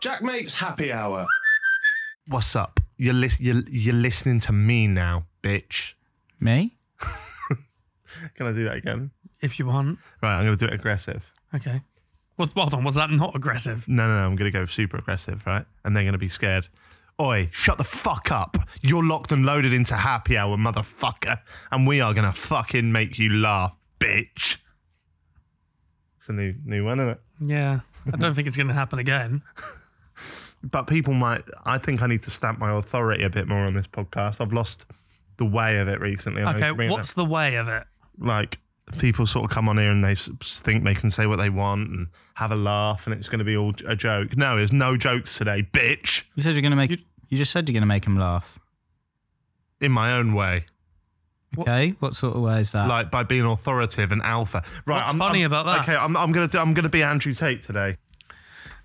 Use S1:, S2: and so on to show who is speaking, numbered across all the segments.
S1: Jack Mate's happy hour. What's up? You're, lis- you're, you're listening to me now, bitch.
S2: Me?
S1: Can I do that again?
S3: If you want.
S1: Right, I'm going to do it aggressive.
S3: Okay. What's hold on, was that not aggressive?
S1: No, no, no, I'm going to go super aggressive, right? And they're going to be scared. Oi, shut the fuck up. You're locked and loaded into happy hour, motherfucker. And we are going to fucking make you laugh, bitch. It's a new, new one, isn't it?
S3: Yeah. I don't think it's gonna happen again.
S1: but people might i think i need to stamp my authority a bit more on this podcast i've lost the way of it recently and I
S3: Okay,
S1: bring it
S3: what's
S1: up.
S3: the way of it?
S1: like people sort of come on here and they s- think they can say what they want and have a laugh and it's going to be all j- a joke no there's no jokes today bitch
S2: You said you're gonna make. You, just said you're gonna make him laugh.
S1: in my own way
S2: Okay. What, sort of way is that?
S1: like by being authoritative and alpha right
S3: What's
S1: I'm,
S3: funny
S1: I'm-
S3: about that?
S1: okay i'm, I'm gonna do, i'm gonna be andrew tate today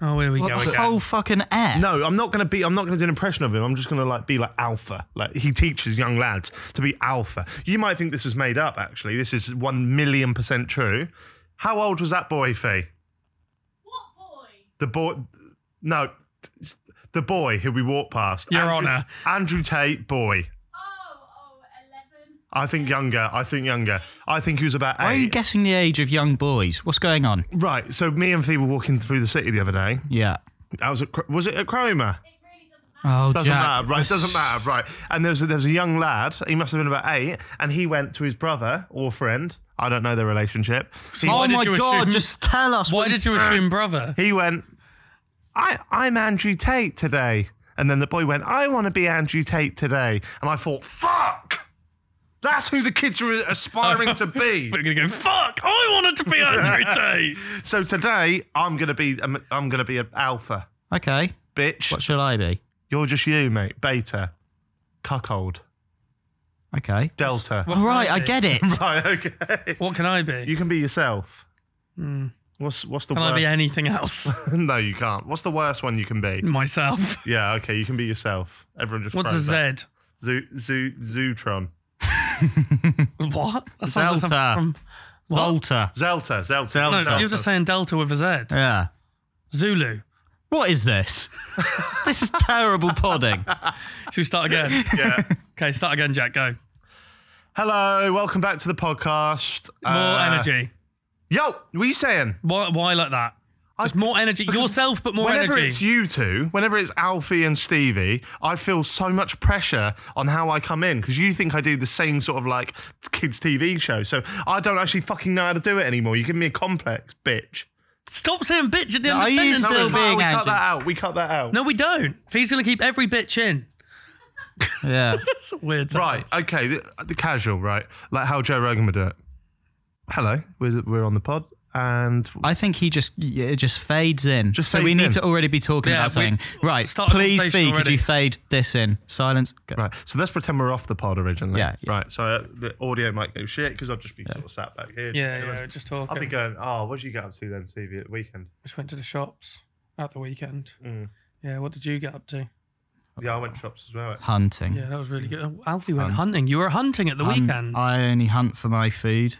S3: Oh, here we
S2: what
S3: go
S2: the
S3: again.
S2: whole fucking air?
S1: No, I'm not gonna be. I'm not gonna do an impression of him. I'm just gonna like be like alpha. Like he teaches young lads to be alpha. You might think this is made up. Actually, this is one million percent true. How old was that boy, Fee? What boy? The boy. No, t- the boy who we walked past.
S3: Your
S1: Andrew,
S3: Honour.
S1: Andrew Tate, boy. oh, I think younger. I think younger. I think he was about
S2: Why are you
S1: eight.
S2: guessing the age of young boys? What's going on?
S1: right. So me and Fee were walking through the city the other day.
S2: Yeah.
S1: I was at, Cro- was it at Cromer?
S2: Oh,
S1: Doesn't
S2: Jack,
S1: matter, right?
S2: this-
S1: Doesn't matter, right? And there was a, there was a young lad. He must have been about eight, and he went to his brother or friend. I don't know their relationship. He,
S2: Oh
S3: Why did
S2: my
S3: you
S2: god!
S3: assume-
S2: Just tell us.
S3: Why
S2: what
S3: did you assume brother?
S1: he went. I I'm Andrew Tate today, and then the boy went. I want to be Andrew Tate today, and I thought, fuck, that's who the kids are aspiring to be.
S3: We're gonna go, fuck, I wanted to be Andrew Tate.
S1: So today, I'm gonna be I'm, I'm gonna be an alpha
S2: Okay.
S1: bitch.
S2: What should I be?
S1: You're just you, mate. Beta, cuckold,
S2: Okay.
S1: delta.
S3: What can
S2: All right, I
S3: be?
S2: get it.
S1: Right, okay.
S3: What can I be?
S1: You can be yourself. What's what's the
S3: Hmm. can I be
S1: worst?
S3: anything else?
S1: no, you can't. What's the worst one you can be?
S3: Myself.
S1: Yeah, okay, you can be yourself. Everyone just.
S3: What's a
S1: throws that.
S3: Z?
S1: Zoo, zoo, Zootron.
S3: What? That sounds like
S2: Zelta.
S3: something What?
S2: Volta.
S1: Zelta, Zelta.
S3: from-
S1: Zelta.
S3: No, you're just saying Delta with a Z.
S2: Yeah.
S3: Zulu.
S2: What is this? this is terrible podding.
S3: Should we start again?
S1: Yeah.
S3: Okay, start again, Jack. Go.
S1: Hello, welcome back to the podcast.
S3: More
S1: Uh,
S3: energy.
S1: Yo, what are you saying?
S3: Why, why like that? Just more energy. Yourself, but more
S1: whenever
S3: energy.
S1: it's you two, whenever it's Alfie and Stevie, I feel so much pressure on how I come in because you think I do the same sort of like kids' TV show. So I don't actually fucking know how to do it anymore. You give me a complex, bitch.
S3: Stop saying bitch at the end
S2: Are
S3: of the
S2: you
S3: sentence.
S2: still
S1: No, we, can't.
S2: being
S1: we cut
S2: Andrew.
S1: that out. We cut that out.
S3: No, we don't. He's going to keep every bitch in.
S2: Yeah.
S3: That's a weird
S1: Right.
S3: sentence.
S1: Okay. The, the casual. Right. Like how Joe Rogan would do it. Hello. We're, we're on the pod and
S2: I think he just it just fades in.
S1: Just
S2: so we
S1: fades
S2: need
S1: in.
S2: to already be talking
S3: Yeah,
S2: about
S3: we-
S2: something. Right.
S3: start a
S2: Please,
S3: conversation
S2: Fee, could
S3: already.
S2: you fade this in? Silence. Go.
S1: right. So let's pretend we're off the pod originally.
S2: Yeah, yeah.
S1: Right. So uh, the audio might go shit because I'll just be sort of sat back here.
S3: Yeah, yeah, just talking.
S1: I'll be going. Oh, what did you get up to then, Stevie, at the weekend?
S3: Just went to the shops at the weekend. Yeah, what did you get up to?
S1: Yeah, I went shops as well. actually.
S2: Hunting.
S3: Yeah, that was really good. Oh, Alfie went hunting. You were hunting at the
S2: Hun-
S3: weekend.
S2: um, I only hunt for my food.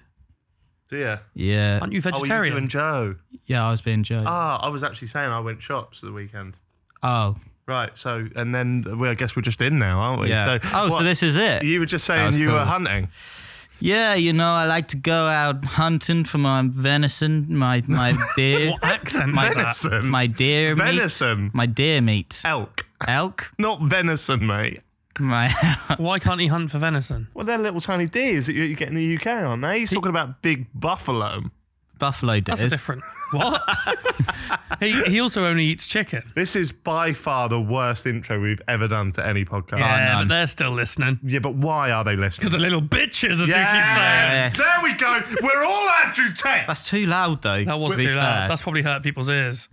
S1: So yeah.
S2: Yeah.
S3: Aren't you
S1: Oh, were you
S3: vegetarian?
S1: doing Joe?
S2: Yeah, I was being judged.
S1: Ah, I was actually saying I went shops at the weekend.
S2: Oh,
S1: Right. So, and then well, I guess we're just in now, aren't we?
S2: yeah.
S1: So,
S2: oh,
S1: what-
S2: so this is it.
S1: You were just saying
S2: was
S1: you were
S2: cool.
S1: hunting.
S2: yeah, you know, I like to go out hunting for my venison, my my deer,
S3: What accent
S2: my
S3: is that?
S1: Venison.
S2: my deer
S1: Venison.
S2: meat, my deer meat,
S1: Elk.
S2: elk,
S1: Not venison, mate.
S2: my
S3: Why can't he hunt for venison?
S1: Well, they're little tiny deers that you, you get in the UK, aren't they? He's talking about big buffalo.
S2: buffalo
S3: That's
S2: deers.
S3: different. What? he he also only eats chicken.
S1: This is by far the worst intro we've ever done to any podcast. Um,
S3: Yeah,
S2: none.
S3: but they're still listening
S1: Yeah, but why are they
S3: because
S1: listening?
S3: they're little bitches, as you keep saying.
S1: Yeah, there we go. We're all Andrew Tate.
S2: That's too loud though.
S3: That was
S2: to be
S3: too
S2: fair.
S3: loud. That's probably hurt people's ears.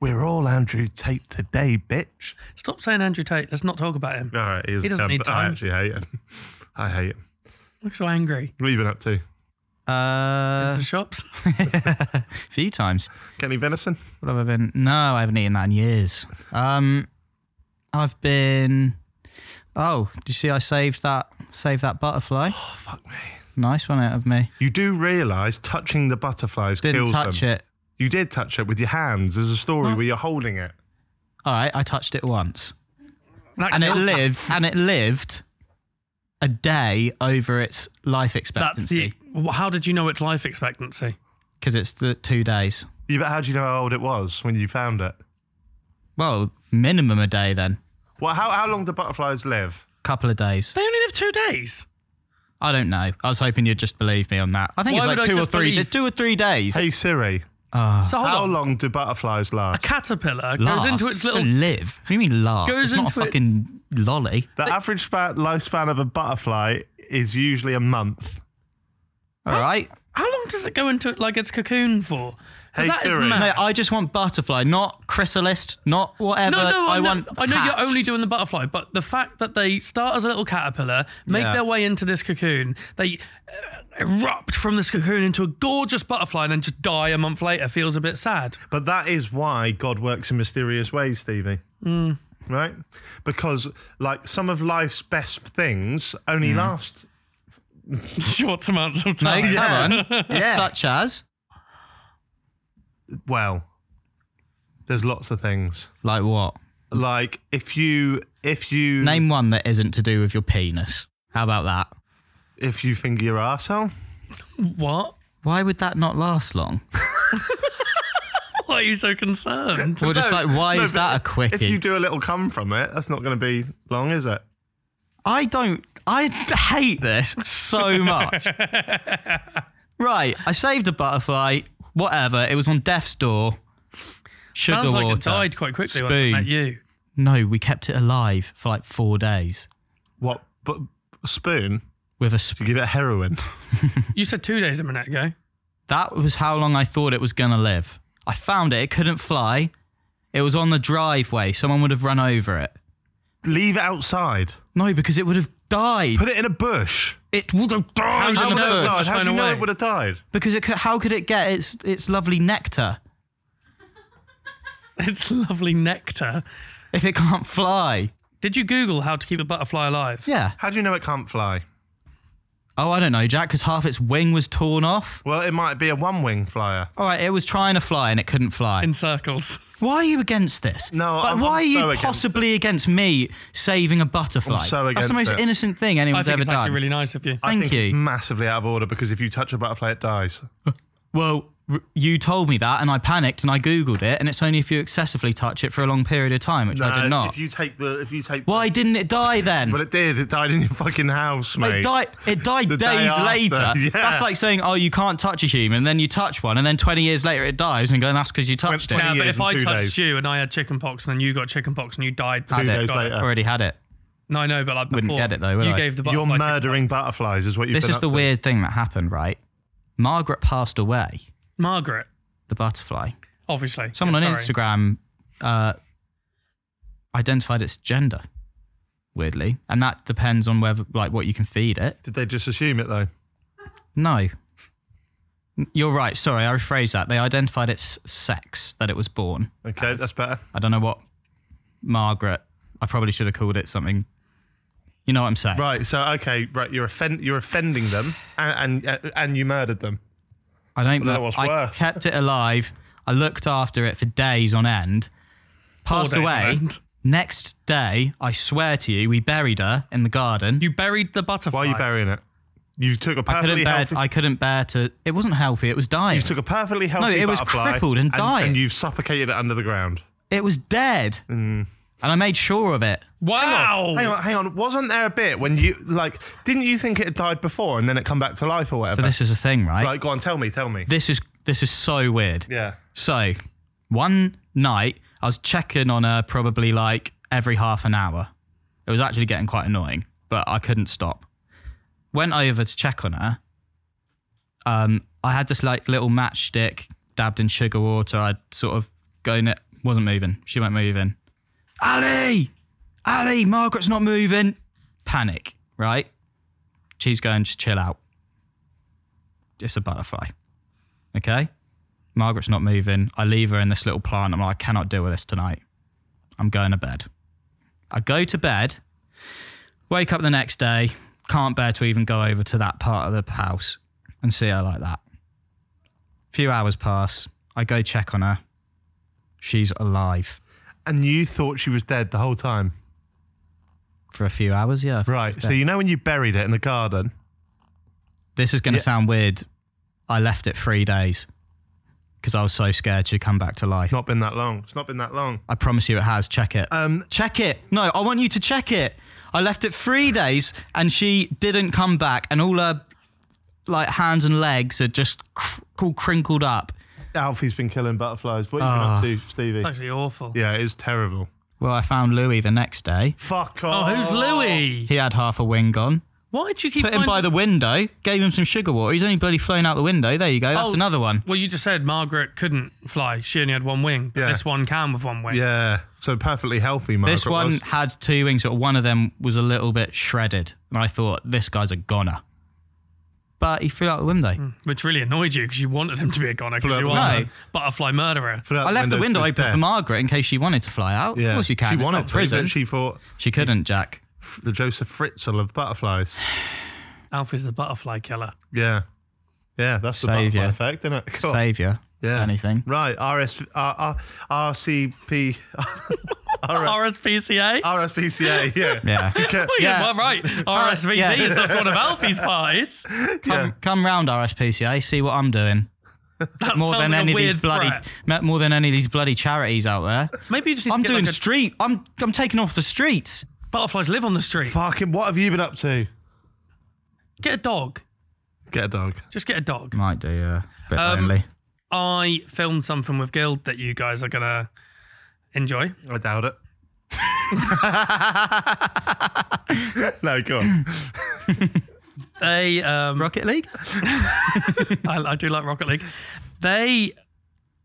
S1: We're all Andrew Tate today, bitch.
S3: Stop saying Andrew Tate. Let's not talk about him.
S1: All right,
S3: He doesn't need
S1: I
S3: time.
S1: actually hate him. I hate him.
S3: I'm so angry.
S1: What have you been up to?
S2: Uh,
S3: the shops.
S2: few times.
S1: Get any venison?
S2: What have I been? No, I haven't eaten that in years. Um, I've been. Oh, do you see? I saved that. Saved that butterfly.
S1: Oh, fuck me.
S2: Nice one out of me.
S1: You do realise touching the butterflies
S2: Didn't
S1: kills
S2: touch
S1: them.
S2: it.
S1: You did touch it with your hands. There's a story where you're holding it.
S2: All right, I touched it once,
S3: That
S2: and it
S3: kills-
S2: lived. And it lived a day over its life
S3: That's
S2: expectancy
S3: the. How did you know its life expectancy?
S2: because it's the two days.
S1: Yeah, but how do you know how old it was when you found it?
S2: Well, minimum a day then.
S1: Well, how, how long do butterflies live?
S2: Couple of days.
S3: They only live two days.
S2: I don't know. I was hoping you'd just believe me on that. I think
S3: Why
S2: it's
S3: would
S2: like
S3: I
S2: two or
S3: just
S2: three.
S3: believe-
S2: Two or three days.
S1: Hey Siri,
S3: so hold
S1: how
S3: on.
S1: long do butterflies
S3: A
S1: last?
S3: caterpillar
S2: Ah. Last.
S3: goes into its
S2: Don't
S3: little.
S2: live. What do you mean last?
S3: Goes
S2: it's not
S3: into
S2: a
S3: its-
S2: fucking lolly.
S1: The average span, lifespan of a butterfly is usually a month.
S2: All right.
S3: How long does it go into like its cocoon for? 'Cause
S1: Hey,
S3: that is
S1: Siri.
S3: mad.
S2: No, I just want butterfly, not chrysalis, not whatever.
S3: No, no, I,
S2: I
S3: know,
S2: want.
S3: I know
S2: hatched.
S3: you're only doing the butterfly, but the fact that they start as a little caterpillar, make
S2: Yeah.
S3: their way into this cocoon, they uh, erupt from this cocoon into a gorgeous butterfly and then just die a month later feels a bit sad.
S1: But that is why God works in mysterious ways, Stevie. Right? Because like some of life's best things only last.
S3: Short amounts of
S2: No,
S3: time.
S2: come on. Such as
S1: Well, there's lots of things.
S2: like what?
S1: Like if you if you
S2: Name one that isn't to do with your penis. How about that?
S1: if you finger your arsehole,
S3: What?
S2: Why would that not last long?
S3: Why are you so concerned?
S2: Or just like, why
S1: No,
S2: is
S1: but
S2: that a
S1: If you
S2: quickie?
S1: do a little come from it, that's not going to be long, is it?
S2: I don't. I hate this so much. right, I saved a butterfly. Whatever. It was on death's door. Sugar
S3: Sounds like
S2: water.
S3: it died quite quickly once it
S2: Spoon.
S3: met you.
S2: No, we kept it alive for like four days
S1: What? But a spoon?
S2: with a spoon.
S1: You give it heroin.
S3: You said two days a minute ago.
S2: That was how long I thought it was going to live. I found it. It couldn't fly. It was on the driveway. Someone would have run over it.
S1: Leave it outside.
S2: No, because it would have died.
S1: Put it in a bush.
S2: It would have
S3: How
S2: died.
S3: do
S2: in
S3: you
S2: a
S3: know
S2: bush.
S3: it
S1: No,
S3: was
S1: how do
S3: thrown
S1: you know
S3: away.
S1: it would have died?
S2: Because it could, how could it get its its lovely nectar
S3: It's lovely nectar.
S2: if it can't fly?
S3: Did you Google how to keep a butterfly alive?
S2: Yeah.
S1: How do you know it can't fly?
S2: Oh, I don't know, Jack, because half its wing was torn off.
S1: Well, it might be a one-wing flyer.
S2: All right, it was trying to fly and it couldn't fly.
S3: In circles.
S2: Why are you against this?
S1: No,
S2: like,
S1: I'm-
S2: why
S1: I'm
S2: are you
S1: so against
S2: possibly against, me saving a butterfly?
S1: I'm so
S2: That's
S1: against
S2: the most
S1: it.
S2: innocent thing
S3: I
S2: anyone's
S3: think
S2: ever
S3: it's
S2: done.
S3: actually really nice of you.
S1: I
S2: Thank
S1: think
S2: you.
S1: It's massively out of order because if you touch a butterfly, it dies.
S2: Well, r- you told me that, and I panicked and I googled it, and it's only if you excessively touch it for a long period of time, which I did
S1: No,
S2: not.
S1: Uh, If you take the, if you take,
S2: Why didn't it die then?
S1: Well, it did. It died in your fucking house, mate.
S2: it died. It died
S1: The
S2: days
S1: day after,
S2: later.
S1: yeah.
S2: That's like saying, "Oh, you can't touch a human." Then you touch one, and then twenty years later it dies, and going, "That's because you touched it."
S1: Twenty
S3: Yeah, but
S1: years
S3: if
S1: in
S3: I
S1: two
S3: touched
S1: days.
S3: you and I had chicken pox and then you got chicken pox and you died,
S2: Had
S1: Two
S2: it.
S1: days
S3: Got it.
S1: later.
S2: Already had it.
S3: no, I know, but like before,
S2: Wouldn't get it though, would
S3: You
S2: I?
S3: gave the
S1: You're
S3: butterfly.
S1: murdering butterflies, is what you've
S2: This
S1: been
S2: is
S1: up
S2: the
S1: to.
S2: weird thing that happened, right? Margaret passed away.
S3: Margaret,
S2: The butterfly.
S3: obviously.
S2: Someone
S3: Yeah,
S2: on
S3: sorry.
S2: Instagram uh, identified its gender. Weirdly, and that depends on whether, like, what you can feed it.
S1: Did they just assume it though?
S2: No. N- You're right. Sorry, I rephrased that. They identified its sex that it was born.
S1: Okay, that's better.
S2: I don't know what Margaret. I probably should have called it something. You know what I'm saying?
S1: Right. So okay. Right. You're offend. You're offending them, and and, uh, and you murdered them.
S2: I
S1: Well,
S2: don't know.
S1: that was
S2: I
S1: worse.
S2: kept it alive. I looked after it for days on end. passed
S3: days
S2: away.
S3: event.
S2: Next day, I swear to you, we buried her in the garden.
S3: You buried the butterfly.
S1: Why are you burying it? You took a
S2: I
S1: perfectly
S2: couldn't bear.
S1: healthy.
S2: I couldn't bear to. It wasn't healthy. It was dying.
S1: you took a perfectly healthy
S2: it was
S1: butterfly
S2: crippled and died.
S1: and you've suffocated it under the ground.
S2: it was dead,
S1: Mm.
S2: and I made sure of it.
S3: Wow.
S1: Hang on, hang on. Wasn't there a bit when you like? Didn't you think it had died before and then it come back to life or whatever?
S2: So this is a thing, right?
S1: right, go on, tell me, tell me.
S2: This is this is so weird.
S1: yeah.
S2: So, one night I was checking on her probably like every half an hour. It was actually getting quite annoying, but I couldn't stop. Went over to check on her. Um, I had this like little matchstick dabbed in sugar water. I'd sort of going it wasn't moving. She went moving. Ali, Ali, Margaret's not moving. Panic, right? She's going just chill out. Just a butterfly, okay? Margaret's not moving. I leave her in this little plant. I'm like, I cannot deal with this tonight. I'm going to bed. I go to bed, wake up the next day, can't bear to even go over to that part of the house and see her like that. Few hours pass. I go check on her. She's alive
S1: And you thought she was dead the whole time.
S2: for a few hours, yeah.
S1: Right. So you know when you buried it in the garden?
S2: This is going to sound weird. I left it three days because I was so scared she'd come back to life.
S1: Not been that long. It's not been that long.
S2: I promise you it has. Check it.
S1: Um,
S2: check it. No, I want you to check it. I left it three days and she didn't come back, and all her like hands and legs are just cr- all crinkled up.
S1: Alfie's been killing butterflies. What
S2: Ah.
S1: have you been up to, Stevie?
S3: It's actually awful.
S1: yeah, it is terrible.
S2: Well, I found Louis the next day.
S1: Fuck
S3: Oh,
S1: off.
S3: who's Louis?
S2: He had half a wing gone.
S3: Why did you keep
S2: Put him
S3: finding-
S2: by the window. Gave him some sugar water. He's only bloody flown out the window. There you go. That's
S3: Oh,
S2: another one.
S3: Well, you just said Margaret couldn't fly. She only had one wing. But
S1: Yeah.
S3: This one can with one wing.
S1: Yeah. So perfectly healthy, Margaret.
S2: This one
S1: was.
S2: had two wings, but one of them was a little bit shredded, and I thought this guy's a goner. But he flew out the window.
S3: Which really annoyed you because you wanted him to be a goner because you
S1: No.
S3: are a butterfly murderer.
S1: Put out
S2: I left the window
S1: she was
S2: open
S1: dead.
S2: for Margaret in case she wanted to fly out.
S1: Yeah.
S2: Of course you can.
S1: She
S2: It's
S1: wanted
S2: not
S1: to,
S2: prison.
S1: but she thought
S2: She couldn't, Jack.
S1: the Joseph Fritzl of butterflies.
S3: Alfie's the butterfly killer.
S1: Yeah. Yeah, that's the
S2: Saviour.
S1: butterfly effect, isn't it? Cool.
S2: Saviour.
S1: yeah.
S2: Anything.
S1: Right. RS, R, R, RCP,
S3: RSPCA?
S1: RSPCA. Yeah.
S2: Yeah.
S1: Okay.
S3: Well, yeah,
S2: Uh, Yeah.
S3: well,
S2: Uh,
S3: right. RSVP
S2: yeah.
S3: is not one of Alfie's parties.
S2: Come, come round, RSPCA, see what I'm doing.
S3: That
S2: More
S3: sounds
S2: than
S3: like
S2: any
S3: a
S2: of
S3: weird
S2: these bloody,
S3: threat.
S2: ma- more than any of these bloody charities out there.
S3: Maybe you just need
S2: I'm
S3: to get
S2: doing
S3: like a-
S2: street. I'm I'm taking off the streets.
S3: butterflies live on the street.
S1: Fucking, what have you been up to?
S3: Get a dog.
S1: Get a dog.
S3: Just get a dog.
S2: Might do. Yeah. Bit
S3: Um,
S2: lonely.
S3: I filmed something with Guild that you guys are gonna enjoy.
S1: I doubt it. no, go on.
S3: They um,
S2: Rocket League.
S3: I, I do like Rocket League. They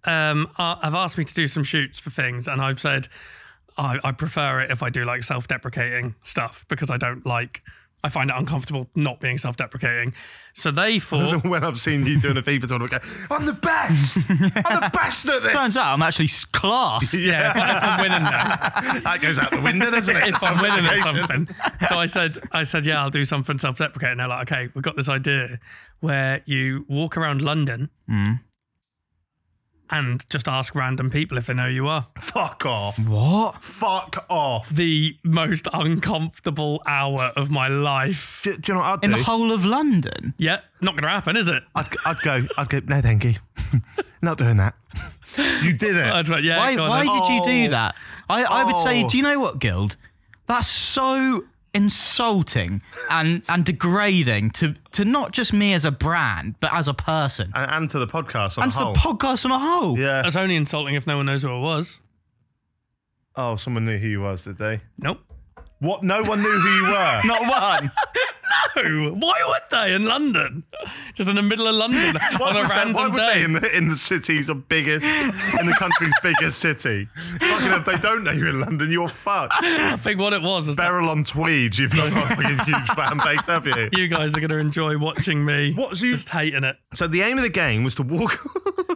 S3: um, are, have asked me to do some shoots for things, and I've said I, I prefer it if I do like self deprecating stuff because I don't like, I find it uncomfortable not being self deprecating. So they thought,
S1: When I've seen you doing a FIFA tournament, I go, I'm the best. I'm the best at this.
S2: Turns out I'm actually s- class.
S3: yeah, if, I, if I'm winning that,
S1: That goes out the window, doesn't it?
S3: if I'm winning at something. So I said, I said, yeah, I'll do something self deprecating. They're like, okay, we've got this idea where you walk around London and just ask random people if they know who you are.
S1: Fuck off.
S2: What?
S1: Fuck off.
S3: the most uncomfortable hour of my life.
S1: Do, do you know what I'd
S2: In
S1: do?
S2: the whole of London.
S3: Yeah, not gonna happen, is it?
S1: I'd, I'd go, I'd go, no, thank you. Not doing that. You did it.
S3: I'd be like, yeah,
S2: Why,
S3: go on
S2: why
S3: then.
S2: did you
S1: Oh.
S2: do that? I, I would say,
S1: Oh.
S2: do you know what, Guild? That's so insulting and, and degrading to, to not just me as a brand, but as a person.
S1: and, and to the podcast on
S2: and
S1: the
S2: to the
S1: whole.
S2: podcast on a whole.
S1: yeah.
S3: oh, That's only insulting if no one knows who I was.
S1: Oh, someone knew who you was, did they?
S3: Nope.
S1: What? No one knew who you were.
S2: Not one.
S3: No, why would they in London? Just in the middle of London
S1: Why
S3: on a
S1: would they- why
S3: random
S1: would they
S3: day.
S1: in the, in the city's of biggest, in the country's biggest city? Fucking if they don't know you're in London, you're fucked.
S3: I think what it was is that
S1: Beryl on Tweed, you've not got a fucking huge fan base, have you?
S3: you guys are gonna enjoy watching me
S1: What's you-
S3: just hating it.
S1: So the aim of the game was to walk.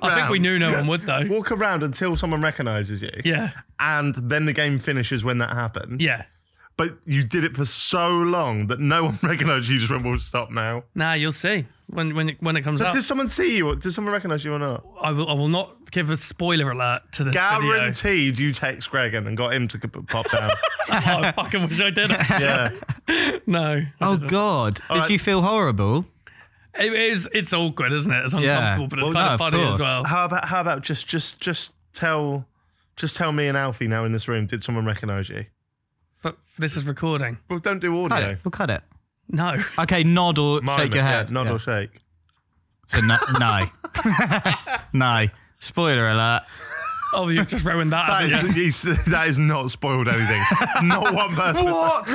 S3: I think we
S1: around-
S3: knew no one would though.
S1: Walk around until someone recognises you,
S3: Yeah.
S1: and then the game finishes when that happened.
S3: Yeah.
S1: But you did it for so long that no one recognised you. You Just went, "We'll stop now."
S3: Nah, you'll see. when when it, when it comes out.
S1: Does someone see you? Does someone recognise you or not?
S3: I will I will not give a spoiler alert to this video.
S1: Guaranteed, you text Greg and got him to c- pop down.
S3: Oh, I fucking wish I did.
S1: yeah,
S3: no.
S2: Oh God! Did
S1: right.
S2: you feel horrible?
S3: It is. It's awkward, isn't it? It's uncomfortable, but it's
S2: Well,
S3: kind of
S2: no, of
S3: funny as
S2: course.
S3: well.
S1: How about how about just just just tell just tell me and Alfie now in this room. Did someone recognise you?
S3: But this is recording.
S1: Well, don't do audio.
S2: Cut it. We'll cut it.
S3: No.
S2: Okay, nod or
S1: Mime
S2: shake
S1: it,
S2: your
S1: yeah,
S2: head.
S1: nod
S2: Yeah.
S1: or shake.
S2: So no, no, no. Spoiler alert.
S3: Oh, you've just ruined that.
S1: That
S3: haven't you?
S1: is, he's- that is not spoiled anything. not one person.
S2: What?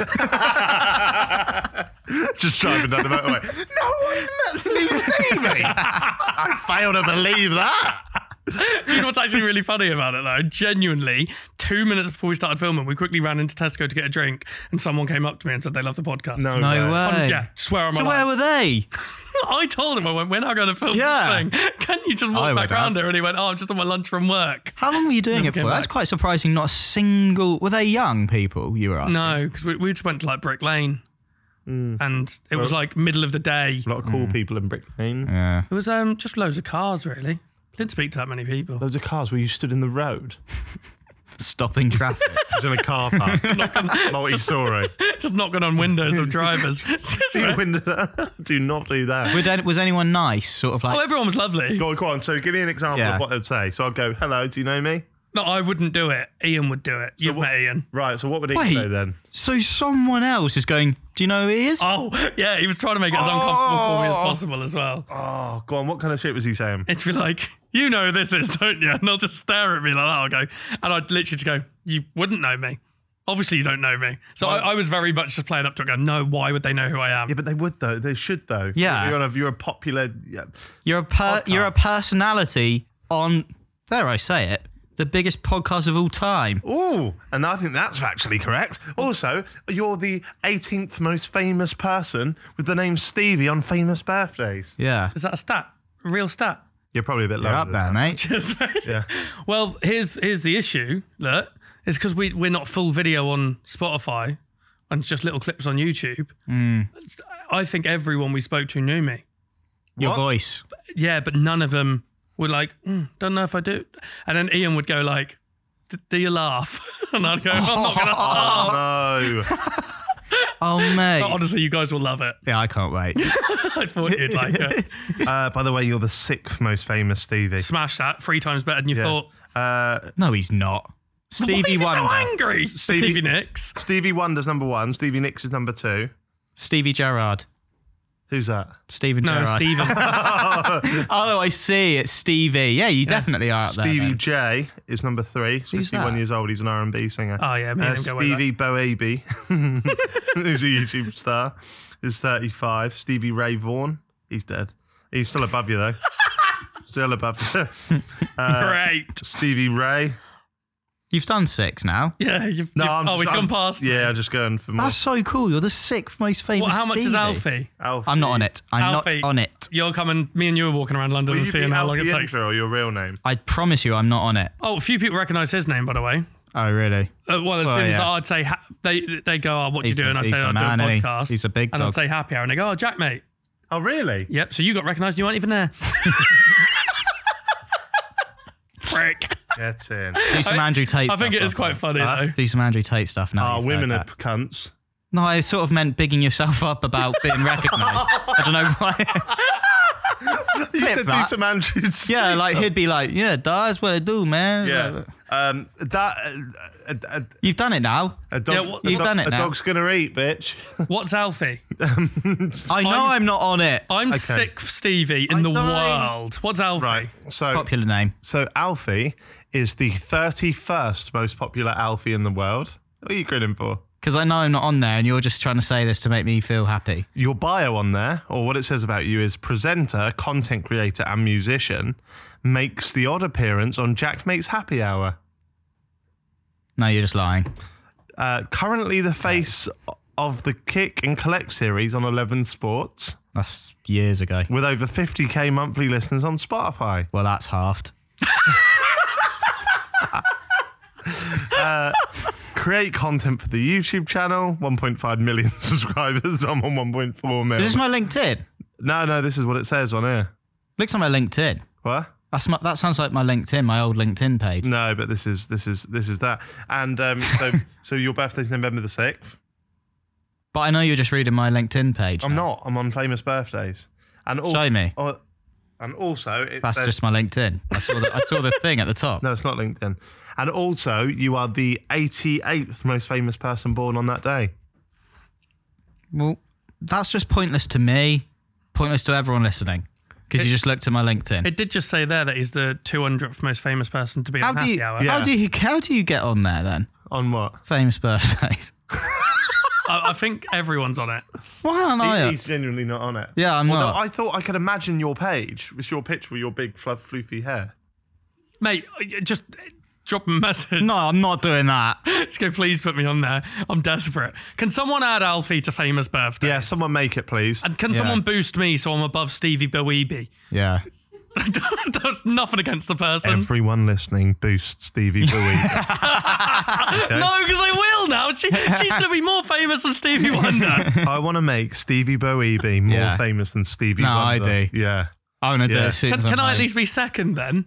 S1: just driving down the motorway. no one met Lee Stevie. I fail to believe that.
S3: Do you know what's actually really funny about it though? Genuinely, two minutes before we started filming, we quickly ran into Tesco to get a drink, and someone came up to me and said they love the podcast.
S1: No,
S2: No
S1: way.
S3: Um,
S2: way.
S3: yeah, swear on my
S2: So
S3: life.
S2: where were they?
S3: I told him I went, "We're not going to film
S2: Yeah.
S3: this thing. Can you just
S2: I
S3: walk
S2: would
S3: back
S2: have.
S3: around here?" And he went, "Oh, I'm just on my lunch from work."
S2: How long were you doing
S3: Never
S2: it for?
S3: came
S2: That's
S3: back.
S2: quite surprising. Not a single. Were they young people? You were asking.
S3: No, because we, we just went to like Brick Lane,
S2: Mm.
S3: and it was like middle of the day.
S1: A lot of cool people in Brick Lane.
S2: Yeah.
S3: It was um just loads of cars really. Didn't speak to that many people.
S1: Loads of cars where you stood in the road.
S2: Stopping traffic.
S1: Just in a car park. Multi-story.
S3: just knocking on windows of drivers.
S1: do not do that.
S2: Would any, was anyone nice? Sort of like.
S3: oh, everyone was lovely.
S1: Go on, go on. So give me an example
S2: Yeah.
S1: of what I'd say. So I'll go, hello, do you know me?
S3: No, I wouldn't do it. Ian would do it. You've
S1: what-
S3: met Ian.
S1: Right, so what would he
S2: Wait.
S1: say then?
S2: So someone else is going. Do you know who he is?
S3: Oh, yeah, he was trying to make it as uncomfortable for me as possible as well.
S1: Oh, go on, what kind of shit was he saying?
S2: Eh.
S3: It'd be like, you know who this is, don't you? And they'll just stare at me like that. I'll go, and I'd literally just go, you wouldn't know me. Obviously, you don't know me. So I, I was very much just playing up to it, going, no, why would they know who I am?
S1: Yeah, but they would though. They should though.
S2: Yeah.
S1: You're, on a, you're a popular. Yeah.
S2: You're a per- you're a personality on. There I say it. The biggest podcast of all time.
S1: Ooh, and I think that's actually correct. Also, you're the 18th most famous person with the name Stevie on famous birthdays.
S2: Yeah.
S3: Is that a stat? A real stat?
S1: You're probably a bit lower
S2: You're up
S1: than
S2: there, mate.
S1: Yeah.
S3: Well, here's here's the issue. Look, it's because we we're not full video on Spotify, and it's just little clips on YouTube.
S1: Mm.
S3: I think everyone we spoke to knew me.
S2: Your
S1: What?
S2: voice.
S3: Yeah, but none of them were like, mm, don't know if I do. And then Ian would go like, "D- do you laugh? And I'd go, I'm not gonna laugh.
S1: Oh, no.
S2: Oh mate.
S3: Honestly, you guys will love it.
S2: Yeah, I can't wait.
S3: I thought you'd like it.
S1: uh, by the way, you're the sixth most famous Stevie.
S3: Smash that three times better than you
S1: Yeah.
S3: thought.
S1: Uh,
S2: No, he's not. Stevie
S3: Why are you
S2: Wonder.
S3: so angry?
S1: Stevie-
S3: Stevie, Nicks.
S1: Stevie Wonder's number one. Stevie Nicks is number two.
S2: Stevie Gerrard.
S1: Who's that?
S2: Steven
S3: No,
S2: Gerrard.
S3: Steven.
S2: oh, I see. It's Stevie. Yeah, you definitely are up there.
S1: Stevie
S2: then.
S1: J is number three. He's
S2: Who's
S1: 51
S2: that?
S1: years old. He's an R&B singer.
S3: Oh, yeah, me and
S1: Uh,
S3: him go way
S1: Stevie Boaby, who's a YouTube star, is 35. Stevie Ray Vaughan, he's dead. He's still above you, though. still above you.
S3: Great.
S1: Stevie Ray.
S2: You've done six now.
S3: Yeah, you've,
S1: No,
S3: you've-
S1: I'm
S3: oh,
S1: just,
S3: he's
S1: I'm-
S3: gone past.
S1: Yeah, I'm just going for more.
S2: That's so cool. You're the sixth most famous.
S3: Well, how much is
S2: Stevie.
S3: Alfie?
S1: Alfie.
S2: I'm not on it. I'm
S3: Alfie.
S2: not on it.
S3: You're coming. Me and you are walking around London
S1: Will
S3: and
S1: you be
S3: seeing how long
S1: Alfie
S3: it takes.
S1: Inter or your real name?
S2: I promise you, I'm not on it.
S3: Oh, a few people recognise his name, by the way.
S2: Oh, really?
S3: Uh, well, as
S2: Well,
S3: soon as
S2: yeah.
S3: I'd say ha- they, they go, "Oh, what do you
S2: He's
S3: do?"
S2: the-
S3: and I
S2: he's
S3: say,
S2: the
S3: "I do a
S2: man, ain't he?
S3: podcast."
S2: He's a big
S3: And
S2: dog.
S3: I'd say happy hour, and they go, "Oh, Jack, mate."
S1: Oh, really?
S3: Yep. So you got recognised. and You weren't even there. Prick.
S1: Get in.
S2: Do some
S3: I-
S2: Andrew Tate.
S3: I think
S2: stuff,
S3: it is quite
S2: Alfie.
S3: funny though.
S2: Do some Andrew Tate stuff now.
S1: Oh,
S2: you've
S1: women
S2: heard
S1: are
S2: that.
S1: cunts.
S2: No, I sort of meant bigging yourself up about being recognised. I don't know why.
S1: You said do
S2: that.
S1: some Andrews.
S2: yeah, like he'd be like, "Yeah, that's what I do, man."
S1: Yeah. Um, that. Uh, a, a,
S2: You've done it now.
S1: a dog,
S3: what-
S1: a
S2: You've
S1: dog-
S2: done it
S1: A
S2: now.
S1: dog's gonna eat, bitch.
S3: What's Alfie?
S2: I know I'm, not on it.
S3: I'm sixth Stevie in the
S1: don't-
S3: world. What's Alfie?
S1: Right. So
S2: Popular name.
S1: So Alfie is the 31st most popular Alfie in the world. What are you grinning for?
S2: Because I know I'm not on there, and you're just trying to say this to make me feel happy.
S1: Your bio on there, or what it says about you, is presenter, content creator, and musician. Makes the odd appearance on Jack Mate's Happy Hour.
S2: No, you're just lying.
S1: Uh, currently the face of the Kick and Collect series on 11 Sports,
S2: That's years ago.
S1: with over 50k monthly listeners on Spotify.
S2: Well, that's halved.
S1: Create content for the YouTube channel, 1.5 million subscribers. I'm on 1.4 million.
S2: Is this my LinkedIn?
S1: No, no, this is what it says on here.
S2: Looks like my LinkedIn.
S1: What?
S2: That's my, that sounds like my LinkedIn, my old LinkedIn page.
S3: Mm.
S1: No, but this is this is this is that. And um, so so your birthday's November the sixth.
S2: But I know you're just reading my LinkedIn page.
S1: I'm
S2: now.
S1: not. I'm on famous birthdays. And also,
S2: Show me.
S1: Oh, and also, it
S2: That's
S1: says,
S2: just my LinkedIn. I saw the, I saw the thing at the top.
S1: no, it's not LinkedIn. And also, you are the 88th most famous person born on that day.
S2: Well, that's just pointless to me, pointless to everyone listening, because you just looked at my LinkedIn.
S3: It did just say there that he's the 200th most famous person to be
S2: how
S3: on
S2: do
S3: Happy
S2: you?
S3: Hour.
S1: Yeah.
S2: How do you? How do you get on there then?
S1: On what?
S2: Famous birthdays.
S3: I, I think everyone's on it.
S2: Why aren't
S1: He-
S2: I?
S1: He's genuinely not on it.
S2: Oh, Yeah, I'm
S1: Although
S2: not.
S1: I thought I could imagine your page. It's your picture with your big fluff, floofy hair.
S3: Mate, I- just drop him a message.
S2: No, I'm not doing that.
S3: Just go, please put me on there. I'm desperate. Can someone add Alfie to famous birthdays?
S1: Yeah, someone make it, please.
S3: And can someone boost me so I'm above Stevie Bowie?
S2: Yeah.
S3: Nothing against the person.
S1: Everyone listening boosts Stevie Bowie.
S3: no, because I will now. She, she's going to be more famous than Stevie Wonder.
S1: I want to make Stevie Bowie be more
S2: Yeah.
S1: famous than Stevie
S2: No, I
S1: Wonder.
S2: do.
S1: Yeah.
S2: I'm gonna do
S1: Yeah.
S2: it as soon
S3: Can,
S2: as I'm
S3: can I at
S2: home.
S3: least be second then?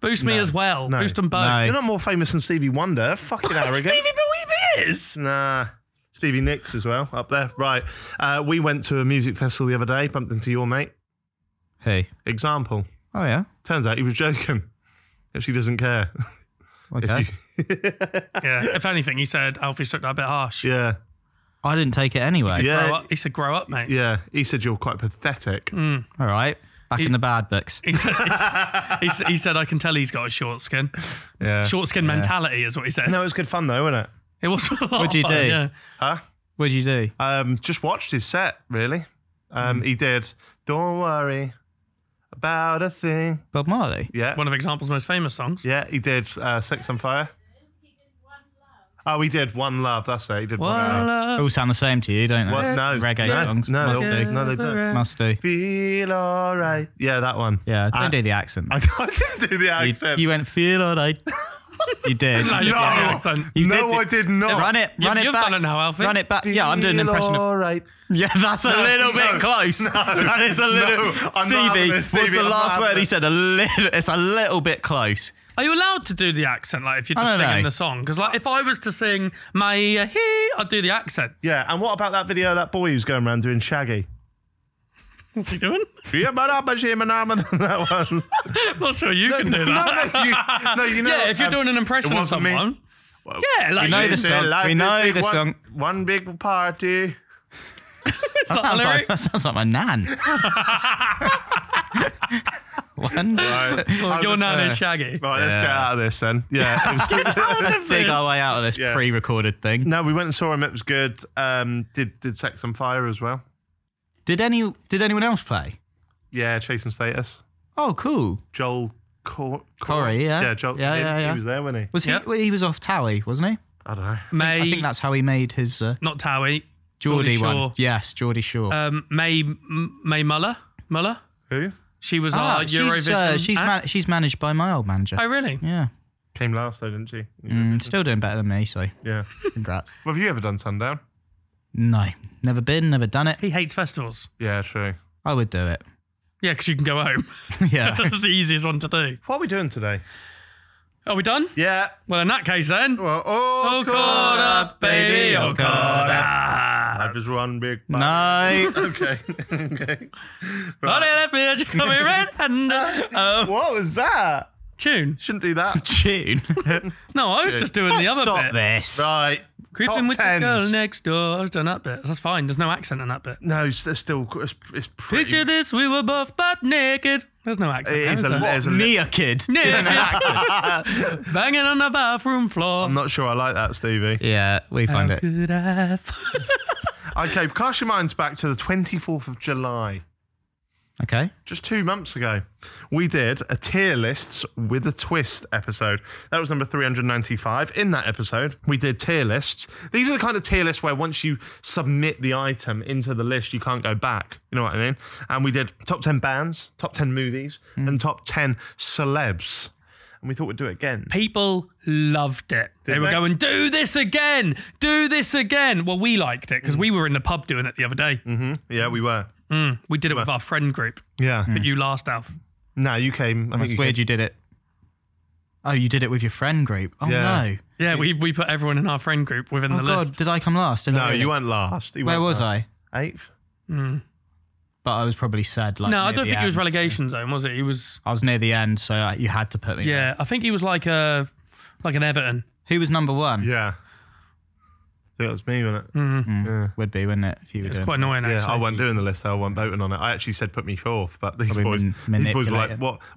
S3: Boost me as well.
S1: No.
S3: Boost them both.
S2: No.
S1: You're not more famous than Stevie Wonder. Fucking arrogant.
S3: Stevie Bowie is.
S1: Nah. Stevie Nicks as well, up there. Right. Uh, we went to a music festival the other day, bumped into your mate.
S2: Hey.
S1: Example.
S2: Oh yeah.
S1: Turns out he was joking. If she doesn't care.
S2: Okay.
S3: Yeah. If anything, he said Alfie struck that a bit harsh.
S1: yeah.
S2: I didn't take it anyway.
S3: Grow
S1: Yeah.
S3: up. He said, grow up, mate.
S1: Yeah. He said you're quite pathetic.
S2: All right. Back in the bad books.
S3: He, said, he, s- he said, I can tell he's got a short skin.
S1: Yeah.
S3: Short skin mentality is what he said.
S1: No, it was good fun though, wasn't it?
S3: It was a lot
S2: What'd you
S3: of fun,
S2: do?
S3: Yeah.
S2: What'd you do?
S1: Um, just watched his set, really. Um,
S2: Mm.
S1: He did Don't Worry About a Thing.
S2: Bob Marley.
S1: Yeah.
S3: One of Example's most famous songs.
S1: Yeah, he did uh, Sex on Fire. Oh, he did One Love. That's it. He did One,
S3: One
S1: Love.
S3: love.
S2: All sound the same to you, don't they?
S1: What? No.
S2: Reggae
S1: no,
S2: songs.
S1: No,
S2: Must
S1: they all-
S2: do.
S1: no, they don't.
S2: Must do.
S1: Feel alright. Yeah, that one.
S2: Yeah. Don't
S1: Uh,
S2: do the accent.
S1: I, I didn't do the
S2: You,
S1: accent.
S2: you went feel alright. you did.
S3: No, you've got the accent.
S2: You
S1: no,
S2: did
S1: I did not.
S2: Run it,
S3: You-
S2: run it
S3: you've
S2: back.
S3: done it now, Alfie.
S2: Run it back. Yeah, I'm doing an impression of.
S1: Alright.
S2: Yeah, that's a little
S1: no.
S2: bit close. that is a little.
S1: I'm not having
S2: Stevie,
S1: it,
S2: what's
S1: Stevie,
S2: the
S1: I'm
S2: last
S1: not
S2: word
S1: having
S2: he
S1: it.
S2: said? A little. It's a little bit close.
S3: Are you allowed to do the accent, like if you're
S2: I
S3: just
S2: don't
S3: singing
S2: know.
S3: the song? Because like if I was to sing my uh, he, I'd do the accent.
S1: Yeah, and what about that video of that boy who's going around doing Shaggy?
S3: What's he doing?
S1: that one.
S3: I'm not sure you can do
S1: no,
S3: that.
S1: no, you, no, you know.
S3: yeah, if you're
S1: um,
S3: doing an impression
S1: it
S3: of
S1: wasn't me.
S3: someone. Yeah, like
S2: know
S3: it's
S2: this-
S1: It's
S2: song.
S1: like
S2: We know
S1: big
S2: the
S1: one-
S2: song.
S1: One big party.
S3: not
S2: Sounds
S3: the
S2: like,
S3: lyric.
S2: that sounds like my nan. One.
S1: Right,
S3: Your nan is
S1: Shaggy.
S3: shaggy.
S1: Right, let's
S2: Yeah.
S1: get out of this then. Yeah. It was good.
S2: Let's dig our way out of this
S1: Yeah.
S2: pre-recorded thing.
S1: no, we went and saw him. It was good. Um, did did Sex on Fire as well.
S2: Did any? Did anyone else play?
S1: Yeah, Chasing Status.
S2: Oh, cool.
S1: Joel Cor-
S2: Corey, yeah.
S1: Yeah, Joel.
S2: Yeah,
S1: he,
S2: yeah, yeah.
S1: he was there, wasn't he?
S2: Was he?
S3: Yeah.
S2: well, He was off Towie, wasn't he?
S1: I don't know.
S3: May
S2: I think that's how he made his uh,
S3: not Towie.
S2: Geordie one.
S3: Shaw.
S2: Yes, Geordie Shaw.
S3: Um, May M- May Muller Muller.
S1: Who?
S3: She was
S2: Ah,
S3: our
S2: she's
S3: Eurovision.
S2: uh, she's,
S3: act.
S2: man- she's managed by my old manager.
S3: oh really?
S2: Yeah.
S1: Came last though, didn't she?
S2: Mm, still doing better than me, so
S1: Yeah.
S2: congrats.
S1: Well, have you ever done Sundown?
S2: no, never been, never done it.
S3: He hates festivals.
S1: Yeah, true.
S2: I would do it.
S3: Yeah, because you can go home.
S2: yeah.
S3: that's the easiest one to do.
S1: What are we doing today?
S3: Are we done?
S1: Yeah.
S3: Well, in that case, then.
S1: Well, oh,
S3: Oh, caught up, baby. Oh, caught up.
S1: I just one big.
S2: No.
S1: Okay. okay.
S3: Honey, left me you call me red and uh,
S1: What was that?
S3: tune.
S1: Shouldn't do that.
S2: Tune.
S3: No, I was just doing the other
S2: Stop
S3: bit.
S2: this.
S1: right.
S3: Creeping
S1: Top
S3: with
S1: tens.
S3: the girl next door. I've done that bit. That's fine. There's no accent in that bit.
S1: No, it's, it's still it's, it's pretty.
S3: Picture this: we were both butt naked. There's no accent.
S1: It
S3: there,
S1: is
S3: is
S1: a-
S3: there?
S1: it is a li-
S2: Nia kid.
S3: Naked, banging on the bathroom floor.
S1: I'm not sure I like that, Stevie.
S2: Yeah, we
S3: How
S2: find it.
S3: could I? f-
S1: Okay, cast your minds back to the 24th of July,
S2: Okay.
S1: just two months ago. We did a tier lists with a twist episode. That was number 395. In that episode, we did tier lists. These are the kind of tier lists where once you submit the item into the list, you can't go back. You know what I mean? And we did top 10 bands, top 10 movies,
S2: Mm.
S1: and top 10 celebs. And we thought we'd do it again.
S3: People loved it. they were
S1: they?
S3: going, "Do this again, do this again." Well, we liked it because we were in the pub doing it the other day.
S1: Yeah, we were.
S3: We did it with our friend group,
S1: Yeah.
S3: but you last, Alf.
S1: No, you came. I think
S2: That's
S1: you
S2: Mm. weird you did it. Oh, you did it with your friend group. Oh,
S1: Yeah.
S2: no.
S3: Yeah, we, we put everyone in our friend group within
S2: Oh,
S3: the
S2: God.
S3: list.
S2: Did I come last?
S1: Came. No, you weren't last. You
S2: Where
S1: weren't
S2: was
S1: last.
S2: I?
S1: Eighth.
S2: But I was probably sad. Like,
S3: No, I
S2: near
S3: don't
S2: the
S3: think it was
S2: end.
S3: relegation zone, was it? He was
S2: I was near the end, so uh, you had to put me.
S3: yeah, I think he was like a like an Everton.
S2: Who was number one?
S1: Yeah. I think it was me, wasn't it?
S2: Mm. Would be, wouldn't it? If you were
S3: It's
S2: doing
S3: quite annoying
S1: Yeah, I
S3: actually.
S1: wasn't doing the list. I wasn't voting on it. I actually said put me fourth, but these
S2: Probably
S1: boys,
S2: man-
S1: these boys were
S2: manipulating-
S1: like, what? what-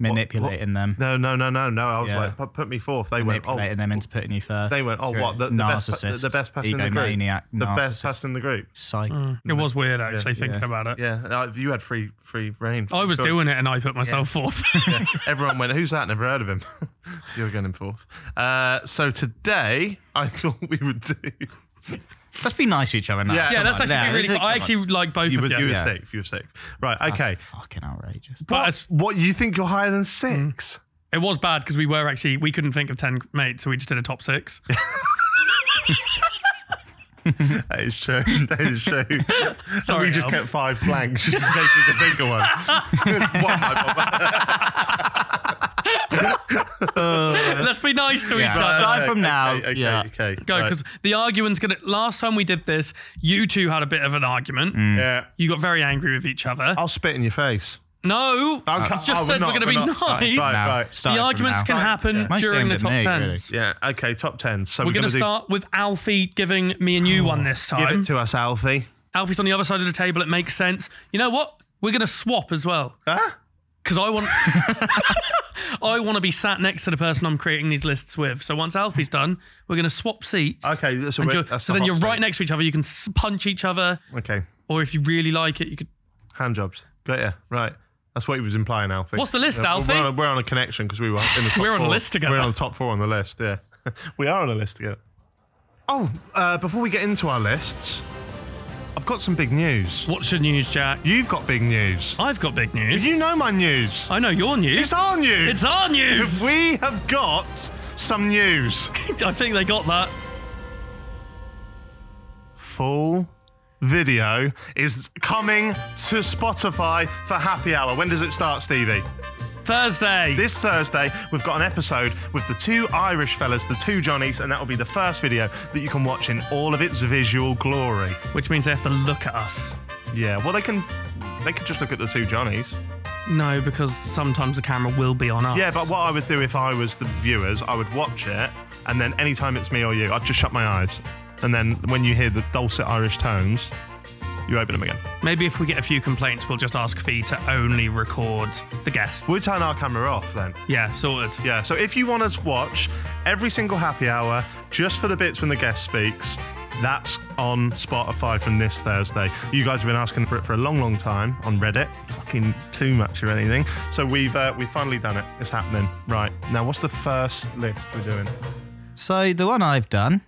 S1: what?
S2: manipulating them.
S1: No, no, no, no, no. I was
S2: Yeah.
S1: like, "Put- put me fourth. They went, oh,
S2: manipulating them into putting you first.
S1: they went, oh,
S2: You're a
S1: what? The, the best, the,
S2: narcissist,
S1: the best person in the group.
S2: egomaniac,
S1: The best
S2: narcissist.
S1: person in the group.
S2: Psych.
S3: It was weird actually thinking
S2: yeah.
S3: about it.
S1: Yeah, uh, you had free free reign.
S3: I was doing it and I put myself fourth.
S1: Everyone went, "Who's that? Never heard of him." you were going in fourth. Uh, so today, I thought we would do.
S2: Let's be nice to each other now.
S1: Yeah.
S3: yeah, that's
S1: Come
S3: actually
S2: on, yeah,
S3: really.
S2: this is-
S3: I actually like both
S1: You were,
S3: of you.
S1: you were
S2: Yeah.
S1: safe. You were safe. Right. Okay.
S2: Fucking outrageous.
S3: But
S1: What?
S3: it's-
S1: What you think you're higher than
S2: Mm.
S1: six?
S3: It was bad because we were actually we couldn't think of ten mates, so we just did a top six.
S1: That is true. That is true. so
S3: Sorry,
S1: we just
S3: Alf.
S1: kept five blanks just in case it's a bigger one. One, my bother.
S3: Let's be nice to
S2: Yeah.
S3: each
S2: Right.
S3: other.
S2: Aside from now,
S1: Okay. okay,
S2: yeah.
S1: Okay.
S3: Go
S1: right.
S3: because the argument's gonna. Last time we did this, you two had a bit of an argument.
S1: yeah.
S3: You got very angry with each other.
S1: I'll spit in your face.
S3: No, I just
S1: Oh,
S3: said we're,
S1: not-
S3: going to be
S1: not
S3: nice.
S1: starting. Right.
S2: Now,
S1: right.
S2: starting
S3: The
S2: from
S3: arguments
S2: now.
S3: can happen
S2: Most of
S3: during
S2: them
S3: the
S2: didn't
S3: top
S2: need, really.
S3: tens.
S1: Yeah. Okay. Top tens. So
S3: We're going to
S1: do- Oh,
S3: start with Alfie giving me and you one this
S1: Give
S3: time.
S1: it to us, Alfie.
S3: Alfie's on the other side of the table. It makes sense. You know what? We're going to swap as well.
S1: Huh?
S3: Because I want, I want to be sat next to the person I'm creating these lists with. So once Alfie's done, we're going to swap seats.
S1: Okay, so
S3: And
S1: we're-
S3: you're-
S1: that's
S3: so
S1: the
S3: then
S1: hot
S3: you're right
S1: seat.
S3: next to each other. You can s- punch each other,
S1: Okay.
S3: or if you really like it, you could.
S1: Hand jobs. Got ya. Right. That's what he was implying, Alfie.
S3: What's the list,
S1: Yeah,
S3: Alfie?
S1: We're on, we're on a connection because we were in the top
S3: We're on a
S1: four.
S3: list together.
S1: We're on the top four on the list, yeah. we are on a list together. Oh, uh, before we get into our lists, I've got some big news.
S3: What's your news, Jack?
S1: You've got big news.
S3: I've got big news.
S1: You know my news.
S3: I know your news.
S1: It's our news.
S3: It's our news.
S1: we have got some news.
S3: I think they got that.
S1: Full video is coming to Spotify for Happy Hour. When does it start, Stevie?
S3: Thursday.
S1: This Thursday, we've got an episode with the two Irish fellas, the two Johnnies, and that will be the first video that you can watch in all of its visual glory.
S3: Which means they have to look at us.
S1: Yeah, well, they can. They could just look at the two Johnnies.
S3: No, because sometimes the camera will be on us.
S1: Yeah, but what I would do if I was the viewers, I would watch it, and then anytime it's me or you, I'd just shut my eyes. And then when you hear the dulcet Irish tones, you open them again.
S3: Maybe if we get a few complaints, we'll just ask Fee to only record the guest.
S1: We'll turn our camera off then.
S3: Yeah, sorted.
S1: Yeah, so if you want us to watch every single happy hour just for the bits when the guest speaks, that's on Spotify from this Thursday. You guys have been asking for it for a long, long time on Reddit. Fucking too much or anything. So we've uh, we've finally done it. It's happening. Right now, what's the first list we're doing?
S2: So the one I've done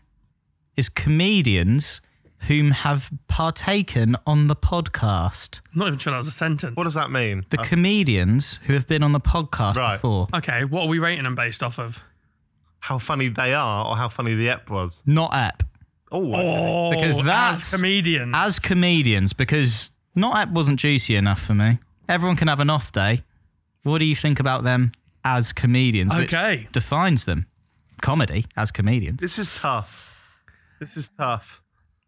S2: is comedians whom have partaken on the podcast.
S3: I'm not even sure that was a sentence.
S1: What does that mean?
S2: The comedians who have been on the podcast
S1: Uh. Right.
S2: before.
S3: Okay, what are we rating them based off of?
S1: How funny they are, or how funny the ep was?
S2: Not Ep.
S1: Oh,
S3: Oh,
S2: Because that's-
S3: as comedian.
S2: As comedians, because Not Ep wasn't juicy enough for me. Everyone can have an off day. What do you think about them as comedians? which
S3: Okay.
S2: defines them. Comedy as comedians.
S1: this is tough. This is tough.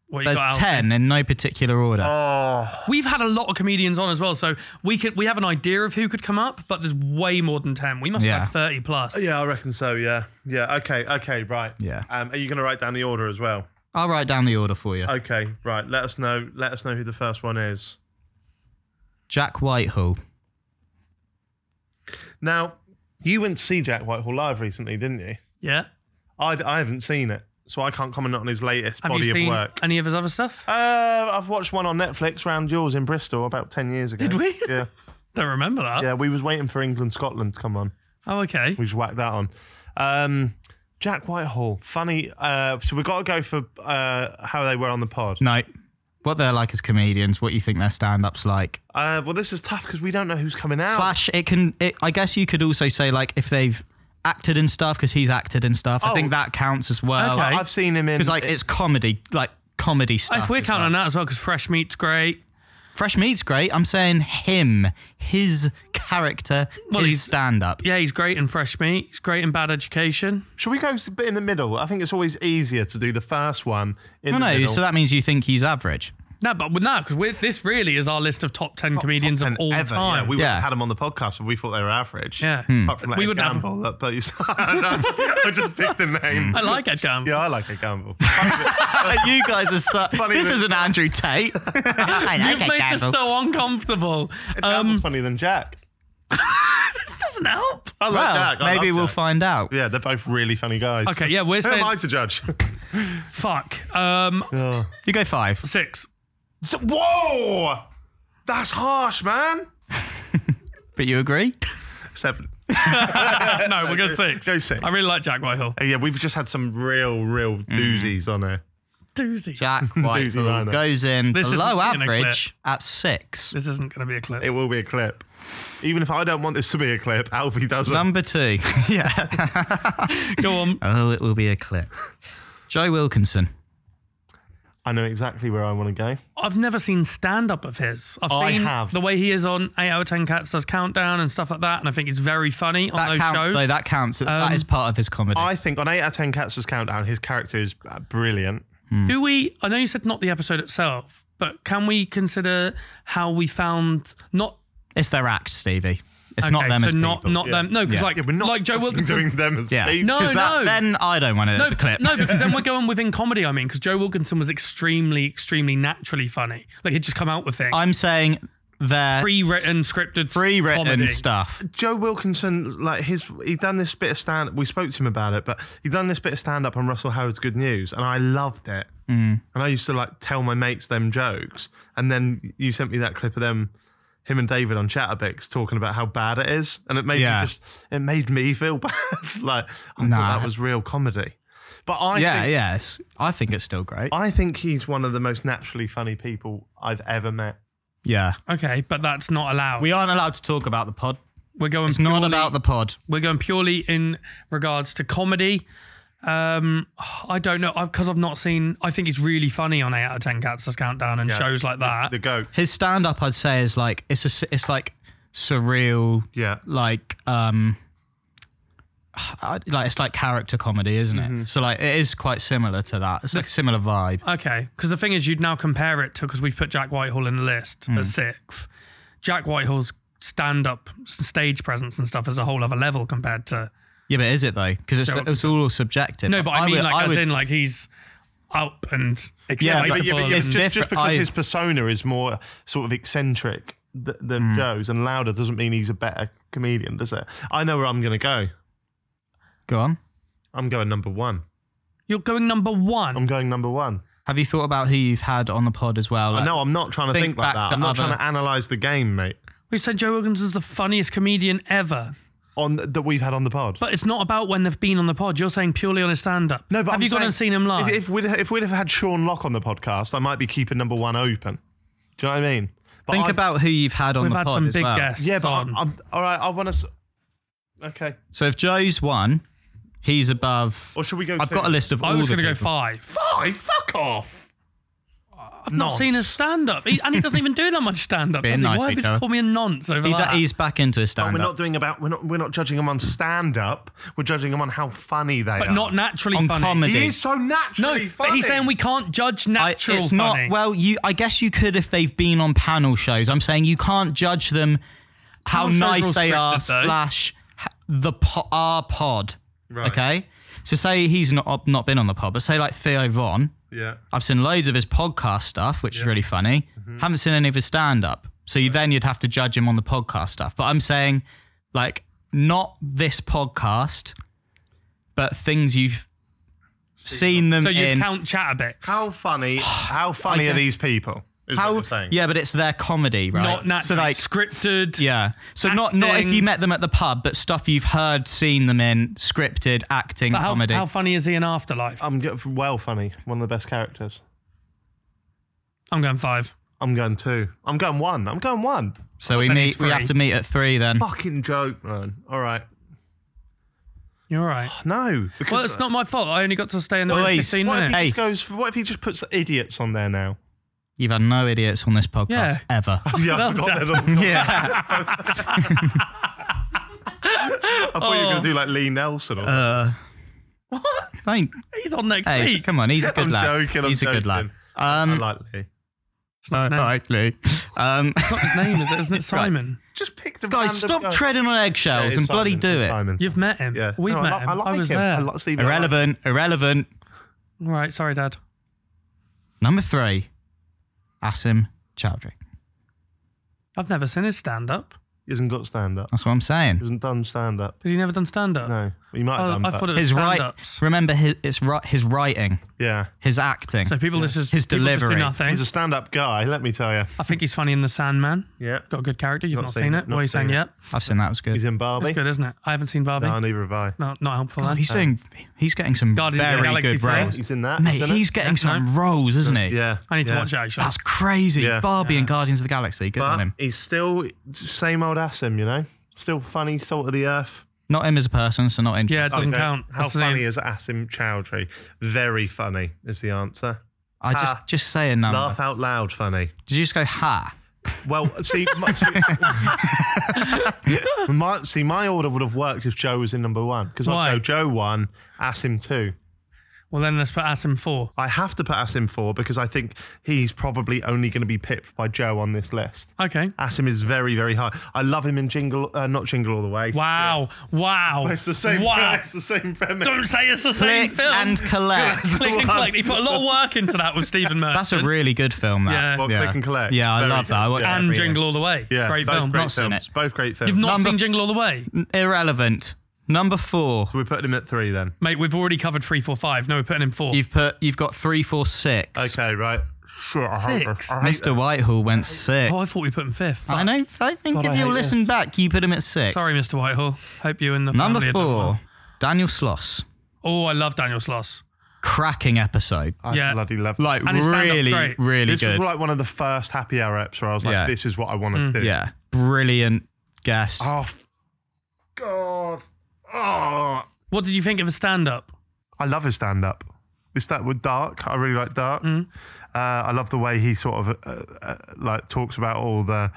S3: What you
S2: There's
S3: got, Al?
S2: 10 in no particular order.
S1: Oh,
S3: We've had a lot of comedians on as well, so we could we have an idea of who could come up, but there's way more than ten. We must
S2: Yeah.
S3: have had thirty plus.
S1: yeah, I reckon so. Yeah, yeah. Okay, okay, right.
S2: Yeah.
S1: Um, are you going to write down the order as well?
S2: I'll write down the order for you.
S3: Uh,
S1: Okay, right. Let us know. Let us know who the first one is.
S2: Jack Whitehall.
S1: Now, you went to see Jack Whitehall live recently, didn't you?
S3: Yeah.
S1: I, I haven't seen it, so I can't comment on his latest
S3: Have
S1: body
S3: you seen
S1: of work.
S3: any of his other stuff?
S1: Uh, I've watched one on Netflix round yours in Bristol about ten years ago.
S3: Did we?
S1: Yeah,
S3: Don't remember that.
S1: yeah. We was waiting for England Scotland to come on.
S3: Oh, okay.
S1: We just whacked that on. Um, Jack Whitehall, funny. Uh, so we got to go for uh, how they were on the pod.
S2: No. What they're like as comedians, what you think their stand up's like.
S1: Uh, well, this is tough because we don't know who's coming
S3: Oh.
S1: out.
S2: Slash, it can, it, I guess you could also say, like, if they've acted in stuff, because he's acted in stuff. I
S1: Oh.
S2: think that counts as well.
S3: Okay.
S1: I've seen him in
S2: Because, like, it's comedy, like, comedy stuff.
S3: If we're
S2: as well.
S3: counting that as well, because fresh meat's great.
S2: Fresh meat's great. I'm saying him, his character,
S3: Well,
S2: his
S3: he's-
S2: stand up.
S3: Yeah, he's great in Fresh Meat. He's great in Bad Education.
S1: Should we go a bit in the middle? I think it's always easier to do the first one in
S2: No,
S1: the
S2: Oh, no.
S1: middle.
S2: So that means you think he's average.
S3: No, but with no, because this really is our list of top ten comedians
S1: and
S3: of all
S1: ever.
S3: time.
S1: Yeah, we would
S2: Yeah.
S1: have had them on the podcast and we thought they were average.
S3: Yeah. Hmm.
S1: Apart from like
S3: We
S1: we would
S3: wouldn't have-
S1: Gamble, that place. I just picked the name.
S3: I like Ed Gamble.
S1: Yeah, I like a Gamble.
S2: you guys are stuck.
S1: Funny
S2: This
S1: that-
S2: is an Andrew Tate. I
S3: You've made this so uncomfortable. It
S1: Gamble's funnier than Jack.
S3: doesn't help.
S1: I like
S2: well,
S1: Jack. I
S2: maybe
S1: love
S2: we'll
S1: Jack.
S2: find out.
S1: Yeah, they're both really funny guys.
S3: Okay, yeah, we're
S1: Who am I
S3: saying
S1: to judge?
S3: fuck. Um,
S2: You go five.
S3: six.
S1: So- whoa! That's harsh, man.
S2: But you agree?
S1: Seven.
S3: No, we're going six.
S1: Go six.
S3: I Mm-hmm. really like Jack Whitehall.
S1: Uh, yeah, we've just had some real, real doozies on there.
S3: Doozy.
S2: Jack
S1: Doozy
S2: Whitehall
S1: lineup.
S2: goes in
S3: This isn't
S2: below
S3: gonna
S2: average at six.
S3: This isn't going to be a clip.
S1: It will be a clip. Even if I don't want this to be a clip, Alfie doesn't.
S2: Number two. yeah.
S3: Go on.
S2: Oh, it will be a clip. Joe Wilkinson.
S1: I know exactly where I want to go.
S3: I've never seen stand up of his. I've
S1: I
S3: seen
S1: have.
S3: the way he is on 8 out of 10 Cats does Countdown and stuff like that. And I think he's very funny on
S2: That
S3: those
S2: counts,
S3: shows.
S2: though. That counts.
S1: Um,
S2: that is part of his comedy.
S1: I think on 8 out of 10 Catster's Countdown, his character is uh, brilliant.
S3: Do we? I know you said not the episode itself, but can we consider how we found not
S2: it's their act, Stevie. It's not them
S3: so
S2: as
S3: not
S2: people.
S3: not them? No, because
S2: Yeah.
S3: like like Joe
S1: fucking
S3: Wilkinson
S1: doing them as
S2: Yeah.
S1: people.
S3: No,
S2: 'Cause that- Then I don't want it
S3: No,
S2: as a clip.
S3: no, because then we're going within comedy. I mean, because Joe Wilkinson was extremely, extremely naturally funny. Like he'd just come out with things,
S2: I'm saying their
S3: pre-written, scripted,
S2: pre-written
S3: comedy.
S2: stuff.
S1: Joe Wilkinson, like his, he done this bit of stand. We spoke to him about it, but he done this bit of stand up on Russell Howard's Good News, and I loved it. Mm. And I used to like tell my mates them jokes, and then you sent me that clip of them, him and David on Chatterbix talking about how bad it is, and it made
S2: Yeah.
S1: me just, it made me feel bad. like I
S2: Nah.
S1: thought that was real comedy, but I
S2: yeah,
S1: think
S2: yeah. it's- I think it's still great.
S1: I think he's one of the most naturally funny people I've ever met.
S2: yeah.
S3: Okay, but that's not allowed.
S2: We aren't allowed to talk about the pod.
S3: We're going.
S2: It's not
S3: purely-
S2: about the pod.
S3: We're going purely in regards to comedy. Um, I don't know because I've not seen. I think it's really funny on eight out of ten Cats Does Countdown and shows like that.
S1: The goat,
S2: His stand-up, I'd say, is like it's a, s- it's like surreal.
S1: yeah.
S2: like um I- like it's like character comedy isn't it so like it is quite similar to that it's like similar vibe
S3: Okay, because the thing is, you'd now compare it to because we've put Jack Whitehall in the list
S2: Hmm.
S3: at sixth. Jack Whitehall's stand-up s- stage presence and stuff is a whole other level compared to.
S2: yeah but is it though because it's, it's all subjective
S3: No, but I, mean,
S2: would-
S3: like,
S2: I
S3: as
S2: would-
S3: in, like he's up and
S2: Yeah,
S3: excitable.
S2: but-
S1: Yeah, but
S3: and-
S1: it's just,
S2: different-
S1: just because
S2: I-
S1: his persona is more sort of eccentric th- than Joe's and louder doesn't mean he's a better comedian, does it? I know where I'm going to go.
S2: go on
S1: I'm going number one.
S3: you're going number one.
S1: I'm going number one.
S2: have you thought about who you've had on the pod as well
S1: I
S2: Like,
S1: know I'm not trying to
S2: think
S1: think,
S2: back
S1: like that.
S2: to
S1: I'm not
S2: other-
S1: trying to analyze the game, mate.
S3: we said Joe Wilkinson's the funniest comedian ever,
S1: On that we've had on the pod.
S3: but it's not about when they've been on the pod. You're saying purely on his stand-up.
S1: no, but
S3: have
S1: I'm
S3: you gone
S1: saying,
S3: and seen him live?
S1: If, if we'd if we'd have had Sean Locke on the podcast, I might be keeping number one open. Do you know what I mean? But
S2: think
S1: I-
S2: about who you've had on
S3: We've
S2: the
S3: had
S2: pod
S3: some
S2: as
S3: big
S2: well
S3: guests.
S1: Yeah, but
S3: on.
S1: I'm, I'm all right. I want to. Okay.
S2: so if joe's one he's above
S1: Or should we go
S2: i've
S1: two?
S2: got a list of
S3: I
S2: all
S3: was
S2: the
S3: going to go
S2: people.
S3: five.
S1: Five. Fuck off.
S3: I've not seen his stand-up, He- and he doesn't even do that much stand-up.
S2: Being
S3: does he?
S2: nice,
S3: Why have
S2: Pete
S3: you
S2: Doe.
S3: just called me a nonce over
S2: He-
S3: that?
S2: he's back into his
S1: And
S2: stand
S1: we're not doing about we're not we're not judging them on stand up. We're judging them on how funny they are.
S3: but not naturally
S2: on
S3: funny.
S2: comedy.
S1: He is so
S3: No,
S1: naturally funny.
S3: but he's saying we can't judge
S2: I,
S3: natural
S2: it's
S3: funny.
S2: not well. You, I guess you could if they've been on panel shows. I'm saying you can't judge them how
S3: Panel shows are
S2: nice
S3: all
S2: they are
S3: scripted, though.
S2: slash h- the po- our pod.
S1: Right.
S2: Okay, so say he's not not been on the pod, but say like Theo Von.
S1: Yeah.
S2: I've seen loads of his podcast stuff, which is really funny.
S3: Mm-hmm.
S2: Haven't seen any of his stand up. So you, then you'd have to judge him on the podcast stuff. But I'm saying, like, not this podcast, but things you've seen them
S3: so you
S2: in.
S3: count Chatterbix,
S1: How funny? How funny are these people? Is
S2: How-
S1: what you're saying.
S2: Yeah, but it's their comedy, right?
S3: not naturally
S2: So like,
S3: scripted.
S2: yeah. So not not if
S3: acting.
S2: you met them at the pub, but stuff you've heard, seen them in, scripted, acting,
S3: But how,
S2: comedy.
S3: how funny is he in Afterlife?
S1: I'm go- well funny. One of the best characters.
S3: I'm going five.
S1: I'm going two. I'm going one. I'm going one.
S2: so we
S3: Then
S2: meet.
S3: he's
S2: We have
S3: free.
S2: to meet at three then.
S1: Fucking joke, man. All right.
S3: You're all right.
S1: No, because
S3: Well, it's not my fault. I only got to stay in the room
S2: Oi,
S3: 15
S2: what
S1: What if
S3: minutes.
S1: he
S2: Hey.
S1: just goes? For, what if he just puts the idiots on there now?
S2: You've had no idiots on this podcast
S3: Yeah.
S2: ever.
S1: Yeah, I
S3: Well
S1: forgot
S3: done.
S1: that. all-
S2: yeah.
S1: I thought you were going to do like Lee Nelson.
S2: Um,
S1: Or
S3: What?
S2: I ain't-
S3: He's on next
S2: hey,
S3: week.
S2: come on. He's a good
S1: I'm
S2: lad.
S1: joking. I'm
S2: he's a good lad.
S1: joking. I
S2: Um,
S1: like Lee.
S2: I like Lee. Um,
S3: It's not his name, is it? Isn't it Simon?
S1: Just picked a
S2: guys,
S1: random
S2: stop
S1: guy.
S2: treading on
S1: Yeah,
S2: eggshells
S1: it's
S2: and bloody
S1: Simon.
S2: do
S1: It's
S2: it.
S1: Simon.
S3: You've met him.
S1: Yeah,
S3: We've
S1: No, I
S3: met
S1: like-
S3: him.
S1: I like
S3: was
S1: him.
S3: there.
S1: I like Stephen. I like him.
S2: Irrelevant. Irrelevant.
S3: All right, sorry, Dad.
S2: Number three, Asim Chowdhury.
S3: I've never seen his stand up.
S1: He hasn't got stand up.
S2: That's what I'm
S1: He
S2: saying.
S1: hasn't done stand up.
S3: Has he never done stand up?
S1: No, he might have
S3: Oh,
S1: done.
S3: I
S1: but-
S3: thought it was
S2: His
S3: stand
S2: right.
S3: ups.
S2: Remember his it's right. His writing,
S1: yeah,
S2: his acting.
S3: So people, this is people
S2: His
S3: just do
S2: delivery.
S3: nothing.
S1: he's a stand up guy. Let me tell you.
S3: I think he's funny in The Sandman.
S1: Yeah,
S3: Got a good character. You've
S1: Not
S3: not, seen,
S1: seen it,
S3: it.
S1: not
S3: What are you
S1: seen
S3: saying
S1: it.
S3: yet?
S2: I've seen that. It was good.
S1: he's in Barbie.
S3: It's good, isn't it? I haven't seen Barbie.
S1: No, neither have I.
S3: No, not helpful. then.
S2: he's doing. He's getting some
S3: Guardians of the
S2: very
S3: Galaxy
S2: good
S3: three.
S2: roles.
S1: He's in that.
S2: Mate,
S1: isn't it?
S2: he's getting some roles, isn't he?
S1: Yeah,
S3: I need to
S1: yeah.
S3: watch it actually.
S2: That's crazy.
S1: Yeah.
S2: Barbie and Guardians of the Galaxy. Good on
S1: But
S2: him.
S1: he's still same old Asim, you know. Still funny, salt of the earth.
S2: Not him as a person, so not interesting.
S3: yeah, it doesn't
S1: Okay,
S3: count.
S1: How
S3: That's the
S1: funny
S3: name.
S1: is Asim Chowdhury? Very funny is the answer.
S2: I just
S1: Ha.
S2: just say a number.
S1: Laugh out loud, funny.
S2: Did you just go ha?
S1: Well, see, my, see- my, see, my order would have worked if Joe was in number one because
S3: Why?
S1: I'd go Joe one, Asim two.
S3: Well, then let's put Asim 4.
S1: I have to put Asim four because I think he's probably only going to be pipped by Joe on this list.
S3: Okay.
S1: Asim is very, very high. I love him in Jingle, uh, not Jingle All the Way.
S3: Wow. Wow.
S1: It's the same.
S3: Wow.
S1: It's the same premise.
S3: Don't say it's the same
S2: Click
S3: film.
S2: and collect.
S3: Click and collect. He put a lot of work into that with Stephen Merchant.
S2: That's a really good film. That.
S3: Yeah.
S1: Well, click and collect.
S2: Yeah, I
S1: Very
S2: love that. I
S1: good.
S2: watched
S3: and
S2: that every
S3: Jingle All the Way.
S1: Yeah,
S3: Great
S1: both
S3: film.
S1: Great
S2: Not seen
S1: films.
S2: it.
S1: Both great films.
S3: You've not
S2: Number
S3: seen
S2: f-
S3: Jingle All the Way,
S2: year. Irrelevant. Number four.
S1: So we're putting him at three then.
S3: mate. We've already covered three, four, five. No, we're putting him four.
S2: You've put. You've got three, four, six.
S1: Okay, right. Sure, I hate
S3: Six.
S1: this. I hate
S2: Mr. Whitehall went six.
S3: oh, I thought we put him fifth.
S2: I know. I think
S1: God, I
S2: if you
S1: hate
S2: listen back, you put him at six.
S3: Sorry, Mr. Whitehall. Hope you and the
S2: Number
S3: family are doing well.
S2: four. Daniel Sloss.
S3: Oh, I love Daniel Sloss.
S2: Cracking episode.
S1: I
S3: Yeah.
S1: bloody love
S2: Like
S3: And his stand-up's
S2: really,
S3: great.
S2: really
S1: this was
S2: good.
S1: like one of the first happy hour eps where I was like,
S2: Yeah. Mm.
S1: "This is what I want to do."
S2: Yeah. Brilliant guest.
S1: Oh, f- God. Oh,
S3: What did you think of his stand-up?
S1: I love his stand up. It's that with Dark. I really like Dark.
S3: Mm.
S1: Uh, I love the way he sort of uh, uh, like talks about all the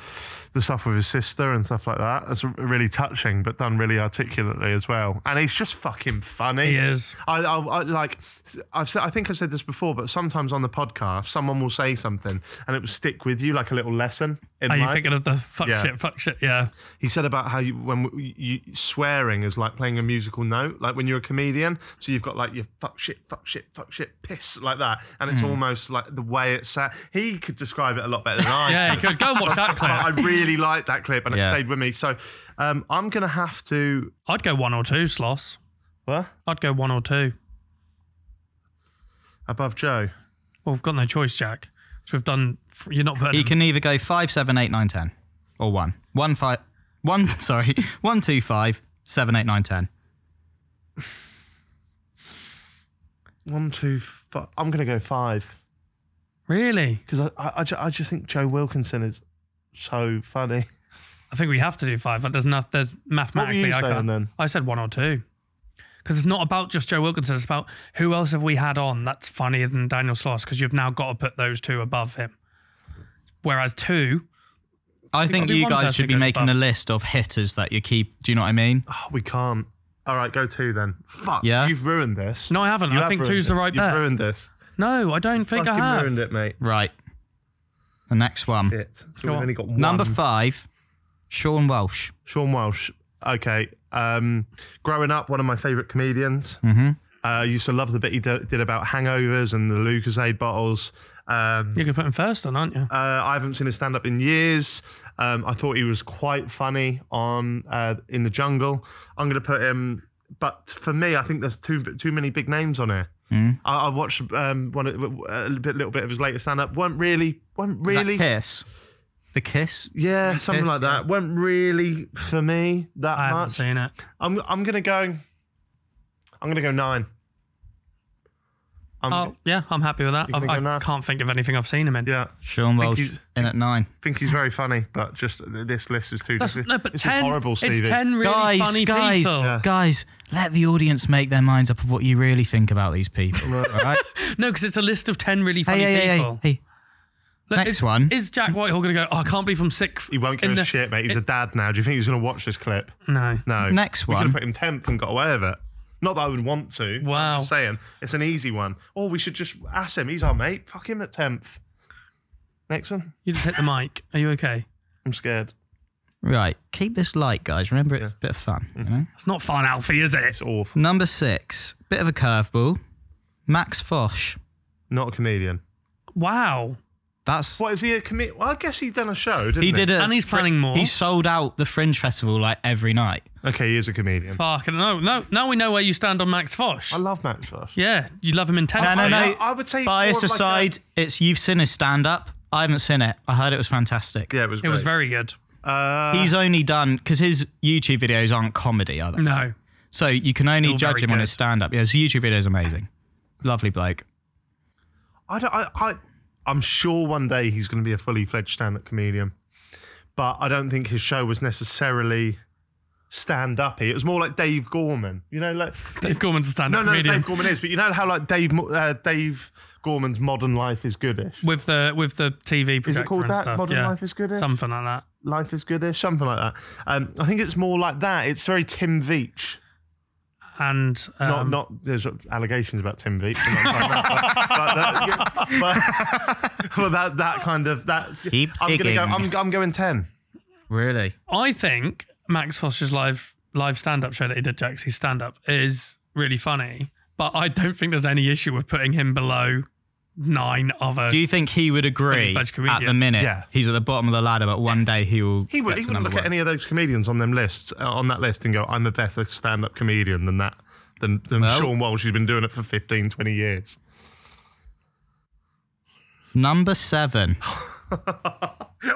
S1: the stuff with his sister and stuff like that. It's really touching, but done really articulately as well. And he's just fucking funny.
S3: He is.
S1: I, I, I like. I've said, I think I've said this before, but sometimes on the podcast, someone will say something and it will stick with you like a little lesson. In
S3: Are Oh, you
S1: life.
S3: thinking of the fuck
S1: Yeah.
S3: shit, fuck shit? Yeah.
S1: He said about how you, when w- you, swearing is like playing a musical note, like when you're a comedian. So you've got like your fuck shit, fuck shit, fuck shit, piss like that, and
S3: Hmm.
S1: it's almost like the way it's sat. He could describe it a lot better than I.
S3: Yeah,
S1: can.
S3: you could go and watch that
S1: But I
S3: clip.
S1: really liked that clip, and it
S2: Yeah.
S1: stayed with me. So um, I'm gonna have to.
S3: I'd go one or two, Sloss.
S1: What?
S3: I'd go one or two.
S1: Above Joe.
S3: Well, we've got no choice, Jack. So we've done. You're not putting.
S2: He
S3: him-
S2: can either go five, seven, eight, nine, ten, or one. One five. One. Sorry. One, two, five, seven, eight, nine, ten.
S1: One, two, five. I'm gonna go five
S3: really?
S1: because I, I, I, ju- I just think Joe Wilkinson is so funny.
S3: I think we have to do five. But there's enough. There's mathematically,
S1: you
S3: I
S1: saying
S3: can't.
S1: then?
S3: I said one or two, because it's not about just Joe Wilkinson. It's about who else have we had on that's funnier than Daniel Sloss? Because you've now got to put those two above him. Whereas two,
S2: I think
S3: be
S2: you
S3: one
S2: guys
S3: person
S2: should be
S3: goes
S2: making a
S3: above. Ah.
S2: list of hitters that you keep. Do you know what I mean?
S1: Oh, we can't. All right, go two then. Fuck.
S2: Yeah?
S1: You've ruined this.
S3: no, I haven't.
S1: You
S3: I
S1: have
S3: think
S1: ruined
S3: two's the
S1: this.
S3: right
S1: You've
S3: bet.
S1: ruined this.
S3: No, I don't think I
S1: Fucking
S3: have.
S1: ruined it, mate.
S2: Right. The next one.
S1: Shit. So
S3: Go
S1: we've
S3: on.
S1: only got one.
S2: Number five. Sean Welsh.
S1: Sean Welsh. Okay. Um, growing up, one of my favourite comedians. Uh, used to love the bit he do- did about hangovers and the Lucasade bottles. Um,
S3: You could put him first, on, aren't you?
S1: uh, I haven't seen his stand up in years. Um, I thought he was quite funny on uh, in the jungle. I'm going to put him, but for me, I think there's too too many big names on here. I, I watched um, one of- a bit, little bit of his latest stand up. weren't really, weren't
S2: Is that
S1: really
S2: Kiss. The kiss.
S1: Yeah, something
S2: Yes,
S1: like that. Went really for me that
S3: I haven't
S1: much.
S3: seen it.
S1: I'm I'm gonna go. I'm gonna go nine. Um, I'm,
S3: Oh, yeah, I'm happy with that.
S1: You
S3: I,
S1: can go
S3: I
S1: now.
S3: can't think of anything I've seen him in.
S1: Yeah,
S2: Sean Welsh
S1: he's-
S2: in at nine.
S1: think he's very funny, but just this list is too.
S3: That's, no, but
S1: this is
S3: ten.
S1: horrible, Stevie.
S3: it's ten really
S2: guys,
S3: funny
S2: guys,
S3: people.
S1: Yeah.
S2: guys, let the audience make their minds up of what you really think about these people. all right? Oh,
S3: No, because it's a list of ten really funny
S2: hey, hey, hey,
S3: people.
S2: hey, hey. Next one.
S3: Is Jack Whitehall going to go, oh, I can't believe I'm sick?
S1: He won't give
S3: in
S1: a
S3: the-
S1: shit, mate. He's a dad now. Do you think he's going to watch this clip?
S3: No.
S1: No.
S2: Next
S1: We could
S2: one.
S1: have put him tenth and got away with it. Not that I would want to. I'm
S3: Wow.
S1: just saying it's an easy one. Or we should just ask him. He's our mate. Fuck him at tenth. Next one.
S3: You just hit the mic. Are you okay?
S1: I'm scared.
S2: Right. Keep this light, guys. Remember, it's a bit of fun. You know?
S3: It's not fun, Alfie, is it?
S1: It's awful.
S2: Number six. Bit of a curveball. Max Fosh.
S1: Not a comedian.
S3: Wow.
S2: That's
S1: What is he a comedian? Well, I guess he's done a show, didn't he?
S2: he did it.
S3: And he's planning more.
S2: He sold out the Fringe Festival like every night.
S1: Okay, he is a comedian.
S3: Fuck, no, no, now we know where you stand on Max Fosh.
S1: I love Max Fosh.
S3: yeah, you love him
S2: No,
S3: intensely.
S2: no, no.
S1: I- I would say it's
S2: bias
S1: more of like
S2: aside, it's you've seen his stand up. I haven't seen it. I heard it was fantastic.
S1: Yeah, it was.
S3: It was
S1: great.
S3: very good.
S1: Uh,
S2: He's only done because his YouTube videos aren't comedy, are they?
S3: No.
S2: So you can only
S3: Still
S2: judge
S3: very
S2: him on his
S3: good.
S2: stand up. Yeah, his YouTube video is amazing. Lovely bloke.
S1: I don't. I, I. I'm sure one day he's going to be a fully fledged stand-up comedian, but I don't think his show was necessarily stand-uppy. It was more like Dave Gorman. You know, like
S3: Dave Gorman's a stand
S1: No,
S3: up
S1: no,
S3: comedian.
S1: Dave Gorman is, but you know how like Dave Mo- uh, Dave Gorman's Modern Life is Goodish.
S3: with the with the TV projector
S1: called
S3: and
S1: that?
S3: stuff.
S1: Modern
S3: yeah.
S1: Life is Good, eh?
S3: Something like that.
S1: Life is Goodish, something like that. Um, I think it's more like that. It's very Tim Veach.
S3: And um,
S1: Not, not there's allegations about Tim Veach, and things like that, but, but, that, but- but that that kind of that.
S2: Keep
S1: I'm gonna
S2: digging.
S1: go. I'm, I'm going ten.
S2: Really?
S3: I think Max Foster's live live stand up show that he did, Jack's his stand up, is really funny. But I don't think there's any issue with putting him below nine other.
S2: Do you think he would agree
S3: Fudge
S2: at
S3: comedian.
S2: the minute?
S1: Yeah.
S2: He's at the bottom of the ladder, but one day he will.
S1: He would.
S2: get
S1: He
S2: to
S1: would
S2: number
S1: look at
S2: one.
S1: any of those comedians on them lists uh, on that list and go, "I'm a better stand-up comedian than that." Than, than
S2: Well-
S1: Sean Walsh, who's been doing it for 15, 20 years.
S2: Number seven,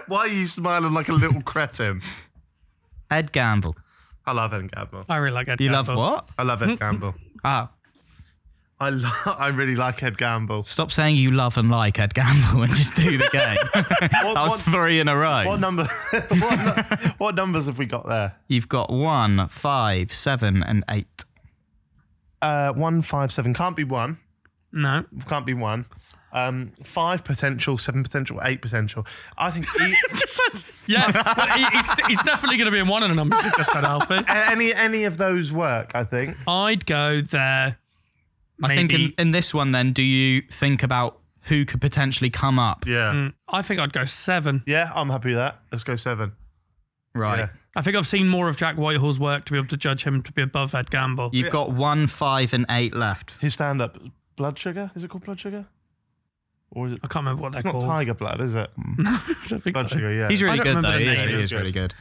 S1: Why are you smiling like a little cretin?
S2: Ed Gamble.
S1: I love Ed Gamble.
S3: I really like Ed
S2: You
S3: Gamble.
S2: love what?
S1: I love Ed Gamble.
S2: Ah,
S1: I lo- I really like Ed Gamble.
S2: stop saying you love and like Ed Gamble and just do the game. that
S1: What,
S2: was
S1: what-
S2: three in a row.
S1: what number? what, nu- what numbers have we got there?
S2: You've got one, five, seven, and eight.
S1: Uh, one, five, seven. Can't be one.
S3: No.
S1: Can't be one. Um, five potential, seven potential, eight potential. I think e-
S3: Yeah. but he, he's, he's definitely going to be in one of the numbers you just said, Alfie.
S1: any any of those work. I think.
S3: I'd go there. Maybe.
S2: I think in, in this one, then, do you think about who could potentially come up?
S1: Yeah.
S3: I think I'd go seven.
S1: Yeah. I'm happy with that. Let's go seven.
S2: Right.
S1: Yeah.
S3: I think I've seen more of Jack Whitehall's work to be able to judge him to be above Ed Gamble.
S2: You've got one, five, and eight left.
S1: His stand up, blood sugar. Is it called blood sugar? Or is it?
S3: I can't remember what they're
S1: It's not
S3: called.
S1: tiger blood, is it?
S3: I don't think
S1: Blood
S3: so.
S1: sugar. Yeah.
S2: He's really
S3: I don't
S2: good, though.
S3: remember the
S2: He is,
S3: name.
S2: he
S1: He's
S2: is
S1: good.
S2: really good.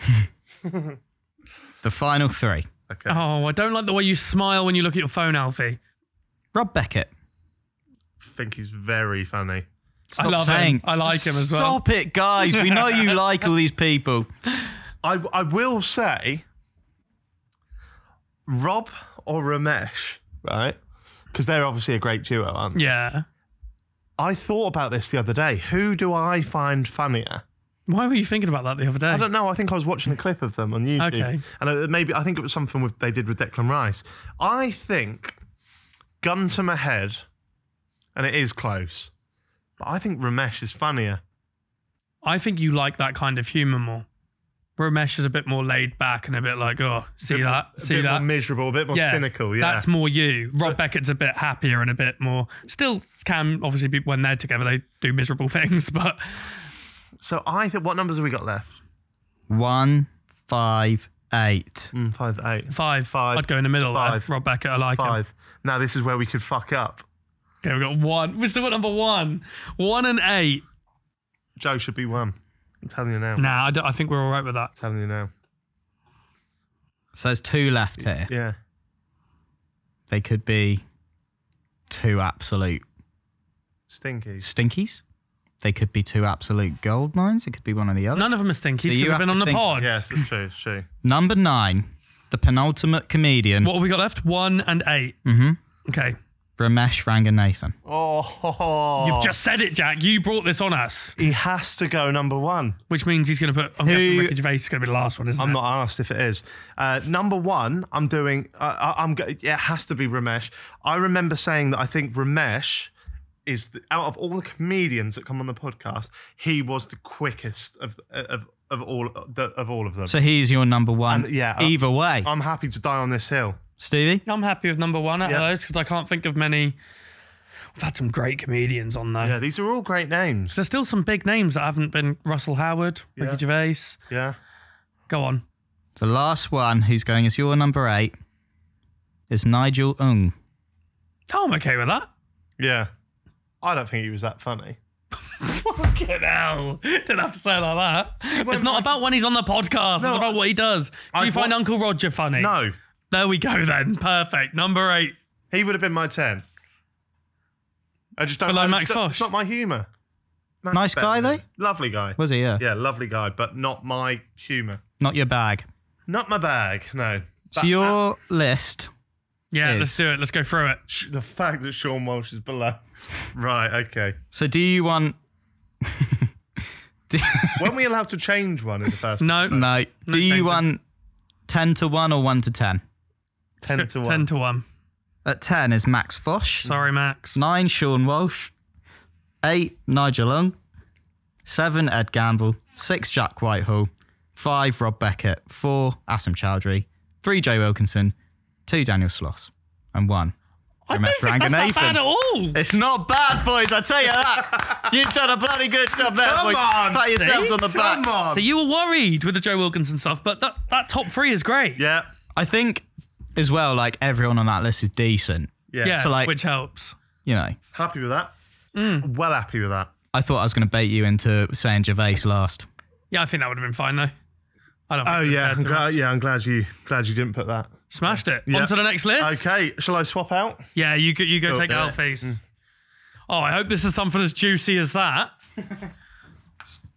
S2: the final three
S1: okay.
S3: Oh, I don't like the way you smile when you look at your phone, Alfie.
S2: Rob Beckett.
S1: think he's very funny.
S3: I
S2: Stop
S3: love
S2: saying.
S3: him. I like him as well.
S2: Stop it, guys. We know you like all these people.
S1: I I will say, Rob or Ramesh, right? Because they're obviously a great duo, aren't they?
S3: Yeah.
S1: I thought about this the other day. Who do I find funnier?
S3: Why were you thinking about that the other day?
S1: I don't know. I think I was watching a clip of them on YouTube,
S3: Okay.
S1: and it- maybe I think it was something with, they did with Declan Rice. I think, gun to my head, and it is close, but I think Ramesh is funnier.
S3: I think you like that kind of humour more. Ramesh is a bit more laid back and a bit like, oh, see that,
S1: A
S3: see
S1: bit
S3: that.
S1: more miserable, a bit more cynical. Yeah,
S3: That's more you. Rob Beckett's a bit happier and a bit more. Still can obviously be when they're together, they do miserable things, but
S1: so I think. What numbers have we got left?
S2: One, five, eight.
S1: Mm, five, eight,
S3: five.
S1: Five.
S3: I'd go in the middle
S1: Five.
S3: there. Rob Beckett, I like him.
S1: five. Now this is where we could fuck up.
S3: Okay, we got one. We're still at number one. One and eight.
S1: Joe should be one. I'm telling you now.
S3: Nah, I, don't- I think we're all right with that.
S1: I'm telling you now.
S2: So there's two left here.
S1: Yeah.
S2: They could be two absolute
S1: Stinky.
S2: stinkies. They could be two absolute gold mines. It could be one or the other.
S3: None of them are stinky
S2: So
S3: because
S2: you
S3: I've
S2: have
S3: been
S2: to
S3: on the
S2: think-
S3: pod.
S1: Yes, it's true. It's true.
S2: Number nine, the penultimate comedian,
S3: What have we got left? One and 8 Mm-hmm. Okay.
S2: Ramesh Ranganathan.
S1: Oh,
S3: You've just said it, Jack. You brought this on us,
S1: He has to go number one.
S3: which means he's going to put. I'm guessing Ricky Gervais is going to be the last one, isn't
S1: I'm
S3: it?
S1: not asked if it is. Uh, number one, I'm doing. I I, I'm. go- It has to be Ramesh. I remember saying that I think Ramesh is the, out of all the comedians that come on the podcast, he was the quickest of of of all of all of them.
S2: So he's your number one.
S1: And, yeah, uh, I-
S2: Either way,
S1: I'm happy to die on this hill.
S2: Stevie.
S3: I'm happy with number one out
S1: Yeah.
S3: of those because I can't think of many. We've had some great comedians on there.
S1: Yeah, these are all great names.
S3: There's still some big names that haven't been Russell Howard, Ricky
S1: Yeah.
S3: Gervais.
S1: Yeah.
S3: Go on.
S2: The last one who's going as your number eight is Nigel Ung.
S3: Oh, I'm okay with that.
S1: Yeah. I don't think he was that funny.
S3: Fucking hell. Didn't have to say it like that. It's not
S1: like-
S3: about when he's on the podcast,
S1: No,
S3: it's about what he does. Do
S1: I
S3: you find
S1: want-
S3: Uncle Roger funny?
S1: No,
S3: There we go then. Perfect. Number eight.
S1: he would have been my 10. I just don't
S3: Below
S1: I-
S3: Max
S1: it's not-
S3: Fosh.
S1: It's not my humour. Max
S2: Nice guy,
S1: Bettman.
S2: though?
S1: Lovely guy.
S2: Was he? Yeah.
S1: Yeah, lovely guy, but not my humour.
S2: Not your bag.
S1: Not my bag, no.
S2: So
S1: That-
S2: your list.
S3: Yeah,
S2: Is.
S3: let's do it. Let's go through it.
S1: Sh- The fact that Sean Walsh is below. Right, okay.
S2: So do you want?
S1: When we allowed to change one in the first
S3: No.
S2: No. Do you
S3: thank you.
S2: want ten to one or one to ten?
S1: 10 to 1?
S3: 10 to 1.
S2: At ten is Max Fosh.
S3: Sorry, Max.
S2: Nine, Sean Walsh. Eight, Nigel Ung. Seven, Ed Gamble. Six, Jack Whitehall. Five, Rob Beckett. Four, Asim Chowdhury. Three, Jay Wilkinson. Two, Daniel Sloss. And one.
S3: I don't
S2: Max
S3: think that's
S2: Ranganathan.
S3: that bad at all.
S2: It's not bad, boys, I tell you that. You've done a bloody good job there,
S1: Come
S2: boys.
S1: on,
S2: Pat yourselves
S1: see?
S2: on the back.
S1: Come on.
S3: So you were worried with the Joe Wilkinson stuff, but that, that top three is great.
S1: Yeah,
S2: I think as well, like everyone on that list is decent.
S1: yeah.
S3: Yeah,
S2: So, like-
S3: which helps.
S2: You know.
S1: Happy with that?
S3: Mm.
S1: Well, happy with that.
S2: I thought I was gonna bait you into saying Gervais last.
S3: Yeah, I think that would have been fine though. I don't. Think
S1: Oh
S3: it
S1: yeah,
S3: had
S1: I'm
S3: to-
S1: glad, yeah. I'm glad you glad you didn't put that.
S3: smashed it.
S1: Yeah.
S3: On to the next list.
S1: Okay, shall I swap out?
S3: Yeah, you go. You go
S1: Cool, Mm.
S3: take
S1: do it.
S3: Alfie's. Oh, I hope this is something as juicy as that.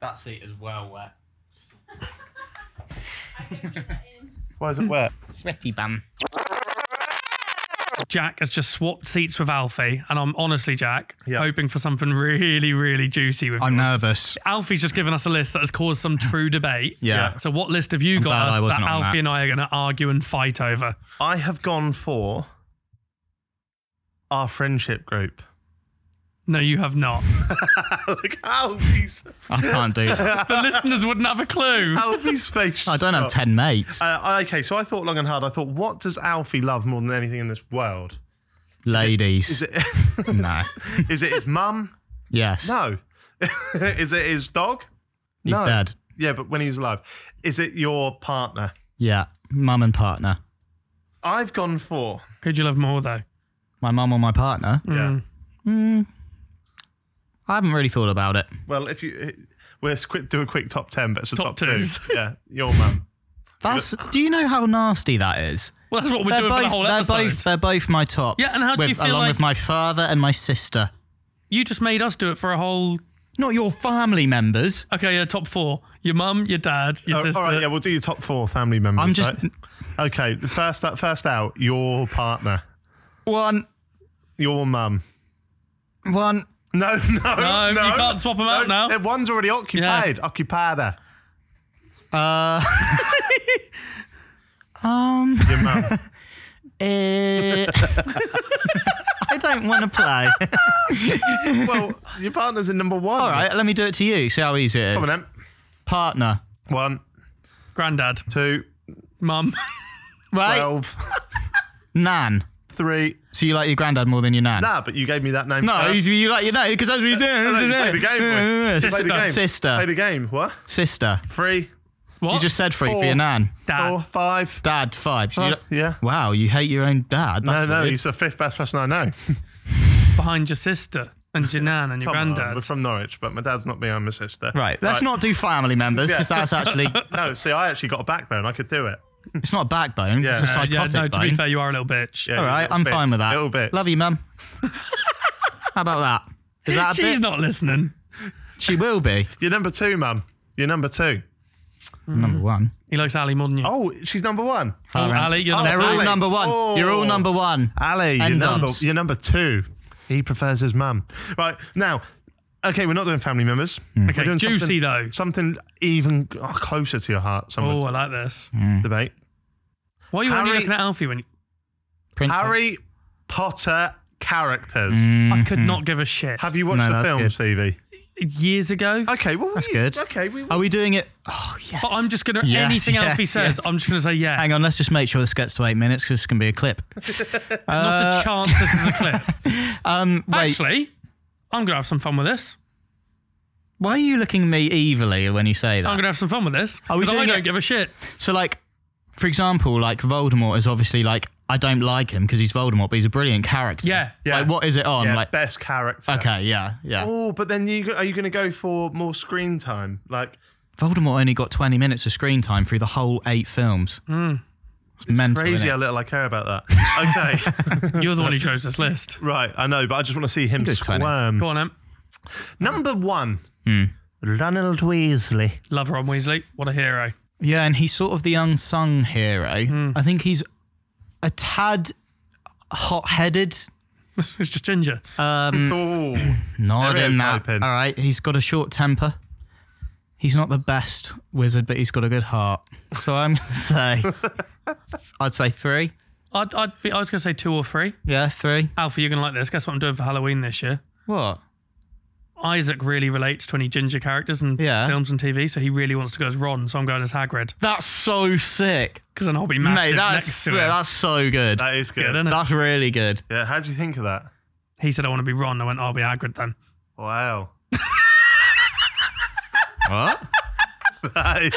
S2: That seat is well wet.
S1: Why is it wet?
S2: Sweaty bum.
S3: Jack has just swapped seats with Alfie, and I'm honestly, Jack,
S1: Yeah.
S3: hoping for something really, really juicy with
S2: I'm
S3: yours.
S2: nervous.
S3: Alfie's just given us a list that has caused some true debate.
S2: Yeah.
S3: So, what list have you
S2: glad
S3: got
S2: I
S3: us that
S2: wasn't on
S3: Alfie
S2: that.
S3: and I are going to argue and fight over?
S1: I have gone for our friendship group.
S3: No, you have not.
S1: Look, Alfie's,
S2: I can't do that.
S3: the listeners wouldn't have a clue.
S2: Oh.
S1: Alfie's face.
S2: I don't have 10 mates.
S1: Uh, okay, so I thought long and hard. I thought, what does Alfie love more than anything in this world?
S2: Ladies.
S1: Is it
S2: no.
S1: is it his mum?
S2: Yes.
S1: No. is it his dog?
S2: He's
S1: no.
S2: dead.
S1: Yeah, but when he was alive, is it your partner?
S2: Yeah. Mum and partner.
S1: I've gone for
S3: Who'd you love more, though?
S2: My mum or my partner?
S1: yeah.
S2: I haven't really thought about it.
S1: Well, if you we're squi- do a quick top ten, but it's a
S3: Top
S1: top,
S3: twos.
S1: two. Yeah, your mum.
S2: That's. Do you know how nasty that is?
S3: Well, that's what we're
S2: They're
S3: doing
S2: both.
S3: for the whole
S2: they're
S3: episode.
S2: both. They're both my tops.
S3: Yeah, and how do
S2: with,
S3: you feel
S2: Along
S3: like-
S2: with my father and my sister.
S3: You just made us do it for a whole.
S2: Not your family members.
S3: Okay, yeah, top four. Your mum, your dad, your
S1: Oh,
S3: sister.
S1: all right, yeah, we'll do your top four family members.
S2: I'm just
S1: right? okay. the First up, first out, your partner,
S2: one.
S1: your mum.
S2: One.
S1: No, no,
S3: No,
S1: no,
S3: you can't swap 'em out now.
S1: eh, One's already occupied. Occupada.
S2: Uh, Um.
S1: Your mum.
S2: eh. I don't want to play.
S1: well, your partner's in number one.
S2: All right, let me do it to you. See how easy it is.
S1: Come on, then.
S2: Partner.
S1: One,
S3: Granddad,
S1: two,
S3: mum.
S2: Right.
S1: twelve,
S2: nan.
S1: three.
S2: So you like your granddad more than your nan?
S1: Nah, but you gave me that name.
S2: No,
S1: first.
S2: he's, you like your nan because that's what you do.
S1: No, you play the game. boy. You play the game.
S2: Sister.
S1: Play the game. What?
S2: Sister.
S1: Three,
S3: What?
S2: You just said three
S1: Four.
S2: for your nan.
S3: dad.
S1: four, five.
S2: Dad, five. So you
S1: Huh?
S2: like-
S1: Yeah.
S2: Wow, you hate your own dad.
S1: No,
S2: That's
S1: no,
S2: weird.
S1: he's the fifth best person I know.
S3: Behind your sister and your nan and your
S1: Come on,
S3: granddad.
S1: We're from Norwich, but my dad's not behind my sister.
S2: Right, let's not do family members because
S1: Yeah.
S2: that's actually
S1: No, see, I actually got a backbone. I could do it.
S2: it's not a backbone. It's
S1: Yeah.
S2: a
S3: Uh,
S2: psychotic
S3: yeah, no, to
S2: bone.
S3: be fair, you are a little bitch.
S1: Yeah,
S2: All right,
S1: little
S2: I'm
S1: bit,
S2: fine with that.
S1: Little bit.
S2: Love you, mum. How about that? Is that a
S3: She's
S2: bit?
S3: not listening.
S2: She will be
S1: You're number two, mum. You're number two.
S3: Hmm.
S2: number one.
S3: He likes Ali more than you.
S1: Oh, she's number one.
S3: Oh,
S2: Alright.
S3: Ali, you're
S1: Oh,
S3: not
S2: They're all
S1: Ali.
S2: number one. You're all
S1: Oh.
S2: number one.
S1: Ali, you're
S2: And
S1: number,
S2: mums.
S1: you're number two. He prefers his mum. Right, now, okay, we're not doing family members.
S3: Okay,
S2: Hmm.
S1: We're doing
S3: juicy
S1: something,
S3: though.
S1: Something even oh, closer to your heart, some
S3: Oh, I like this.
S1: debate.
S3: Why are you only
S1: Harry-
S3: looking at Alfie when you...
S2: Prince.
S1: Harry Potter characters.
S3: I could
S2: Mm-hmm.
S3: not give a shit.
S1: Have you watched
S2: Hmm.
S1: the
S2: No, that's
S1: film,
S2: good.
S1: Stevie?
S3: Years
S2: Oh,
S3: ago,
S1: Okay, well,
S2: That's
S1: we,
S2: good.
S1: Okay, we,
S2: Are we doing it? Oh yes.
S3: but I'm just gonna
S2: Yes,
S3: anything else he
S2: yes,
S3: says,
S2: yes.
S3: I'm just gonna say yeah.
S2: Hang on, let's just make sure this gets to eight minutes because this can be a clip.
S3: Not a chance. This is a clip.
S2: Uh, Wait,
S3: Actually, I'm gonna have some fun with this.
S2: why are you looking at me evilly when you say that?
S3: I'm gonna have some fun with this.
S2: Are we
S3: 'cause I
S2: doing
S3: don't
S2: it-
S3: give a shit.
S2: So, like, for example, like Voldemort is obviously like I don't like him because he's Voldemort, but he's a brilliant character.
S3: Yeah.
S1: Yeah.
S2: Like, what is it on?
S1: yeah,
S2: like,
S1: best character.
S2: okay, yeah, yeah.
S1: Oh, but then you go- are you going to go for more screen time? Like,
S2: Voldemort only got 20 minutes of screen time through the whole eight films. It's mental.
S1: crazy how
S2: innit?
S1: little I care about that. Okay,
S3: You're the one who chose this list.
S1: right, I know, but I just want to see him
S2: Just 20.
S1: squirm.
S3: Go on, Em.
S1: Number one,
S2: Hmm.
S1: Ronald Weasley.
S3: Love Ron Weasley. What a hero.
S2: Yeah, and he's sort of the unsung hero. I think he's a tad hot headed.
S3: it's just ginger.
S2: Mm.
S1: Oh,
S2: Not in that. All
S1: Stereotyping.
S2: right, he's got a short temper. He's not the best wizard, but he's got a good heart. So I'm going to say, I'd say three.
S3: I'd, I'd be, I was gonna say two or three.
S2: Yeah, three.
S3: Alpha, you're gonna like this. Guess what I'm doing for Halloween this year?
S2: What?
S3: Isaac really relates to any ginger characters and
S2: Yeah.
S3: films and TV, so he really wants to go as Ron. So I'm going as Hagrid
S2: That's so sick.
S3: because then I'll be massive
S2: Mate,
S3: next
S2: that's, uh,
S3: to him.
S2: that's so good.
S1: that is good.
S3: good, isn't it?
S2: That's really good.
S1: yeah, how do you think of that?
S3: He said I want to be Ron. I went, I'll be Hagrid then.
S1: Wow.
S2: What?
S1: That is,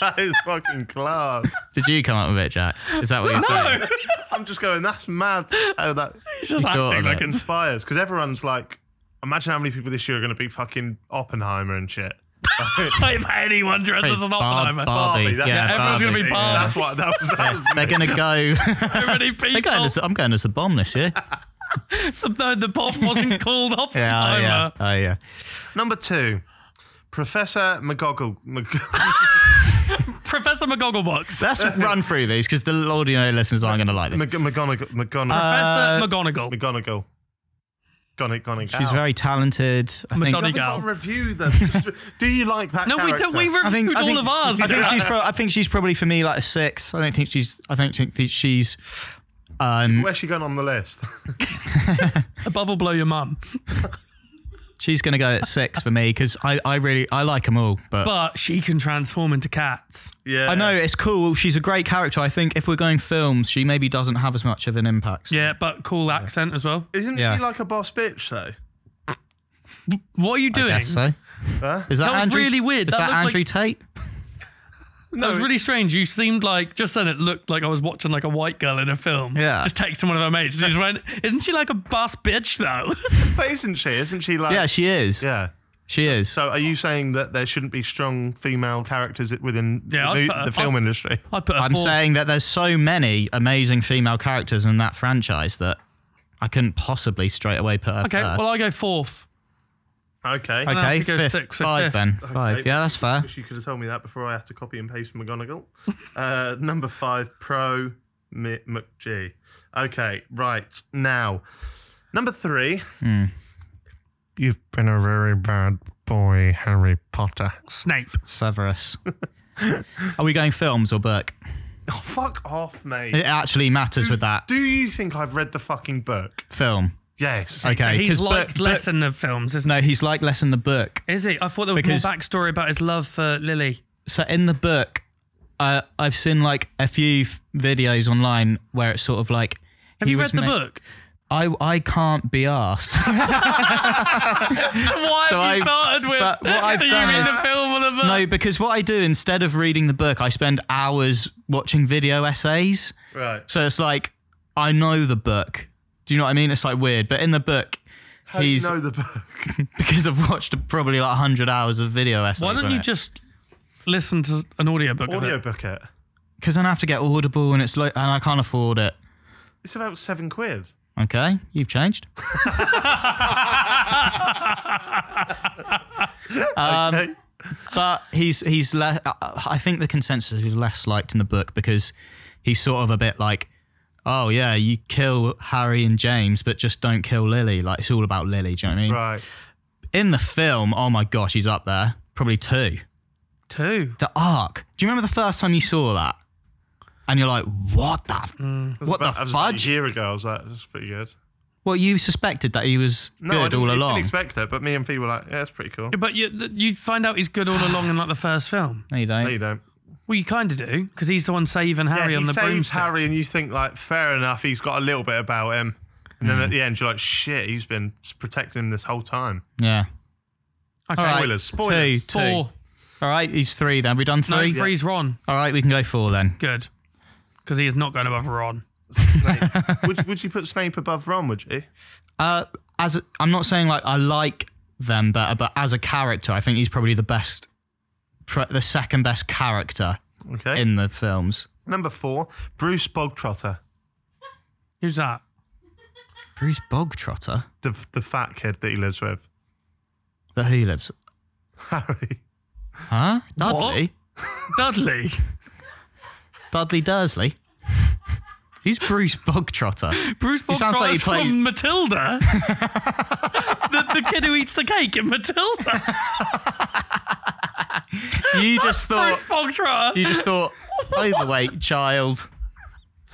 S1: that is fucking class.
S2: Did you come up with it, Jack? Is that what you're saying?
S1: I'm just going, that's mad how that
S3: He's just
S2: You thought
S3: acting
S2: of
S3: like
S2: it.
S3: it's
S1: inspires. Because everyone's like, imagine how many people this year are going to be fucking Oppenheimer and shit.
S3: like if anyone dresses as an
S2: Barb-
S3: Oppenheimer.
S2: Barbie.
S1: Barbie, that's-
S2: Yeah,
S1: Yeah,
S3: everyone's gonna be
S2: Barbie.
S3: Barbie.
S1: That's what that was. That was
S2: They're gonna go.
S3: So many people.
S2: They're going to, I'm going to the bomb this year.
S3: no, the bomb wasn't called
S2: Yeah,
S3: Oppenheimer.
S2: oh, yeah, oh yeah.
S1: Number two, Professor McGoggle. Mc-
S3: Professor McGogglebox.
S2: Let's run through these because the audio listeners aren't going to like this.
S1: Mc- McGonagall. McGonagall.
S2: Uh,
S3: Professor McGonagall.
S1: McGonagall. Gonic, Gonic.
S2: She's very talented. I think.
S3: Madonna-
S1: Got
S3: Gal.
S1: review them. Do you like that?
S3: No, we
S1: character?
S3: do, we reviewed
S2: I think, I
S3: all
S2: think-
S3: of ours.
S2: I think she's. Pro- I think she's probably for me like a six. I don't think she's. I don't think that she's. Um,
S1: Where's she going on the list?
S3: Above will blow your mum.
S2: she's going to go at six for me because I, I really I like them all, but,
S3: But she can transform into cats.
S1: yeah.
S2: I know it's cool. She's a great character. I think if we're going films, she maybe doesn't have as much of an impact.
S3: Yeah, but cool accent as well.
S1: Isn't
S2: Yeah.
S1: she like a boss bitch though?
S3: What are you
S2: I
S3: doing?
S2: guess so. Is that,
S3: That was
S2: Andrew,
S3: really weird.
S2: Is
S3: That
S2: that,
S3: looked
S2: Andrew
S3: like-
S2: Tate?
S3: That was really strange. You seemed like just then it looked like I was watching like a white girl in a film.
S2: Yeah.
S3: Just texting one of her mates. She just went, Isn't she like a boss bitch though?
S1: But isn't she? Isn't she like?
S2: Yeah, she is.
S1: Yeah.
S2: She is.
S1: So are you saying that there shouldn't be strong female characters within
S3: Yeah, I'd
S1: the,
S3: put a-
S1: the film
S3: I'd-
S1: industry?
S3: I'd put a
S2: I'm
S3: four-
S2: saying that there's so many amazing female characters in that franchise that I couldn't possibly straight away put her
S3: Okay,
S2: first.
S3: well I go fourth.
S1: Okay.
S3: I
S2: okay,
S3: have to go
S2: fifth,
S3: six, so
S2: five
S3: fifth.
S2: then. Five.
S1: Okay.
S2: Yeah, that's fair.
S1: Wish you could have told me that before I had to copy and paste McGonagall. Uh, number five, Pro Mi- McG. Okay, right now, number three.
S2: Hmm.
S1: You've been a very bad boy, Harry Potter.
S3: Snape.
S2: Severus. Are we going films or book?
S1: Oh, fuck off, mate.
S2: It actually matters with that
S1: Do you think I've read the fucking book?
S2: film.
S1: Yes.
S2: Okay,
S3: He's
S2: 'cause book-
S3: liked less in the films, isn't
S2: No, he's like less in the book.
S3: he? Is he? I thought there was
S2: Because-
S3: more backstory about his love for Lily.
S2: So in the book, uh, I've seen like a few f- videos online where it's sort of like
S3: Have
S2: he
S3: you read
S2: was
S3: the
S2: ma-
S3: book?
S2: I I can't be asked.
S3: Why
S2: So
S3: have you
S2: I-
S3: started with
S2: but what I've
S3: Are you
S2: done
S3: in
S2: is-
S3: the film or the book?
S2: No, because what I do instead of reading the book, I spend hours watching video essays.
S1: Right.
S2: So it's like I know the book. Do you know what I mean? It's like weird, but in the book,
S1: How do you
S2: he's
S1: know the book?
S2: because I've watched probably like hundred hours of video essays.
S3: Why don't you just listen to an audiobook of it?
S1: Audiobook it.
S2: Because then I have to get Audible, and it's like, and I can't afford it.
S1: It's about seven quid.
S2: Okay, you've changed.
S1: okay.
S2: but he's he's le- I- I think the consensus is less liked in the book because he's sort of a bit like, oh yeah, you kill Harry and James, but just don't kill Lily. Like it's all about Lily. Do you know what I mean?
S1: Right.
S2: In the film, oh my gosh, he's up there, probably two.
S3: Two.
S2: The arc. Do you remember the first time you saw that? And you're like, what the, f
S1: That
S2: what the
S1: Mm. was about a
S2: fudge?
S1: year ago. I was like, that's pretty good.
S2: Well, you suspected that he was
S1: No, I
S2: good
S1: didn't,
S2: all
S1: you
S2: along.
S1: didn't expect that, but me and Fee were like, yeah, that's pretty cool.
S3: But you, th- you find out he's good all along in like the first film.
S2: no, you
S1: No,
S2: don't.
S1: you don't.
S3: Well, you kind of do because he's the one saving
S1: Yeah,
S3: Harry
S1: he
S3: on the
S1: saves
S3: broomstick.
S1: Harry, and you think like, fair enough, he's got a little bit about him. And then at the end, you're like, shit, he's been protecting him this whole time.
S2: Yeah.
S3: Okay,
S2: All right.
S1: Spoilers,
S2: Two,
S1: spoilers.
S2: two.
S3: four.
S2: All right, he's three then. Have we done
S3: No,
S2: three?
S3: three's Ron.
S2: All right, we can go four then.
S3: Good, because he is not going above Ron.
S1: Snape. would, would you put Snape above Ron? Would you?
S2: Uh, as a, I'm not saying like I like them better, but as a character, I think he's probably the best, pr- the second best character
S1: Okay.
S2: in the films.
S1: Number four, Bruce Bogtrotter,
S3: Who's that?
S2: Bruce Bogtrotter,
S1: the the fat kid that he lives with.
S2: the who lives?
S1: Harry.
S2: Huh? Dudley.
S3: Dudley.
S2: Dudley Dursley. He's Bruce Bogtrotter.
S3: Bruce
S2: He sounds like he
S3: Bogtrotter's
S2: played-
S3: from Matilda. the, the kid who eats the cake in Matilda.
S2: You just thought.
S3: Bruce Bogtrotter.
S2: You just thought. Overweight child.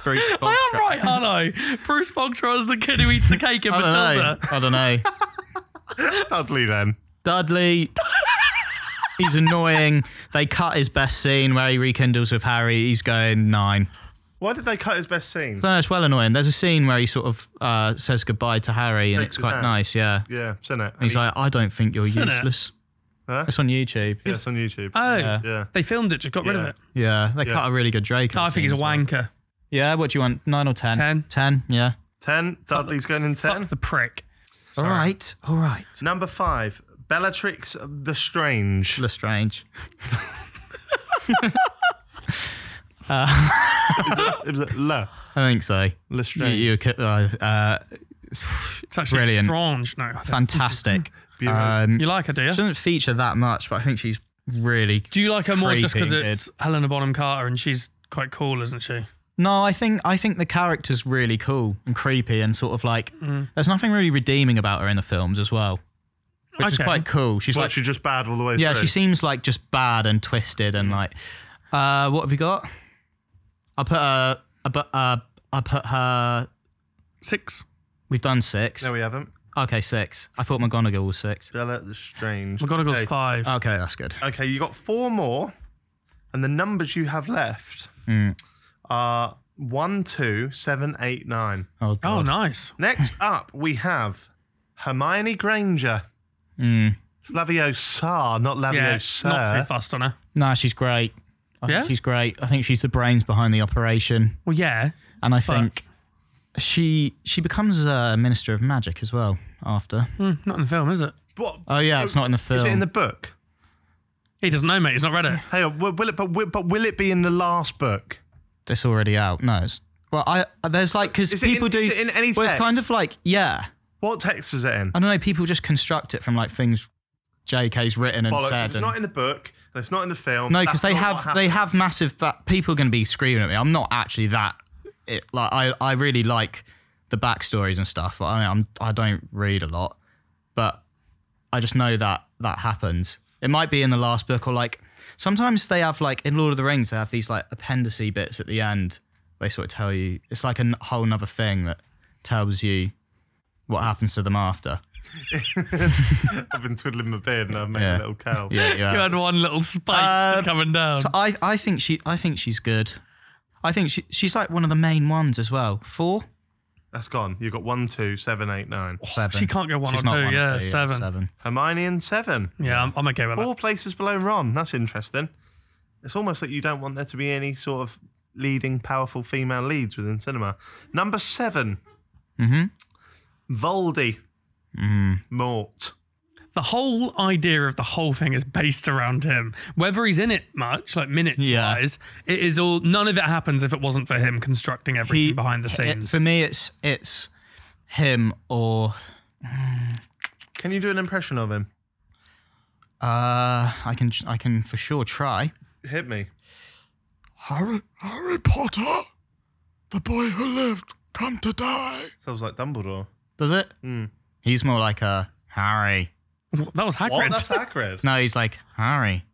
S2: Bruce Bogtrotter.
S3: I am right, aren't I? Bruce Bogtrotter's the kid who eats the cake in
S2: I don't know.
S3: Matilda.
S2: I don't know.
S1: Dudley then.
S2: Dudley. He's annoying. They cut his best scene where he rekindles with Harry. He's going nine.
S1: Why did they cut his best scene?
S2: No, it's well annoying. There's a scene where he sort of uh, says goodbye to Harry, and
S1: Shakes
S2: it's
S1: his
S2: quite
S1: hand.
S2: nice. Yeah.
S1: Yeah, it's in it.
S2: He's like, I don't think you're
S3: Isn't it?
S2: useless.
S1: Huh?
S2: It's on YouTube.
S1: yeah, it's on YouTube.
S3: Oh,
S1: yeah.
S3: they filmed it, just got rid of
S1: Yeah.
S3: it.
S2: Yeah, they
S1: Yeah.
S2: cut a really good Drake.
S3: I think he's a wanker.
S2: Yeah, what do you want? Nine or ten?
S3: Ten.
S2: Ten, yeah.
S1: Ten. Dudley's going in ten.
S3: Fuck the prick.
S2: All right, all right.
S1: Number five, Bellatrix the Strange.
S2: Lestrange.
S1: It was Le
S2: I think so. You,
S1: Lestrange.
S2: you, uh, uh,
S3: It's actually
S2: Brilliant.
S3: strange. No,
S2: fantastic.
S1: Beautiful.
S2: um,
S3: you like her, do you?
S2: doesn't feature that much, but I think she's really.
S3: Do you like her more just because
S2: Creepy,
S3: it's Helena Bonham Carter and she's quite cool, isn't she?
S2: No, I think I think the character's really cool and creepy and sort of like.
S3: Mm.
S2: There's nothing really redeeming about her in the films as well, which is
S3: Okay.
S2: quite cool. She's
S1: Well,
S2: like,
S1: she's just bad all the way
S2: yeah,
S1: through.
S2: she seems like just bad and twisted
S3: Mm.
S2: and like. Uh, what have you got? I put her. I put, uh, I put her.
S3: Six.
S2: We've done six.
S1: No, we haven't.
S2: Okay, six. I thought McGonagall was six.
S1: Bella the Strange.
S3: McGonagall's
S1: okay.
S3: five. Oh,
S2: Okay, that's good.
S1: Okay, you got four more, and the numbers you have left
S2: Mm.
S1: are one, two, seven, eight, nine.
S2: Oh,
S3: oh,
S2: God.
S3: nice.
S1: Next up, we have Hermione Granger.
S2: Mm.
S1: It's Laviosa, not
S3: Yeah,
S1: Laviosa.
S3: not too fussed on her.
S2: Nah, she's great. I
S3: Yeah?
S2: think she's great. I think she's the brains behind the operation,
S3: Well, yeah.
S2: and I think she she becomes a minister of magic as well after.
S3: Hmm, not in the film, is it?
S1: What-
S2: Oh yeah, it's not in the film.
S1: Is it in the book?
S3: He doesn't know, mate. He's not read it.
S1: Hey, will will it? But will, but will it be in the last book?
S2: It's already out. No, it's well, I there's like because
S1: Is it in-
S2: people do.
S1: is it in any
S2: well, it's
S1: text?
S2: kind of like yeah.
S1: What text is it in?
S2: I don't know. People just construct it from like things J.K.'s written and
S1: Bollocks, if
S2: said.
S1: it's
S2: and-
S1: not in the book and it's not in the film.
S2: No,
S1: that's
S2: because they
S1: not what
S2: have they
S1: happened.
S2: have massive. That people are going to be screaming at me. I'm not actually that. It, like I, I really like the backstories and stuff. I I'm I don't read a lot, but I just know that that happens. It might be in the last book or like sometimes they have like in Lord of the Rings they have these like appendicy bits at the end. They sort of tell you it's like a n- whole nother thing that tells you what happens to them after.
S1: I've been twiddling my beard and I've made
S2: Yeah.
S1: a little cow.
S2: Yeah, yeah.
S3: You had one little spike just coming down.
S2: So I, I think she I think she's good. I think she, she's like one of the main ones as well. Four,
S1: That's gone. You've got one, two, seven, eight, nine.
S2: seven.
S3: Oh, she can't go one
S2: She's
S3: or
S2: not
S3: two, yeah, seven.
S1: Hermione and seven.
S3: yeah, I'm, I'm okay with that.
S1: Four places below Ron. That's interesting. It's almost like you don't want there to be any sort of leading, powerful female leads within cinema. Number 7 Mm-hmm. Voldy.
S2: Mm-hmm.
S1: Mort.
S3: The whole idea of the whole thing is based around him. Whether he's in it much, like minutes
S2: Yeah.
S3: wise, it is all. None of it happens if it wasn't for him constructing everything behind the scenes.
S2: for me, it's it's him or
S1: Can you do an impression of him?
S2: uh, I can I can for sure try.
S1: Hit me.
S2: Harry Harry Potter, the boy who lived, come to die.
S1: Sounds like Dumbledore.
S2: Does it?
S3: Hmm.
S2: He's more like a Harry.
S3: that was
S1: What? That's
S3: Hagrid.
S1: Hagrid.
S2: No, he's like Harry.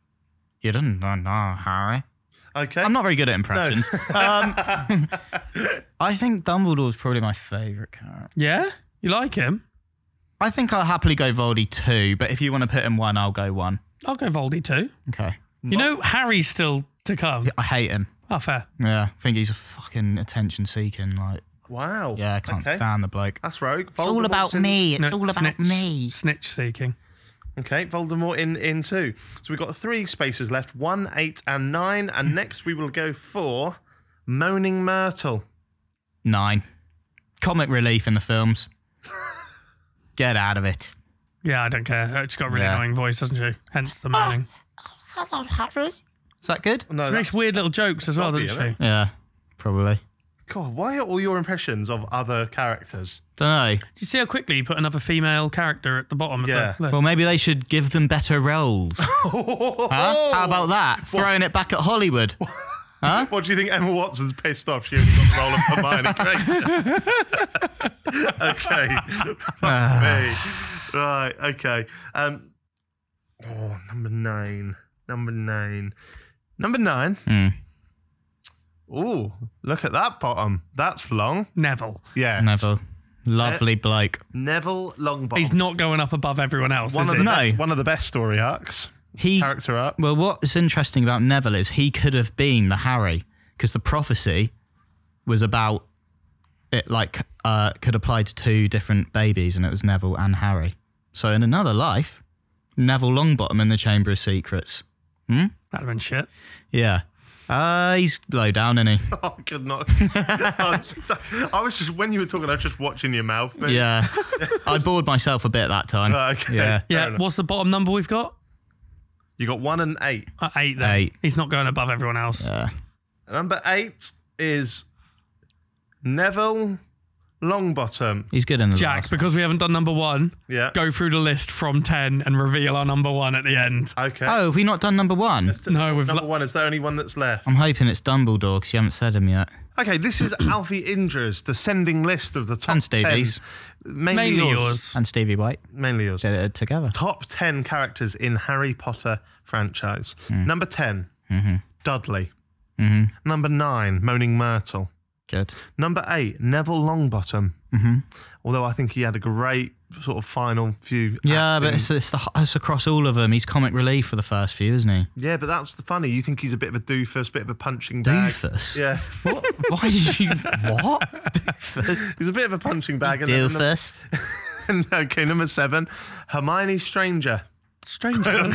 S2: You didn't know, no, Harry.
S1: Okay.
S2: I'm not very good at impressions. um, I think Dumbledore's probably my favourite character.
S3: Yeah, you You like him?
S2: I think I'll happily go Voldy two, but if you want to put in one, I'll go one.
S3: I'll go Voldy too.
S2: Okay.
S3: You know, Harry's still to come.
S2: I hate him.
S3: Oh, fair.
S2: Yeah, I think he's a fucking attention seeking. Like,
S1: Wow.
S2: yeah, I can't
S1: okay. Uh,
S2: stand the bloke.
S1: That's rogue.
S2: It's all about me. It's all about me.
S3: Snitch seeking.
S1: Okay, Voldemort in in two. So we've got three spaces left: one, eight, and nine. And next we will go for Moaning Myrtle.
S2: Nine. Comic relief in the films. Get out of it.
S3: Yeah, I don't care. She's got a really
S2: Yeah.
S3: annoying voice, doesn't she? Hence the
S1: Ah!
S3: moaning.
S2: Is that good?
S1: No,
S3: She
S1: that's,
S3: makes weird little jokes as well,
S1: That'd
S3: doesn't
S1: be
S3: she?
S1: it.
S2: Yeah, probably.
S1: God, why are all your impressions of other characters?
S2: Don't know.
S3: Do you see how quickly you put another female character at the bottom of
S1: Yeah.
S3: the list?
S2: Well, maybe they should give them better roles. huh? How about that? Throwing it back at Hollywood.
S1: Oh. What do you think Emma Watson's pissed off? She only got the role of Hermione Granger. okay. Fuck
S2: Ah,
S1: me. Right, okay. Um, oh, number nine. Number nine. Number nine.
S2: Hmm.
S1: Ooh, look at that bottom. That's long.
S3: Neville.
S1: Yeah.
S2: Neville. Lovely
S1: Eh.
S2: bloke.
S1: Neville Longbottom.
S3: He's not going up above everyone else,
S1: one
S3: is
S1: of the
S3: he?
S2: No.
S1: best, one of the best story arcs.
S2: He.
S1: Character arc.
S2: Well, what's interesting about Neville is he could have been the Harry because the prophecy was about it, like, uh, could apply to two different babies, and it was Neville and Harry. So, in another life, Neville Longbottom in the Chamber of Secrets.
S3: That'd have been shit.
S2: Yeah. Uh, he's low down, isn't he?
S1: Oh, I could not. I was just when you were talking, I was just watching your mouth. move.
S2: Yeah. I bored myself a bit that time.
S1: Right, okay.
S2: Yeah.
S1: Fair
S3: Yeah.
S1: enough.
S3: What's the bottom number we've got?
S1: You got one and eight.
S3: Uh, eight then.
S2: Eight.
S3: He's not going above everyone else.
S1: Number eight is Neville Longbottom.
S2: He's good in the
S3: Jack,
S2: last.
S3: because we haven't done number one,
S1: Yeah.
S3: go through the list from 10 and reveal our number one at the end.
S1: Okay.
S2: Oh, have we not done number one?
S3: No, we've
S1: Number
S3: lo-
S1: one is the only one that's left.
S2: I'm hoping it's Dumbledore because you haven't said him yet.
S1: Okay, this is Alfie Indra's descending list of the top
S2: And Stevie's.
S1: 10. Mainly,
S3: Mainly
S1: yours.
S3: yours.
S2: And Stevie White
S1: Mainly yours.
S2: did it together.
S1: Top 10 characters in Harry Potter franchise.
S2: Hmm.
S1: Number 10,
S2: Mm-hmm.
S1: Dudley. Number 9, Moaning Myrtle.
S2: Good.
S1: Number eight, Neville Longbottom. Mm-hmm. Although I think he had a great sort of final few.
S2: Yeah,
S1: acting-
S2: but it's, it's, the, it's across all of them. He's comic relief for the first few, isn't he?
S1: yeah, but that's the funny. You think he's a bit of a doofus, bit of a punching bag.
S2: Doofus.
S1: Yeah,
S2: What? Why did you. What? Doofus.
S1: he's a bit of a punching bag. And then-
S2: Doofus.
S1: and- okay, number seven, Hermione Stranger.
S3: Strange. man.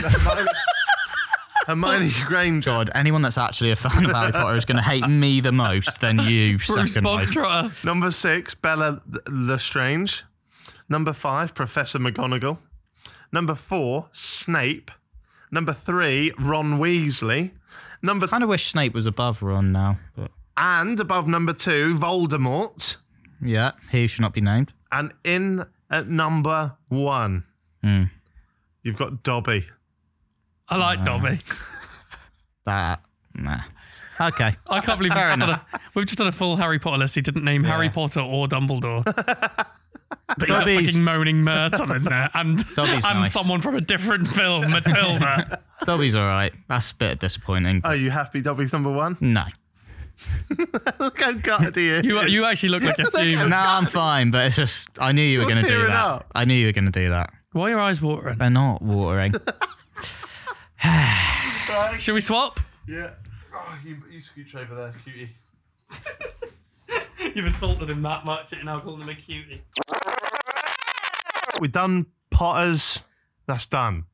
S1: Hermione Granger.
S2: God, anyone that's actually a fan of Harry Potter is going to hate me the most, then you,
S3: Bruce
S2: second one.
S3: Bogtrotter.
S1: Number six, Bella L- Lestrange. Number five, Professor McGonagall. Number four, Snape. Number three, Ron Weasley. Number
S2: Kind of wish Snape was above Ron now. But
S1: and above number two, Voldemort.
S2: yeah, he should not be named.
S1: And in at number one,
S3: Hmm.
S1: you've got Dobby.
S3: I like Dobby.
S2: That. Nah. Okay.
S3: I can't believe we've just, done a, we've just done a full Harry Potter list. He didn't name Harry Potter or Dumbledore. But he's got
S2: Dobby's-
S3: fucking moaning Myrtle in there, and
S2: Dobby's
S3: and
S2: nice.
S3: someone from a different film, Matilda.
S2: Dobby's all right. That's a bit disappointing.
S1: Are you happy Dobby's number one?
S2: no.
S1: Look how gutted he is.
S3: you you actually look like a human.
S2: No, I'm fine, but it's just I knew you were
S1: You're
S2: going to do
S1: tearing
S2: that.
S1: up.
S2: I knew you were going to do that.
S3: Why are your eyes watering?
S2: They're not watering.
S3: Should we swap?
S1: yeah. Oh, you, you scooch over there, cutie.
S3: You've insulted him that much, and now calling him a cutie.
S1: We've done Potters. That's done.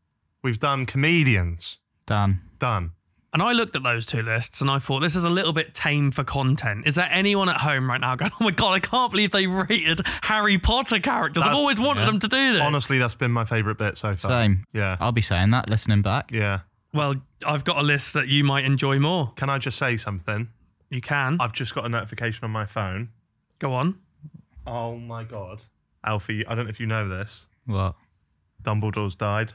S1: We've done comedians.
S2: Done.
S1: Done.
S3: And I looked at those two lists and I thought this is a little bit tame for content. Is there anyone at home right now going, "Oh my god, I can't believe they rated Harry Potter characters. I've
S1: That's-
S3: always wanted them to do this."
S1: Honestly, that's been my favourite bit so far.
S2: Same.
S1: Yeah.
S2: I'll be saying that listening back.
S1: Yeah.
S3: well, I've got a list that you might enjoy more.
S1: Can I just say something?
S3: You can
S1: I've just got a notification on my phone.
S3: go on.
S1: Oh my god. Alfie, I don't know if you know this.
S2: What?
S1: Dumbledore's died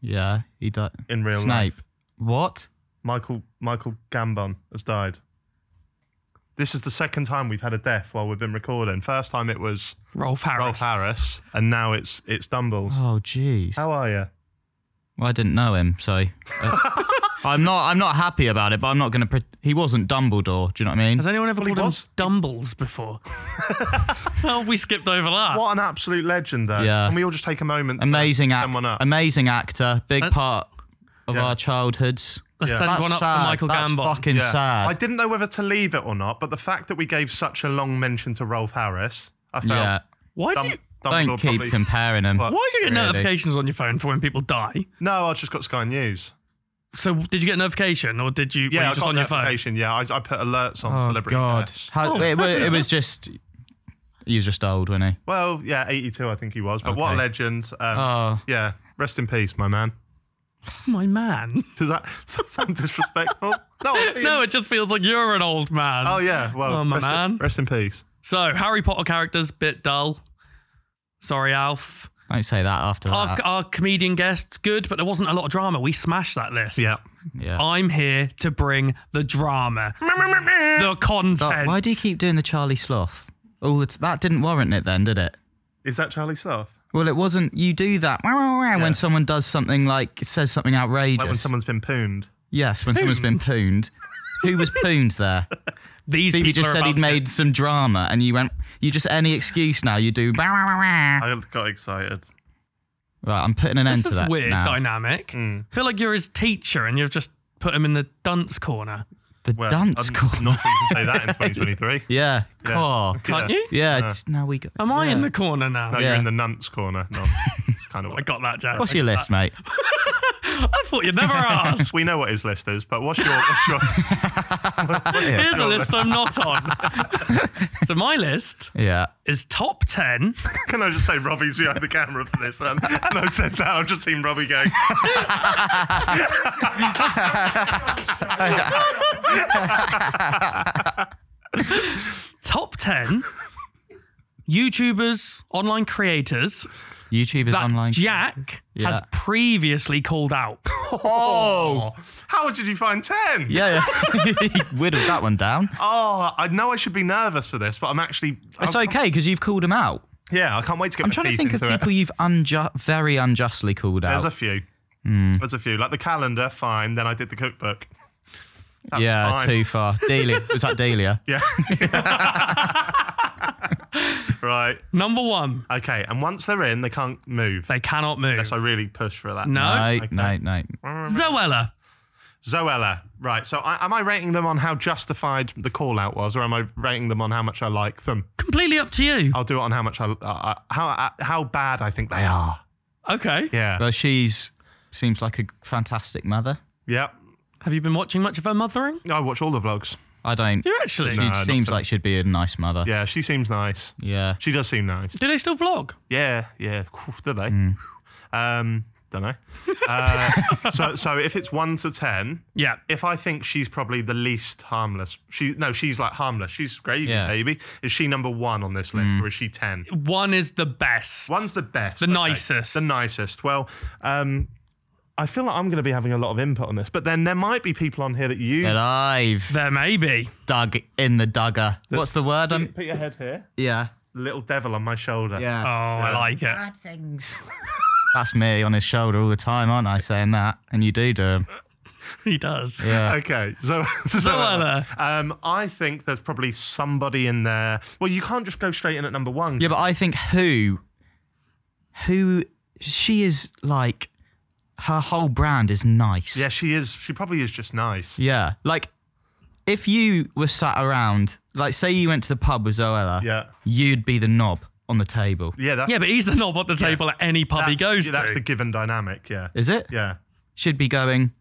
S2: Yeah, he died.
S1: in real life.
S2: Snape. What?
S1: Michael Michael Gambon has died. This is the second time we've had a death while we've been recording. First time it was
S3: Rolf Harris.
S1: Rolf Harris, and now it's it's Dumbles.
S2: Oh, jeez.
S1: How are you?
S2: Well, I didn't know him, so uh, I'm not. I'm not happy about it, but I'm not going to. Pre- he wasn't Dumbledore. Do you know what I mean?
S3: Has anyone ever
S1: Well, he
S3: called him
S1: was.
S3: Dumbles before? oh, we skipped over that.
S1: What an absolute legend, though.
S2: Yeah.
S1: And we all just take a moment. to
S2: Amazing
S1: send
S2: act.
S1: one up.
S2: Amazing actor. Big
S3: Send-
S2: part of
S1: Yeah.
S2: our childhoods.
S3: Let's
S1: Yeah.
S3: send
S2: That's
S3: one up
S2: sad.
S3: for Michael
S2: That's
S3: Gambon.
S2: fucking
S1: Yeah.
S2: sad.
S1: I didn't know whether to leave it or not, but the fact that we gave such a long mention to Rolf Harris, I felt.
S2: yeah.
S3: Why do
S1: Dum-
S3: you,
S1: Dumbledore
S2: Don't keep
S1: probably-
S2: comparing them.
S1: What?
S3: why do you get
S2: Really?
S3: notifications on your phone for when people die?
S1: No, I just got Sky News.
S3: So did you get a notification or did you were
S1: Yeah,
S3: you
S1: I
S3: just
S1: got
S3: on your phone?
S1: notification. Yeah, I, I put alerts on
S2: Oh
S1: celebrity.
S2: God.
S1: deaths.
S2: How, it, wa- it was just. He was just old, wasn't he?
S1: Well, yeah, 82, I think he was. But what a
S2: Okay.
S1: legend. Um,
S2: Oh.
S1: Yeah, rest in peace, my man.
S3: My man.
S1: Does that sound disrespectful? no, I mean-
S3: No, it just feels like you're an old man.
S1: Oh, yeah. Well,
S3: Oh, my
S1: rest, In,
S3: man.
S1: rest in peace.
S3: So Harry Potter characters bit dull. Sorry, Alf.
S2: Don't say that after
S3: Our,
S2: that.
S3: our comedian guests good, but there wasn't a lot of drama. We smashed that list.
S1: Yeah.
S2: yeah.
S3: I'm here to bring the drama, the content.
S2: Stop. Why do you keep doing the Charlie Sloth? Oh, it's, that didn't warrant it then, did it?
S1: Is that Charlie Sloth?
S2: Well, it wasn't. You do that wah, wah, wah,
S1: Yeah.
S2: when someone does something like says something outrageous.
S1: Like when someone's been pooned.
S2: yes, when someone's been pooned. Who was pooned there?
S3: These
S2: Stevie
S3: people
S2: just
S3: are
S2: said
S3: about
S2: he'd
S3: to-
S2: made some drama, and you went. You just any excuse now. You do. Wah, wah, wah, wah.
S1: I got excited.
S2: Right, I'm putting an end
S3: This
S2: to
S3: is
S2: that
S3: weird
S2: now.
S3: dynamic.
S1: Hmm.
S3: I feel like you're his teacher and you've just put him in the dunce corner,
S2: the
S1: Well,
S2: dunce
S1: I'm
S2: corner.
S1: Not sure you can say that in 2023.
S2: yeah, core.
S3: can't you?
S2: Yeah,
S1: Uh.
S2: it's- now we go.
S3: Am I in the corner now?
S1: No,
S2: Yeah.
S1: Oh, you're in the nunts corner. No, kind of.
S3: I got that, Jack.
S2: What's your list, mate?
S3: I thought you'd never ask.
S1: We know what his list is, but what's your? What's your
S3: Here's a list I'm not on. so my list
S2: Yeah.
S3: is top ten.
S1: can I just say Robbie's behind the camera for this one? And I've said that. I've just seen Robbie going.
S3: Top ten YouTubers, online creators
S2: YouTube is
S3: that
S2: online.
S3: Jack
S2: Yeah.
S3: has previously called out.
S1: Oh, how did you find ten?
S2: Yeah, yeah. he whittled that one down.
S1: Oh, I know I should be nervous for this, but I'm actually.
S2: It's
S1: I-
S2: okay because you've called him out.
S1: Yeah, I can't wait to get
S2: I'm
S1: my
S2: trying to
S1: teeth
S2: think of
S1: into it.
S2: people you've unju- very unjustly called
S1: There's a
S2: out.
S1: few.
S2: Hmm.
S1: There's a few. Like the calendar, fine. Then I did the cookbook. That's
S2: yeah,
S1: fine.
S2: too far. Delia. Was that Delia?
S1: Yeah. right.
S3: Number one,
S1: Okay. And once they're in, they can't move.
S3: they cannot move.
S1: Unless I really push for that.
S3: no,
S2: No, no, no.
S3: Zoella.
S1: Zoella. Right. So I, am I rating them on how justified the call out was, or am I rating them on how much I like them?
S3: Completely up to you.
S1: I'll do it on how much I, uh, how uh, how bad I think they are.
S3: Okay.
S1: Yeah.
S2: Well, she's seems like a fantastic mother.
S1: yep.
S3: Have you been watching much of her mothering?
S1: I watch all the vlogs.
S2: I don't.
S3: Do you actually?
S2: She
S1: No, not
S2: seems
S1: so.
S2: like she'd be a nice mother.
S1: Yeah. She seems nice.
S2: Yeah.
S1: She does seem nice.
S3: Do they still vlog?
S1: Yeah, yeah. Do they? Um, don't know. Uh, so, so if it's one to ten,
S3: Yeah.
S1: if I think she's probably the least harmless, she no, she's like harmless. She's great,
S2: Yeah.
S1: baby. Is she number one on this list, or is she ten?
S3: One is the best.
S1: One's the best,
S3: The
S1: okay.
S3: nicest.
S1: the nicest. Well, um, I feel like I'm going to be having a lot of input on this, but then there might be people on here that you
S2: But I've
S3: There may be.
S2: dug in the dugger. What's the word? I'm,
S1: put your head here,
S2: yeah.
S1: little devil on my shoulder.
S3: Oh,
S2: Yeah.
S3: I like it.
S2: Bad things. That's me on his shoulder all the time, aren't I? Saying that, and you do do 'em.
S3: He does.
S2: Yeah.
S1: Okay, so, so
S3: Zoella.
S1: um, I think there's probably somebody in there. Well, you can't just go straight in at number one.
S2: Yeah, but I think who, who she is like, her whole brand is nice.
S1: Yeah, she is. She probably is just nice.
S2: Yeah. Like, if you were sat around, like, say you went to the pub with Zoella,
S1: Yeah.
S2: you'd be the knob on the table.
S1: Yeah, that's
S3: Yeah, but he's the knob at the table at any pub
S1: that's,
S3: he goes
S1: yeah, that's
S3: to.
S1: the given dynamic. Yeah,
S2: Is it?
S1: yeah.
S2: She'd be going,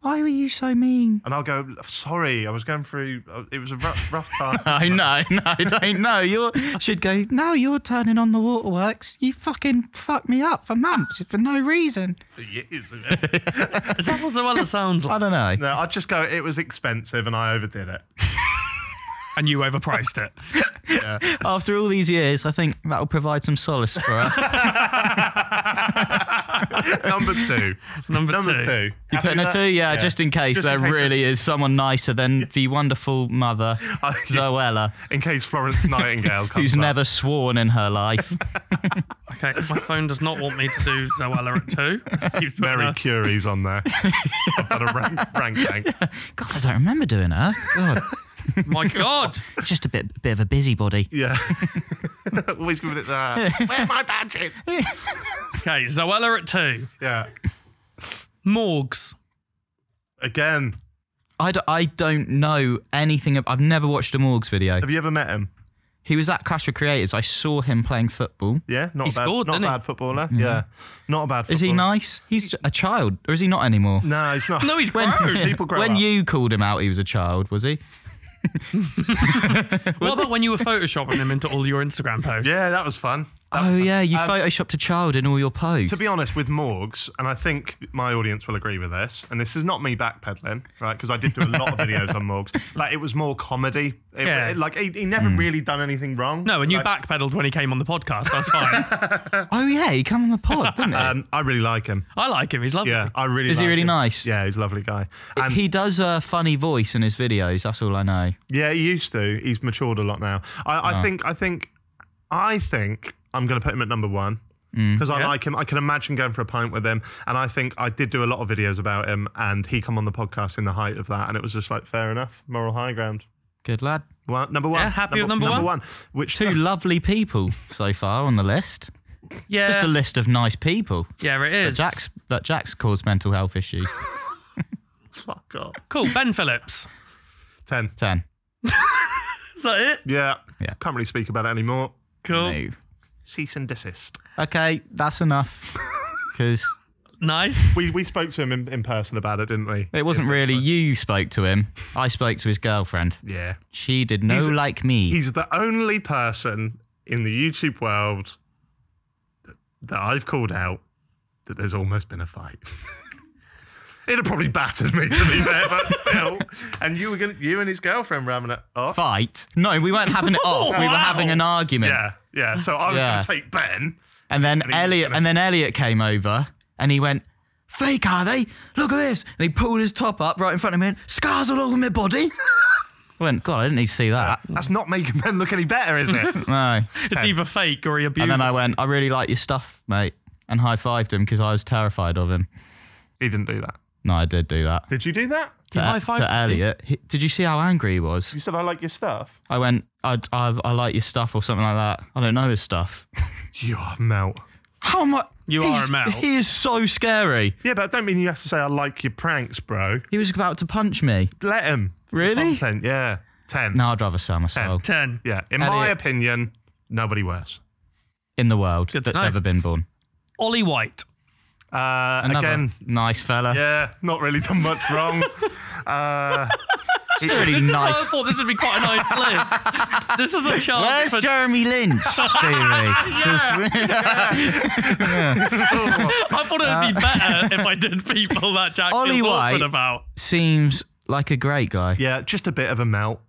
S2: Why were you so mean?
S1: And I'll go. Sorry, I was going through. uh, It was a rough, rough time.
S2: I know, no, I don't know. You're should go. No, you're turning on the waterworks. You fucking fucked me up for months for no reason.
S1: for years.
S3: Is that what Zoella sounds
S2: I
S3: like?
S2: don't know.
S1: no, I'd just go. It was expensive, and I overdid it.
S3: And you overpriced it.
S2: After all these years, I think that'll provide some solace for her.
S1: Number two.
S3: Number two.
S1: two.
S2: You putting a two? Yeah, just in case
S1: Just
S2: there
S1: in case
S2: really is someone nicer than the wonderful mother,
S1: Oh, yeah.
S2: Zoella,
S1: In case Florence Nightingale comes
S2: who's
S1: up.
S2: never sworn in her life.
S3: Okay, my phone does not want me to do Zoella at two. Keeps putting
S1: Mary
S3: her-
S1: Curie's on there. I've done a rank, rank bank.
S2: God, I don't remember doing her. God,
S3: My God.
S2: just a bit, bit of a busybody.
S1: Yeah. Always giving it that. Where are my badges?
S3: Okay, Zoella at two.
S1: Yeah.
S3: Morgs.
S1: Again,
S2: I, d- I don't know anything. Ab- I've never watched a Morgs video.
S1: have you ever met him?
S2: He was at Clash of Creators. I saw him playing football.
S1: Yeah, not
S3: He
S1: a bad,
S3: scored,
S1: not a
S3: didn't he? Mm-hmm.
S1: bad footballer. Yeah, not a bad. Footballer.
S2: Is he nice? He's a child, or is he not anymore?
S1: No, he's not.
S3: No, he's grown.
S1: people grow
S2: when
S1: up.
S2: you called him out, he was a child, was he?
S3: What about when you were photoshopping them into all your Instagram posts?
S1: yeah, that was fun. That- um,
S2: oh yeah, you photoshopped a child in all your posts.
S1: to be honest, with Morgs, and I think my audience will agree with this, and this is not me backpedaling, right? Because I did do a lot of videos on Morgs. Like it was more comedy. It-
S3: Yeah.
S1: it- like he, he never
S2: Mm.
S1: really done anything wrong.
S3: No, and you
S1: Like,
S3: backpedaled when he came on the podcast. That's fine.
S2: oh yeah, he came on the pod, didn't he?
S1: Um, I really like him.
S3: I like him. He's lovely.
S1: Yeah, I really.
S2: Is he
S1: like
S2: really
S1: him.
S2: nice?
S1: Yeah, he's a lovely guy. And
S2: he does a funny voice in his videos. That's all I know.
S1: Yeah, he used to. He's matured a lot now. I, I think. I think. I think I'm going to put him at number one because I
S3: Mm. Yeah.
S1: like him. I can imagine going for a pint with him, and I think I did do a lot of videos about him, and he come on the podcast in the height of that, and it was just like fair enough, moral high ground.
S2: Good lad.
S1: Well, number one.
S3: Yeah, happy with number
S1: number
S3: one?
S1: Which
S2: Two lovely people so far on the list.
S3: Yeah,
S2: Just a list of nice people.
S3: yeah it is.
S2: Jack's that Jack's caused mental health issues.
S1: fuck off.
S3: Cool. Ben Phillips.
S1: Ten.
S2: Ten.
S3: Is that it?
S1: Yeah.
S2: Yeah.
S1: Can't really speak about it anymore.
S3: Cool.
S2: No.
S1: Cease and desist.
S2: Okay, that's enough. Because
S3: Nice.
S1: We, we spoke to him in, in person about it, didn't we?
S2: it wasn't really you spoke to him. I spoke to his girlfriend.
S1: Yeah.
S2: She did no
S1: He's-
S2: like me.
S1: He's the only person in the YouTube world that I've called out that there's almost been a fight. It'd have probably battered me to be fair, but still. And you were gonna, you and his girlfriend were having oh, it off.
S2: Fight? No, we weren't having it off. We were
S3: Wow.
S2: having an argument.
S1: Yeah, yeah. So I was
S2: Yeah.
S1: gonna take Ben.
S2: And then
S1: he was
S2: Elliot
S1: gonna-
S2: and then Elliot came over and he went, Fake are they? Look at this. And he pulled his top up right in front of me and scars all over my body. I went, God, I didn't need to see that.
S1: That's not making Ben look any better, is it?
S2: No.
S3: It's either fake or he abuses.
S2: And then I went, I really like your stuff, mate. And high fived him because I was terrified of him.
S1: he didn't do that.
S2: No, I did do that.
S1: Did you do that?
S2: To, E-
S3: high-fived
S2: to
S3: him?
S2: Elliot. He- did you see how angry he
S1: You
S2: was?
S1: said I like your stuff.
S2: I went, I, I, I like your stuff or something like that. I don't know his stuff.
S1: You are melt.
S2: How am I?
S3: You are
S2: He's-
S3: a male.
S2: He is so scary.
S1: Yeah, but I don't mean you have to say I like your pranks, bro.
S2: He was about to punch me.
S1: Let him.
S2: Really?
S1: Content, yeah. Ten.
S2: No, I'd rather sell my soul.
S3: ten.
S1: Yeah. In my
S2: Elliot-
S1: opinion, nobody worse.
S2: in the world
S3: Good to
S2: that's
S3: know.
S2: ever been born.
S3: Ollie White.
S1: Uh,
S2: Another
S1: again,
S2: nice fella.
S1: yeah, not really done much wrong.
S2: Really
S3: This is why I
S2: nice.
S3: thought this would be quite a nice list. This is a chance
S2: Where's
S3: for
S2: Jeremy Lynch? Stevie?
S3: I thought it'd be better if I did people that Jack
S2: Uh, Ollie
S3: feels
S2: White.
S3: awkward about.
S2: Seems like a great guy.
S1: yeah, just a bit of a melt.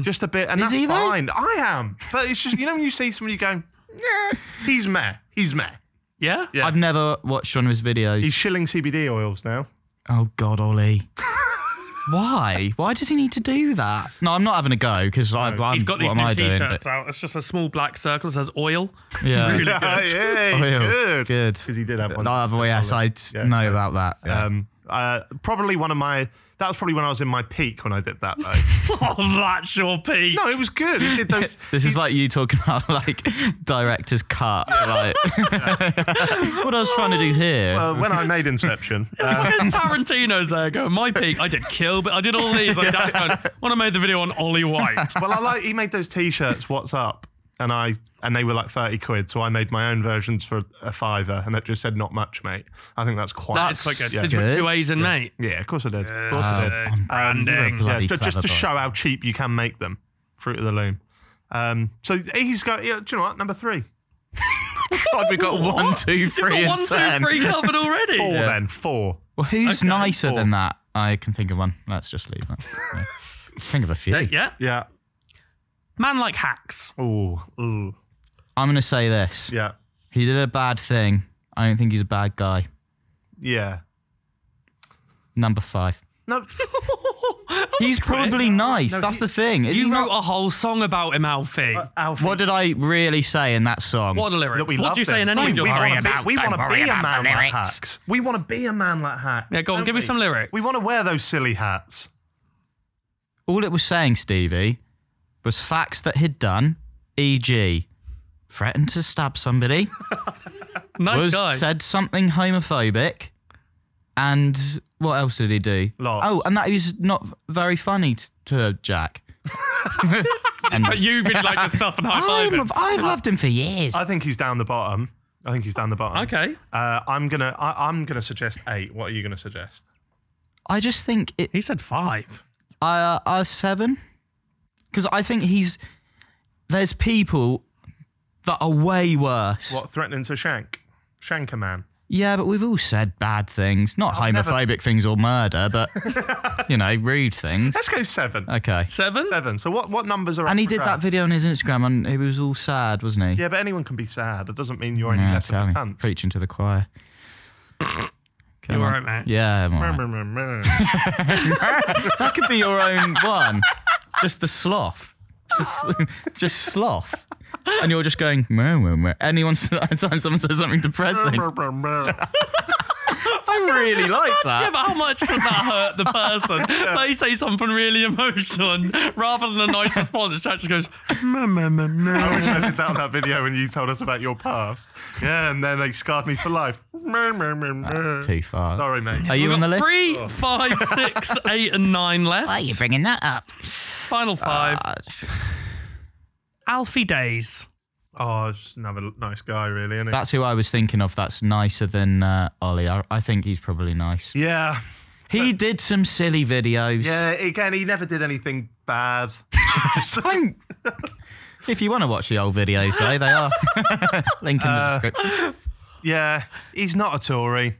S1: Just a bit, and
S2: Mm. Is
S1: that's
S2: he though?
S1: fine. I am, but it's just you know when you see somebody going, yeah, he's meh, he's meh.
S3: Yeah.
S1: Yeah.
S2: I've never watched one of his videos.
S1: He's shilling CBD oils now.
S2: oh God, Ollie. Why? Why does he need to do that? No, I'm not having a go because I'm.
S3: He's got
S2: what
S3: these
S2: am
S3: new
S2: I doing?
S3: T-shirts out. It's just a small black circle that says oil.
S2: Yeah.
S3: Really
S1: Yeah,
S3: good.
S1: yeah,
S2: Oil.
S1: good,
S2: Good.
S1: Because he did have one.
S2: No, I've- well, yes, I s-
S1: Yeah,
S2: know
S1: yeah.
S2: about that. Yeah.
S1: Um, uh, probably one of my. That was probably when I was in my peak when I did that though.
S3: Oh, that's your peak.
S1: no, it was good. He did those.
S2: this is like you talking about like director's cut. Like, what I was trying to do here.
S1: Uh, when I made Inception, uh,
S3: Tarantino's there going, my peak. I did kill, but I did all these. I just going, when I made the video on Ollie White.
S1: well, I like he made those T-shirts. What's up? And I and they were like thirty quid, so I made my own versions for a fiver, and that just said not much, mate. I think that's quite.
S3: That's quite good.
S1: Yeah,
S3: Did you put
S2: Good.
S3: two A's in, mate?
S1: yeah of course I did. Of course I did. Um,
S3: Good. Branding.
S1: Yeah,
S2: Um, Bloody
S1: ju- just
S2: clever
S1: to
S2: boy.
S1: show how cheap you can make them. Fruit of the loom. Um, so he's got. Yeah, do you know what? Number three.
S2: God, we got one, two, three,
S3: Got
S2: and
S3: one,
S2: ten.
S3: two, three covered already.
S1: Four then. Four.
S2: Well, who's
S3: Okay.
S2: nicer
S1: Four.
S2: than that? I can think of one. Let's just leave that. Yeah. think of a few.
S3: Yeah, yeah.
S1: Yeah.
S3: Man like hacks.
S1: Oh. Ooh.
S2: I'm going to say this.
S1: Yeah.
S2: He did a bad thing. I don't think he's a bad guy.
S1: Yeah.
S2: Number five.
S1: No,
S2: He's probably nice.
S1: No,
S2: That's
S1: he-
S2: the thing. Is
S3: You
S2: he Uh,
S3: wrote
S2: not?
S3: a whole song about him, Alfie.
S1: Alfie.
S2: What did I really say in that song?
S3: what are the lyrics?
S1: that we
S3: What
S1: loved
S3: do you say in
S1: him.
S3: any
S1: we,
S3: of your
S1: we
S3: songs?
S1: wanna be, we
S2: Don't
S1: wanna
S2: worry
S1: be a
S2: about
S1: man
S2: the
S1: like
S2: lyrics.
S1: hacks. We want to be a man like hacks.
S3: Yeah, go on,
S1: don't
S3: give me
S1: we?
S3: some lyrics.
S1: We want to wear those silly hats.
S2: All it was saying, Stevie, was facts that he'd done, e.g., threatened to stab somebody,
S3: nice
S2: was
S3: guy.
S2: said something homophobic, and what else did he do?
S1: Lots.
S2: Oh, and that is not very funny t- to Jack. And
S3: but you really like the stuff and high
S2: I'm,
S3: five.
S2: I've loved him for years.
S1: I think he's down the bottom. I think he's down the bottom.
S3: Okay.
S1: Uh, I'm gonna. I, I'm gonna suggest eight. What are you gonna suggest?
S2: I just think it.
S3: He said five.
S2: Uh, uh seven, because I think he's. There's people that are way worse.
S1: What threatening to shank? Shank a man.
S2: Yeah, but we've all said bad things, not
S1: never-
S2: homophobic things or murder, but you know, rude things.
S1: Let's go seven.
S2: Okay.
S3: Seven?
S1: Seven. So what? What numbers are? up
S2: And he
S1: for
S2: did that
S1: grabs?
S2: video on his Instagram, and he was all sad, wasn't he?
S1: Yeah, but anyone can be sad. It doesn't mean you're any
S2: Yeah,
S1: less of
S2: tell
S1: a
S2: me.
S1: cunt.
S2: Preaching to the choir. Come
S3: You
S2: on.
S3: alright, mate?
S2: Yeah, I'm all right. that could be your own one. Just the sloth. Just, just sloth. And you're just going, meh, meh, meh. Anyone, anytime someone says something depressing, I really like that.
S3: Yeah, but how much would that hurt the person? They say something really emotional, and rather than a nice response, Jack just goes, "Meh, meh, meh, meh."
S1: I wish I did that on that video when you told us about your past. Yeah, and then they scarred me for life.
S2: That's too far.
S1: Sorry, mate.
S2: Are you
S3: We've
S2: on the
S3: got
S2: list?
S3: Three, five, six, eight, and nine left.
S2: Why are you Uh, bringing that up?
S3: Final five. Alfie Days.
S1: Oh, just another nice guy, really, isn't he?
S2: That's who I was thinking of. That's nicer than uh, Ollie. I, I think he's probably nice.
S1: yeah.
S2: He did some silly videos.
S1: Yeah, again, he never did anything bad.
S2: Don't- if you want to watch the old videos, though, they are. Link in the description.
S1: yeah, he's not a Tory.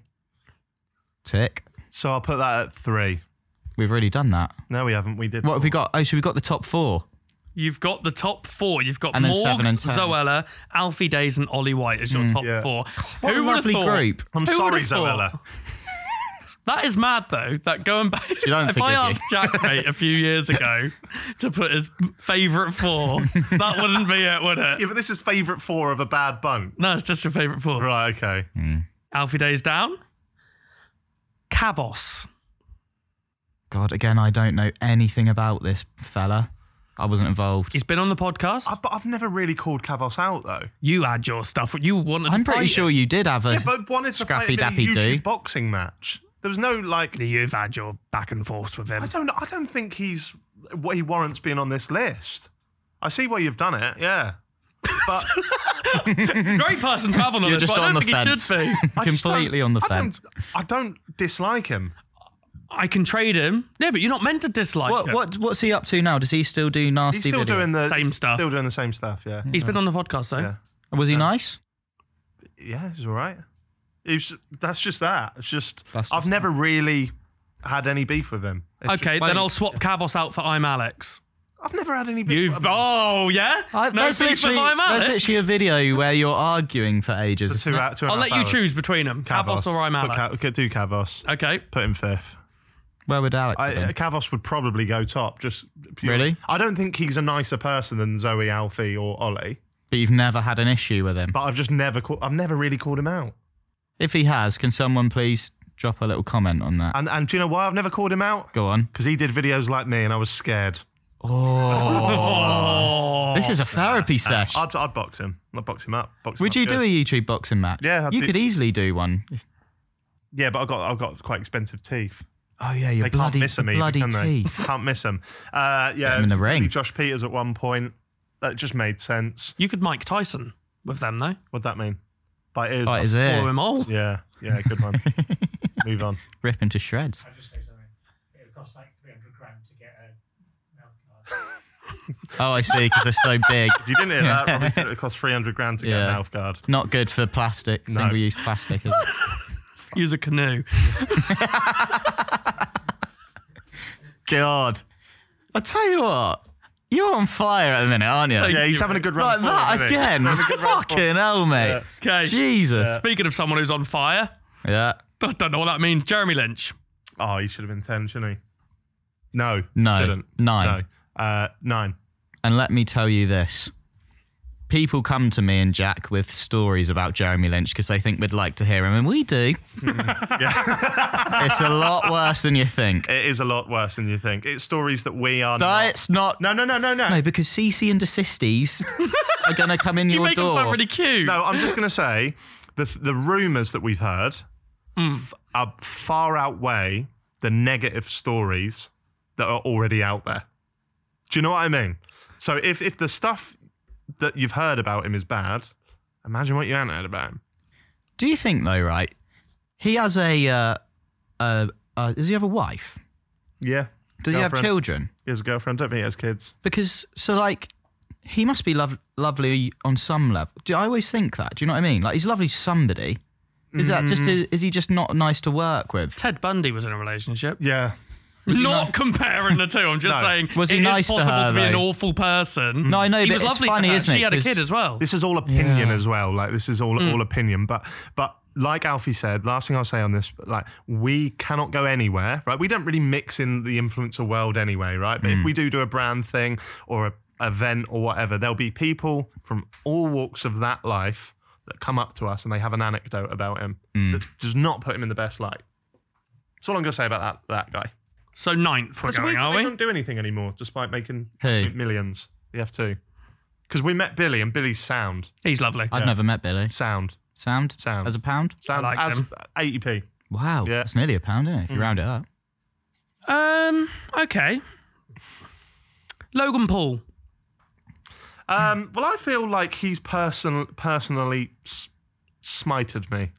S2: Tick.
S1: So I'll put that at three.
S2: We've already done that.
S1: No, we haven't. We did.
S2: What have we got? Oh, so we've got the top four.
S3: You've got the top four. You've got
S2: And then
S3: Morgs,
S2: seven and ten. Mm.
S3: Zoella, Alfie Days, and Ollie White as your top
S1: yeah.
S3: four.
S2: What a
S3: would've
S2: lovely
S3: thought-
S2: group.
S1: I'm
S3: Who
S1: sorry,
S3: would've thought?
S1: Zoella.
S3: That is mad, though, that going back.
S2: don't
S3: if I
S2: forgive you.
S3: asked Jack, mate, a few years ago to put his favourite four, that wouldn't be it, would it?
S1: Yeah, but this is favourite four of a bad bun.
S3: No, it's just your favourite four.
S1: Right, okay.
S2: Hmm.
S3: Alfie Days down. Cavos.
S2: God, again, I don't know anything about this fella. I wasn't involved.
S3: He's been on the podcast.
S1: I, but I've never really called Cavos out, though.
S3: you had your stuff. You wanted.
S2: I'm
S3: to
S2: pretty
S3: fight
S2: sure you did have a.
S1: Yeah, but one is a
S2: Scrappy
S1: fight in a
S2: dappy
S1: YouTube
S2: do.
S1: boxing match. There was no, like,
S3: it. You've had your back and forth with
S1: I
S3: him.
S1: don't. I don't think he's what he warrants being on this list. I see why you've done it. Yeah, but
S3: He's a great person to have on the
S2: You're
S3: list,
S2: just
S3: but I
S2: on
S3: don't
S2: the
S3: think
S2: fence.
S3: he should be.
S1: I just
S2: Completely
S1: don't-
S2: on the
S1: I
S2: fence.
S1: Don't, I don't dislike him.
S3: I can trade him. Yeah, but you're not meant to dislike
S2: What,
S3: him.
S2: what, what's he up to now? Does he still do nasty
S1: He's still
S2: videos?
S1: doing the
S3: Same stuff.
S1: Still doing the same stuff. Yeah,
S3: He's been on the podcast though.
S1: Yeah.
S2: Was he nice?
S1: yeah, he's all right. It's that's just that. It's just
S2: That's
S1: I've
S2: just
S1: never really had any beef with him. It's
S3: Okay,
S1: just-
S3: then
S2: wait.
S3: I'll swap Cavos out for I'm Alex.
S1: I've never had any beef.
S3: You've
S1: with him.
S3: oh yeah,
S2: I,
S3: no
S2: there's,
S3: beef with
S2: literally,
S3: I'm
S2: there's
S3: Alex.
S2: literally a video where you're arguing for ages.
S1: For two out- two and
S3: I'll
S1: a half
S3: let you
S1: hours.
S3: choose between them, Cavos, or I'm
S1: Put Ca-
S3: Alex.
S1: okay, do Cavos.
S3: Okay,
S1: Put him fifth.
S2: Where would Alex
S1: I,
S2: have been?
S1: Cavos would probably go top. Just purely.
S2: Really?
S1: I don't think he's a nicer person than Zoe, Alfie, or Ollie.
S2: But you've never had an issue with him.
S1: But I've just never called. I've never really called him out.
S2: If he has, can someone please drop a little comment on that?
S1: And and do you know why I've never called him out?
S2: Go on.
S1: Because he did videos like me, and I was scared.
S2: This
S1: Oh,
S2: is a therapy session.
S1: I'd, I'd box him. I'd box him up. Box him
S2: Would
S1: up
S2: you
S1: good.
S2: do a YouTube boxing match?
S1: Yeah, I'd
S2: you
S1: do-
S2: could easily do one.
S1: Yeah, but I've got I've got quite expensive teeth.
S2: Oh yeah, you're
S1: They
S2: bloody
S1: can't miss him. either,
S2: bloody
S1: can they?
S2: teeth.
S1: Can't miss him. Uh, yeah,
S2: him in
S1: it
S2: the
S1: was gonna be
S2: ring.
S1: Josh Peters at one point. That just made sense.
S3: you could Mike Tyson with them though.
S1: What'd that mean? Bite ears.
S2: Right,
S1: off.
S2: is
S3: Or
S2: Oh, it
S3: him all.
S1: Yeah, yeah, good one. Move on.
S2: rip into shreds?
S4: just say something. It would cost like 300 grand to get a milk card.
S2: Oh, I see, because they're so big.
S1: If you didn't hear that, Robbie said it cost three hundred grand to get a
S2: Yeah.
S1: mouth guard.
S2: Not good for plastic,
S1: No.
S2: single-use plastic. Is it?
S3: Use a canoe.
S2: God, I tell you what, You're on fire at the minute, aren't you?
S1: Yeah, he's having a good run.
S2: like that
S1: forward, isn't he?
S2: again.
S1: Having a good run
S2: Fucking hell, mate.
S3: Yeah. 'Kay.
S2: Jesus.
S3: Speaking of someone who's on fire,
S2: Yeah.
S3: I don't know what that means. Jeremy Lynch.
S1: forward. Oh, he should have been 10, shouldn't he? No.
S2: No,
S1: Shouldn't.
S2: nine.
S1: No. Uh, nine.
S2: And let me tell you this. People come to me and Jack with stories about Jeremy Lynch because they think we'd like to hear him, and we do. it's a lot worse than you think.
S1: It is a lot worse than you think. It's stories that we are not.
S2: It's not.
S1: No, no, no, no, no.
S2: No, because CC and Desisties are going to come in
S3: You
S2: your
S3: make him
S2: door.
S3: sound really cute.
S1: No, I'm just going to say the the rumors that we've heard
S2: Mm.
S1: f- are far outweigh the negative stories that are already out there. Do you know what I mean? So if if the stuff that you've heard about him is bad, imagine what you haven't heard about him.
S2: Do you think though, right? He has a. Uh, uh, uh, does he have a wife?
S1: Yeah.
S2: Does he have
S1: Girlfriend.
S2: children?
S1: He has a girlfriend. Don't think he has kids.
S2: Because so like, he must be lov- lovely on some level. Do I always think that? Do you know what I mean? Like he's lovely to somebody. Is that just? is he just not nice to work with?
S3: Ted Bundy was in a relationship.
S1: Yeah.
S3: Not comparing the two. I'm just
S1: No.
S3: saying
S2: Was he
S3: it is
S2: nice to
S3: possible
S2: her,
S3: to be an
S2: though?
S3: awful person.
S2: No, I know,
S3: he
S2: but
S3: was
S2: it's
S3: lovely
S2: funny,
S3: to her.
S2: isn't
S3: she
S2: it?
S3: had a
S2: 'Cause
S3: kid as well.
S1: This is all opinion as well. Like this is all all opinion. But but like Alfie said, last thing I'll say on this, like we cannot go anywhere, right? We don't really mix in the influencer world anyway, right? But if we do do a brand thing or a event or whatever, there'll be people from all walks of that life that come up to us and they have an anecdote about him that does not put him in the best light. That's all I'm gonna say about that that guy.
S3: So ninth we're
S1: It's
S3: going,
S1: weird that
S3: are
S1: they
S3: we?
S1: don't do anything anymore, despite making
S2: Who?
S1: millions. The F2. Because we met Billy and Billy's sound.
S3: He's lovely.
S2: I've never met Billy.
S1: Sound.
S2: Sound?
S1: Sound.
S2: As a pound?
S1: Sound
S3: like
S1: as
S3: them.
S1: 80p.
S2: Wow.
S1: Yeah.
S2: That's nearly a pound, isn't it? If you round it up.
S3: Um. Okay. Logan Paul.
S1: Um, well, I feel like he's person- personally s- smited me.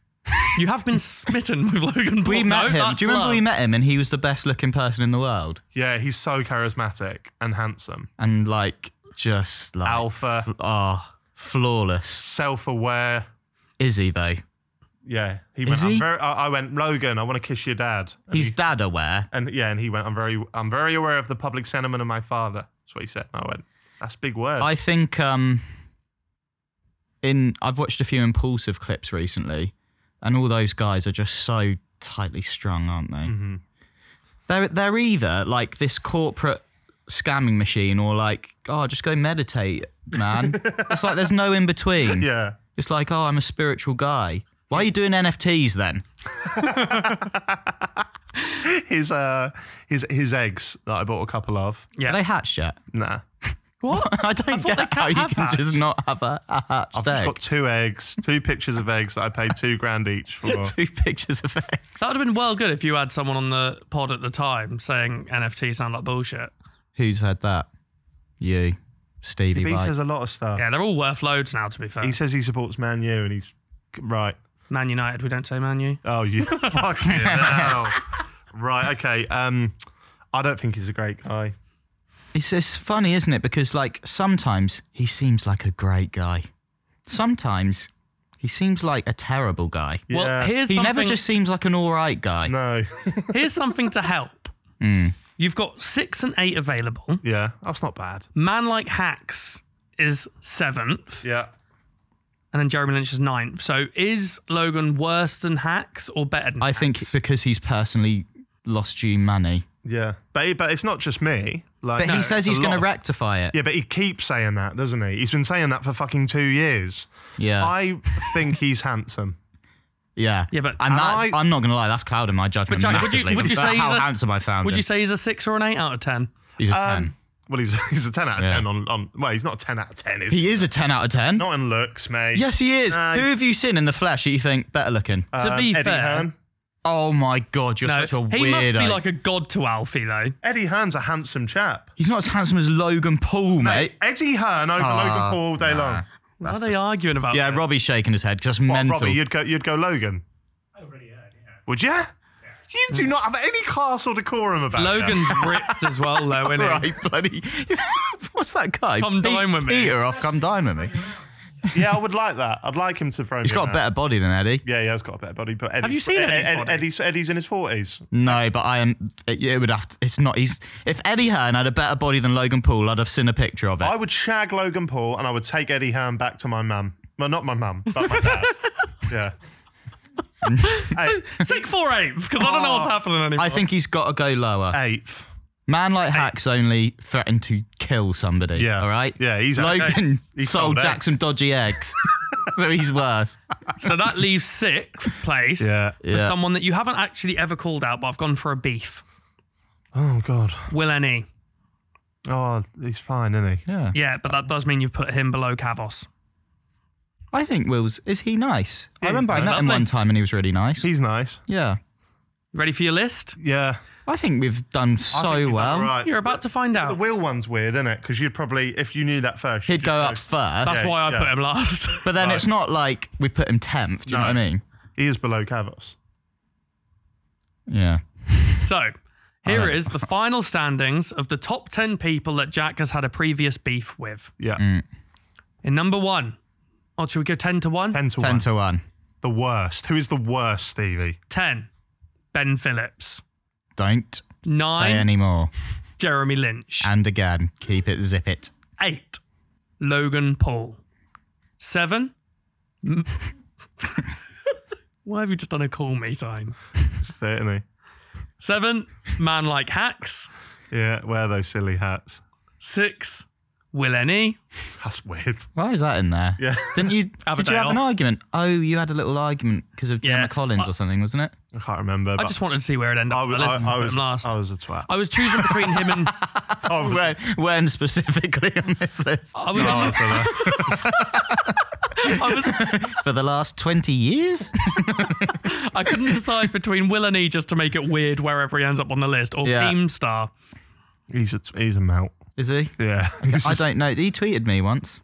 S3: You have been smitten with Logan Paul.
S2: We
S3: No,
S2: met him.
S3: that's
S2: Do you remember
S3: love.
S2: we met him and he was the best looking person in the world?
S1: Yeah, he's so charismatic and handsome,
S2: And like just like
S1: alpha,
S2: Oh, flawless.
S1: self-aware.
S2: Is he though?
S1: Yeah, he
S2: Is
S1: went. I'm
S2: he?
S1: very, I, I went, Logan. I want to kiss your dad. And
S2: He's
S1: he-
S2: dad aware.
S1: and yeah, and he went. I'm very, I'm very aware of the public sentiment of my father. That's what he said. And I went. That's big words.
S2: I think um in I've watched a few impulsive clips recently and all those guys are just so tightly strung, aren't they? Mm-hmm. They're they're either like this corporate scamming machine or like, oh just go meditate, man. it's like there's no in between.
S1: yeah.
S2: It's like, oh I'm a spiritual guy. Why are you doing NFTs then?
S1: his uh his his eggs that I bought a couple of.
S3: Yeah.
S2: Are they hatched yet?
S1: Nah.
S3: What?
S2: I don't
S3: thought they
S2: get how
S3: can't
S2: you
S3: have
S2: can just
S3: hatched.
S2: not have a, a hatched
S1: I've just
S2: egg.
S1: got two eggs, two pictures of eggs that I paid two grand each for.
S2: Two pictures of egg.
S3: That would have been well good if you had someone on the pod at the time saying NFT sound like bullshit.
S2: Who's had that? You, Stevie.
S1: he
S2: Vai.
S1: says a lot of stuff.
S3: Yeah, they're all worth loads now. To be fair,
S1: He says he supports Man U and he's right.
S3: Man United. We don't say Man U.
S1: Oh you fucking hell. Right, okay. Um I don't think he's a great guy.
S2: It's, it's funny, isn't it? Because like sometimes he seems like a great guy. Sometimes he seems like a terrible guy.
S1: Yeah.
S3: Well, here's
S2: He
S3: something,
S2: never just seems like an all right guy.
S1: No.
S3: here's something to help.
S2: Hmm.
S3: You've got six and eight available.
S1: yeah, that's not bad.
S3: Man Like Hacks is seventh,
S1: Yeah.
S3: and then Jeremy Lynch is ninth. So is Logan worse than Hacks or better than
S2: I think it's because he's personally lost you money.
S1: Yeah. But he- but it's not just me. Like
S2: But he says
S1: it's a
S2: he's
S1: lot
S2: going to
S1: of-
S2: rectify it.
S1: Yeah, but he keeps saying that, doesn't he? He's been saying that for fucking two years.
S2: Yeah.
S1: I think he's handsome.
S2: yeah.
S3: Yeah, but-
S2: and
S1: And
S2: that's,
S1: I-
S2: I, am not going to lie, that's clouded my judgment
S3: But Jack, would you-
S2: massively.
S3: would you
S2: about
S3: say he's
S2: how
S3: a-
S2: handsome I found
S3: Would
S2: him.
S3: you say he's a six or an eight out of ten?
S2: he's a
S1: Um,
S2: 10?
S1: Well, he's he's a ten out of
S2: Yeah.
S1: ten on, on. Well, he's not a ten out of ten. Is he?
S2: He is a 10 out of 10.
S1: Not in looks, mate.
S2: Yes, he is.
S1: Nah,
S2: Who have you seen in the flesh that you think better looking?
S3: to be
S1: Uh, Eddie
S3: fair,
S1: Hearn.
S2: oh my god, you're
S3: no,
S2: such a weirdo.
S3: he must be like a god to Alfie though.
S1: Eddie Hearn's a handsome chap.
S2: He's not as handsome as Logan Paul, mate. Ah,
S1: Eddie Hearn over Logan Paul all day long.
S3: What are they arguing about?
S2: Yeah,
S3: this?
S2: Robbie's shaking his head because that's
S1: What,
S2: mental.
S1: Robbie, you'd go, you'd go Logan.
S3: Oh,
S4: I already heard, yeah.
S1: Would you? You do not have any class or decorum about you.
S3: Logan's ripped as well though, isn't he?
S2: right, bloody. What's that guy?
S3: Come dine with me.
S2: Peter off, come dine with me.
S1: Yeah, I would like that. I'd like him to throw.
S2: He's got a better body than Eddie.
S1: Yeah, he has got a better body. But Eddie,
S3: you seen Eddie's body?
S1: Eddie's, Eddie's in his forties.
S2: No, but I am. It, it would have. To, it's not. He's. If Eddie Hearn had a better body than Logan Paul, I'd have seen a picture of it.
S1: I would shag Logan Paul and I would take Eddie Hearn back to my mum. Well, not my mum, but my dad. yeah. Eight-
S3: Sick four eighths, because I don't know what's happening anymore.
S2: Oh. I think he's got to go lower.
S1: eighth.
S2: Man like Hacks only threatened to kill somebody.
S1: Yeah.
S2: All right.
S1: Yeah, he's
S2: Logan
S1: He sold
S2: sold Jack
S1: eggs.
S2: some dodgy eggs, so he's worse.
S3: so that leaves sixth place
S1: Yeah.
S3: for
S2: Yeah.
S3: someone that you haven't actually ever called out, but I've gone for a beef.
S1: Oh God.
S3: Will any?
S1: Oh, he's fine, isn't he?
S2: Yeah.
S3: Yeah, but that does mean you've put him below Cavos.
S2: I think Will's is he nice? I
S1: he's
S2: remember I
S1: nice.
S2: met him
S3: Lovely.
S2: one time and he was really nice.
S1: He's nice.
S2: yeah.
S3: Ready for your list?
S1: Yeah.
S2: I think we've done
S1: I think
S2: so
S1: you've done
S2: well.
S1: Right.
S3: You're about to find
S1: the
S3: out.
S1: wheel one's weird, isn't it? Because you'd probably, if you knew that first,
S2: He'd
S1: you'd
S2: go up
S1: just
S2: first,
S3: That's
S1: Yeah,
S3: why I
S1: yeah.
S3: put him last.
S2: but then it's not like we've put him tenth. Do you know what
S1: No.
S2: I mean?
S1: He is below Cavos.
S2: Yeah.
S3: so here
S1: Uh-huh.
S2: Alright.
S3: is the final standings of the top 10 people that Jack has had a previous beef with.
S1: Yeah.
S3: In number one, oh, should we go 10 to 1?
S1: Ten
S3: 10.
S1: to
S2: Ten
S1: one.
S2: to one.
S1: the worst. Who is the worst, Stevie?
S3: Ben Phillips.
S2: Don't say
S3: Nine,
S2: any more.
S3: Jeremy Lynch.
S2: And again, keep it, zip it.
S3: Eight, Logan Paul. Seven, M- why have you just done a call me time?
S1: Certainly.
S3: Seven, Man Like Hacks.
S1: Yeah. Wear those silly hats.
S3: Six, Will E. Any.
S1: That's weird.
S2: Why is that in there?
S1: Yeah.
S2: Didn't you?
S3: Have a
S2: did you
S3: day
S2: have an
S3: off.
S2: argument? Oh, you had a little argument because of
S3: Yeah.
S2: Gemma Collins or something, wasn't it?
S1: I can't remember.
S3: I
S1: but
S3: just wanted to see where it ended up.
S1: I
S3: I,
S1: was.
S3: listened to
S1: I, I
S3: him
S1: was.
S3: last.
S1: I was a twat. Oh,
S3: I was choosing between him and
S1: I was-
S2: When, when specifically on this list?
S3: I was,
S1: Oh, I don't know.
S3: I was
S2: For the last 20 years?
S3: I couldn't decide between Will and E just to make it weird wherever he ends up on the list or
S2: Yeah.
S3: Keemstar.
S1: He's a he's a melt.
S2: Is he?
S1: Yeah. He's
S2: I
S1: just-
S2: don't know. He tweeted me once.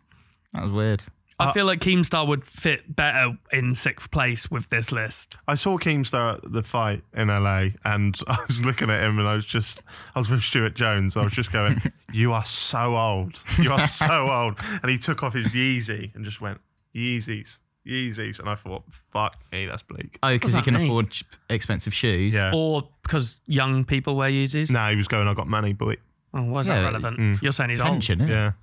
S2: That was weird.
S1: Uh,
S3: I feel like Keemstar would fit better in sixth place with this list.
S1: I saw Keemstar at the fight in LA, and I was looking at him, and I was just I was with Stuart Jones. I was just going, "You are so old. You are so old." And he took off his Yeezy and just went Yeezys, Yeezys, and I thought, "Fuck me, that's bleak."
S2: Oh, because he
S3: that
S2: can
S3: mean?
S2: afford ch- expensive shoes.
S1: Yeah.
S3: Or because young people wear Yeezys.
S1: No, mm. he was going. I got money, boy.
S3: Oh, why is that
S2: Yeah,
S3: relevant? You're saying he's
S2: Pension, isn't it?
S1: Yeah.
S3: old.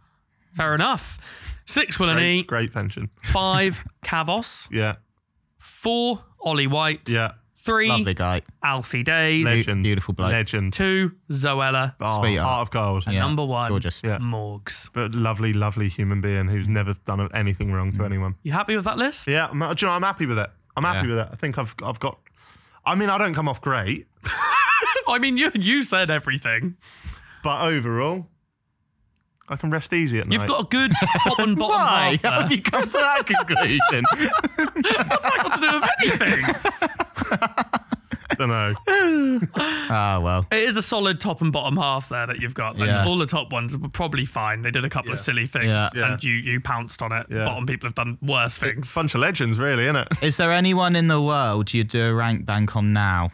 S3: Fair enough. Six Will and
S1: Great,
S3: E,
S1: great pension.
S3: five Cavos,
S1: Yeah.
S3: four Ollie White,
S1: Yeah.
S3: three
S2: Lovely guy.
S3: Alfie Days,
S1: Legend.
S2: beautiful bloke.
S1: Legend.
S3: two Zoella,
S1: Oh,
S2: Sweetheart.
S1: heart of gold.
S2: Yeah.
S3: number one
S2: Gorgeous.
S1: Yeah.
S3: Morgs.
S1: But lovely, lovely human being who's never done anything wrong
S2: Mm.
S1: to anyone.
S3: You happy with that list?
S1: Yeah, I'm, do you know, I'm happy with it. I'm happy
S2: Yeah.
S1: with it. I think I've I've got. I mean, I don't come off great,
S3: I mean, you you said everything.
S1: but overall, I can rest easy at night.
S3: You've got a good top and bottom
S2: Why?
S3: half.
S2: How
S3: there.
S2: have you come to that conclusion?
S3: It's not got to do with anything.
S1: don't know.
S2: Ah, well.
S3: It is a solid top and bottom half there that you've got. And
S2: Yeah.
S3: all the top ones were probably fine. They did a couple of
S1: Yeah.
S3: silly things,
S2: Yeah.
S1: Yeah.
S3: and you you pounced on it.
S1: Yeah.
S3: Bottom people have done worse things.
S1: Bunch of legends, really, isn't it?
S2: Is there anyone in the world you'd do a rank bank on now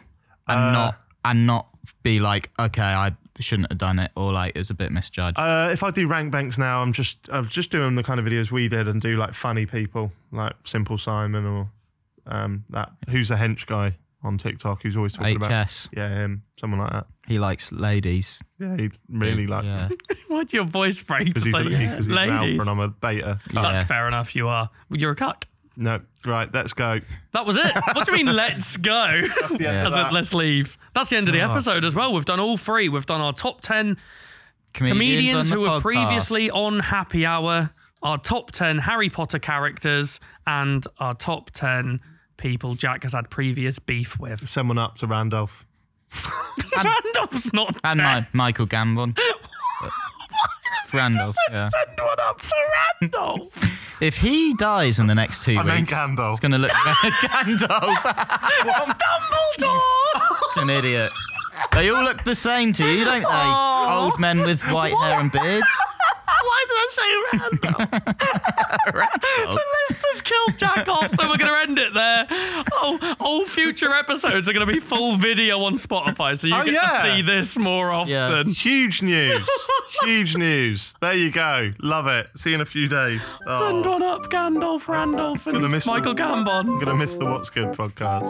S2: and not and not be like, okay, I shouldn't have done it, or like it's a bit misjudged?
S1: Uh, if I do rank banks now, I'm just I'm just doing the kind of videos we did and do like funny people, like Simple Simon or um, that who's the hench guy on TikTok who's always talking about
S2: HS.
S1: yeah him, someone like that.
S2: He likes ladies.
S1: Yeah, he really likes
S2: yeah.
S1: him
S3: Why'd your voice break?
S1: because he's,
S3: So-
S1: a- he's- 'cause he's an alpha
S3: ladies.
S1: and I'm a beta.
S3: That's
S2: Yeah.
S3: fair enough. You are. You're a cuck.
S1: No, right, let's go.
S3: That was it. What do you mean? Let's go.
S1: the end of
S3: That's it,
S1: that. Oh,
S3: let's leave. That's the end of the episode as well. We've done all three. We've done our top ten comedians
S2: on
S3: who
S2: the
S3: were
S2: podcast.
S3: previously on Happy Hour, our top 10 Harry Potter characters, and our top 10 people Jack has had previous beef with.
S1: Someone up to Randolph.
S3: Randolph's not
S2: and my,
S3: dead.
S2: Michael Gambon. Randolph. Yeah.
S3: Send one up to Randolph.
S2: If he dies in the next two
S1: I meant
S2: weeks,
S1: Gandalf.
S2: it's going to look Gandalf,
S3: Dumbledore.
S2: an idiot. They all look the same to you, don't they? Old men with white hair and beards.
S3: Why so random. the list has killed Jack off, so we're going to end it there. Oh, all future episodes are going to be full video on Spotify, so you
S1: Oh,
S3: get
S1: yeah.
S3: to see this more often.
S2: Yeah.
S1: Huge news. Huge news. There you go. Love it. See you in a few days.
S3: Send
S1: Oh,
S3: one up, Gandalf, Randolph, and
S1: Gonna miss
S3: Michael Gambon.
S1: I'm going to miss the What's Good podcast.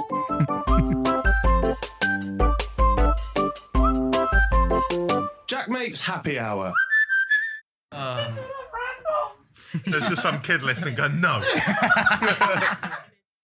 S1: Jack Mate's happy hour. There's just some kid listening going, no.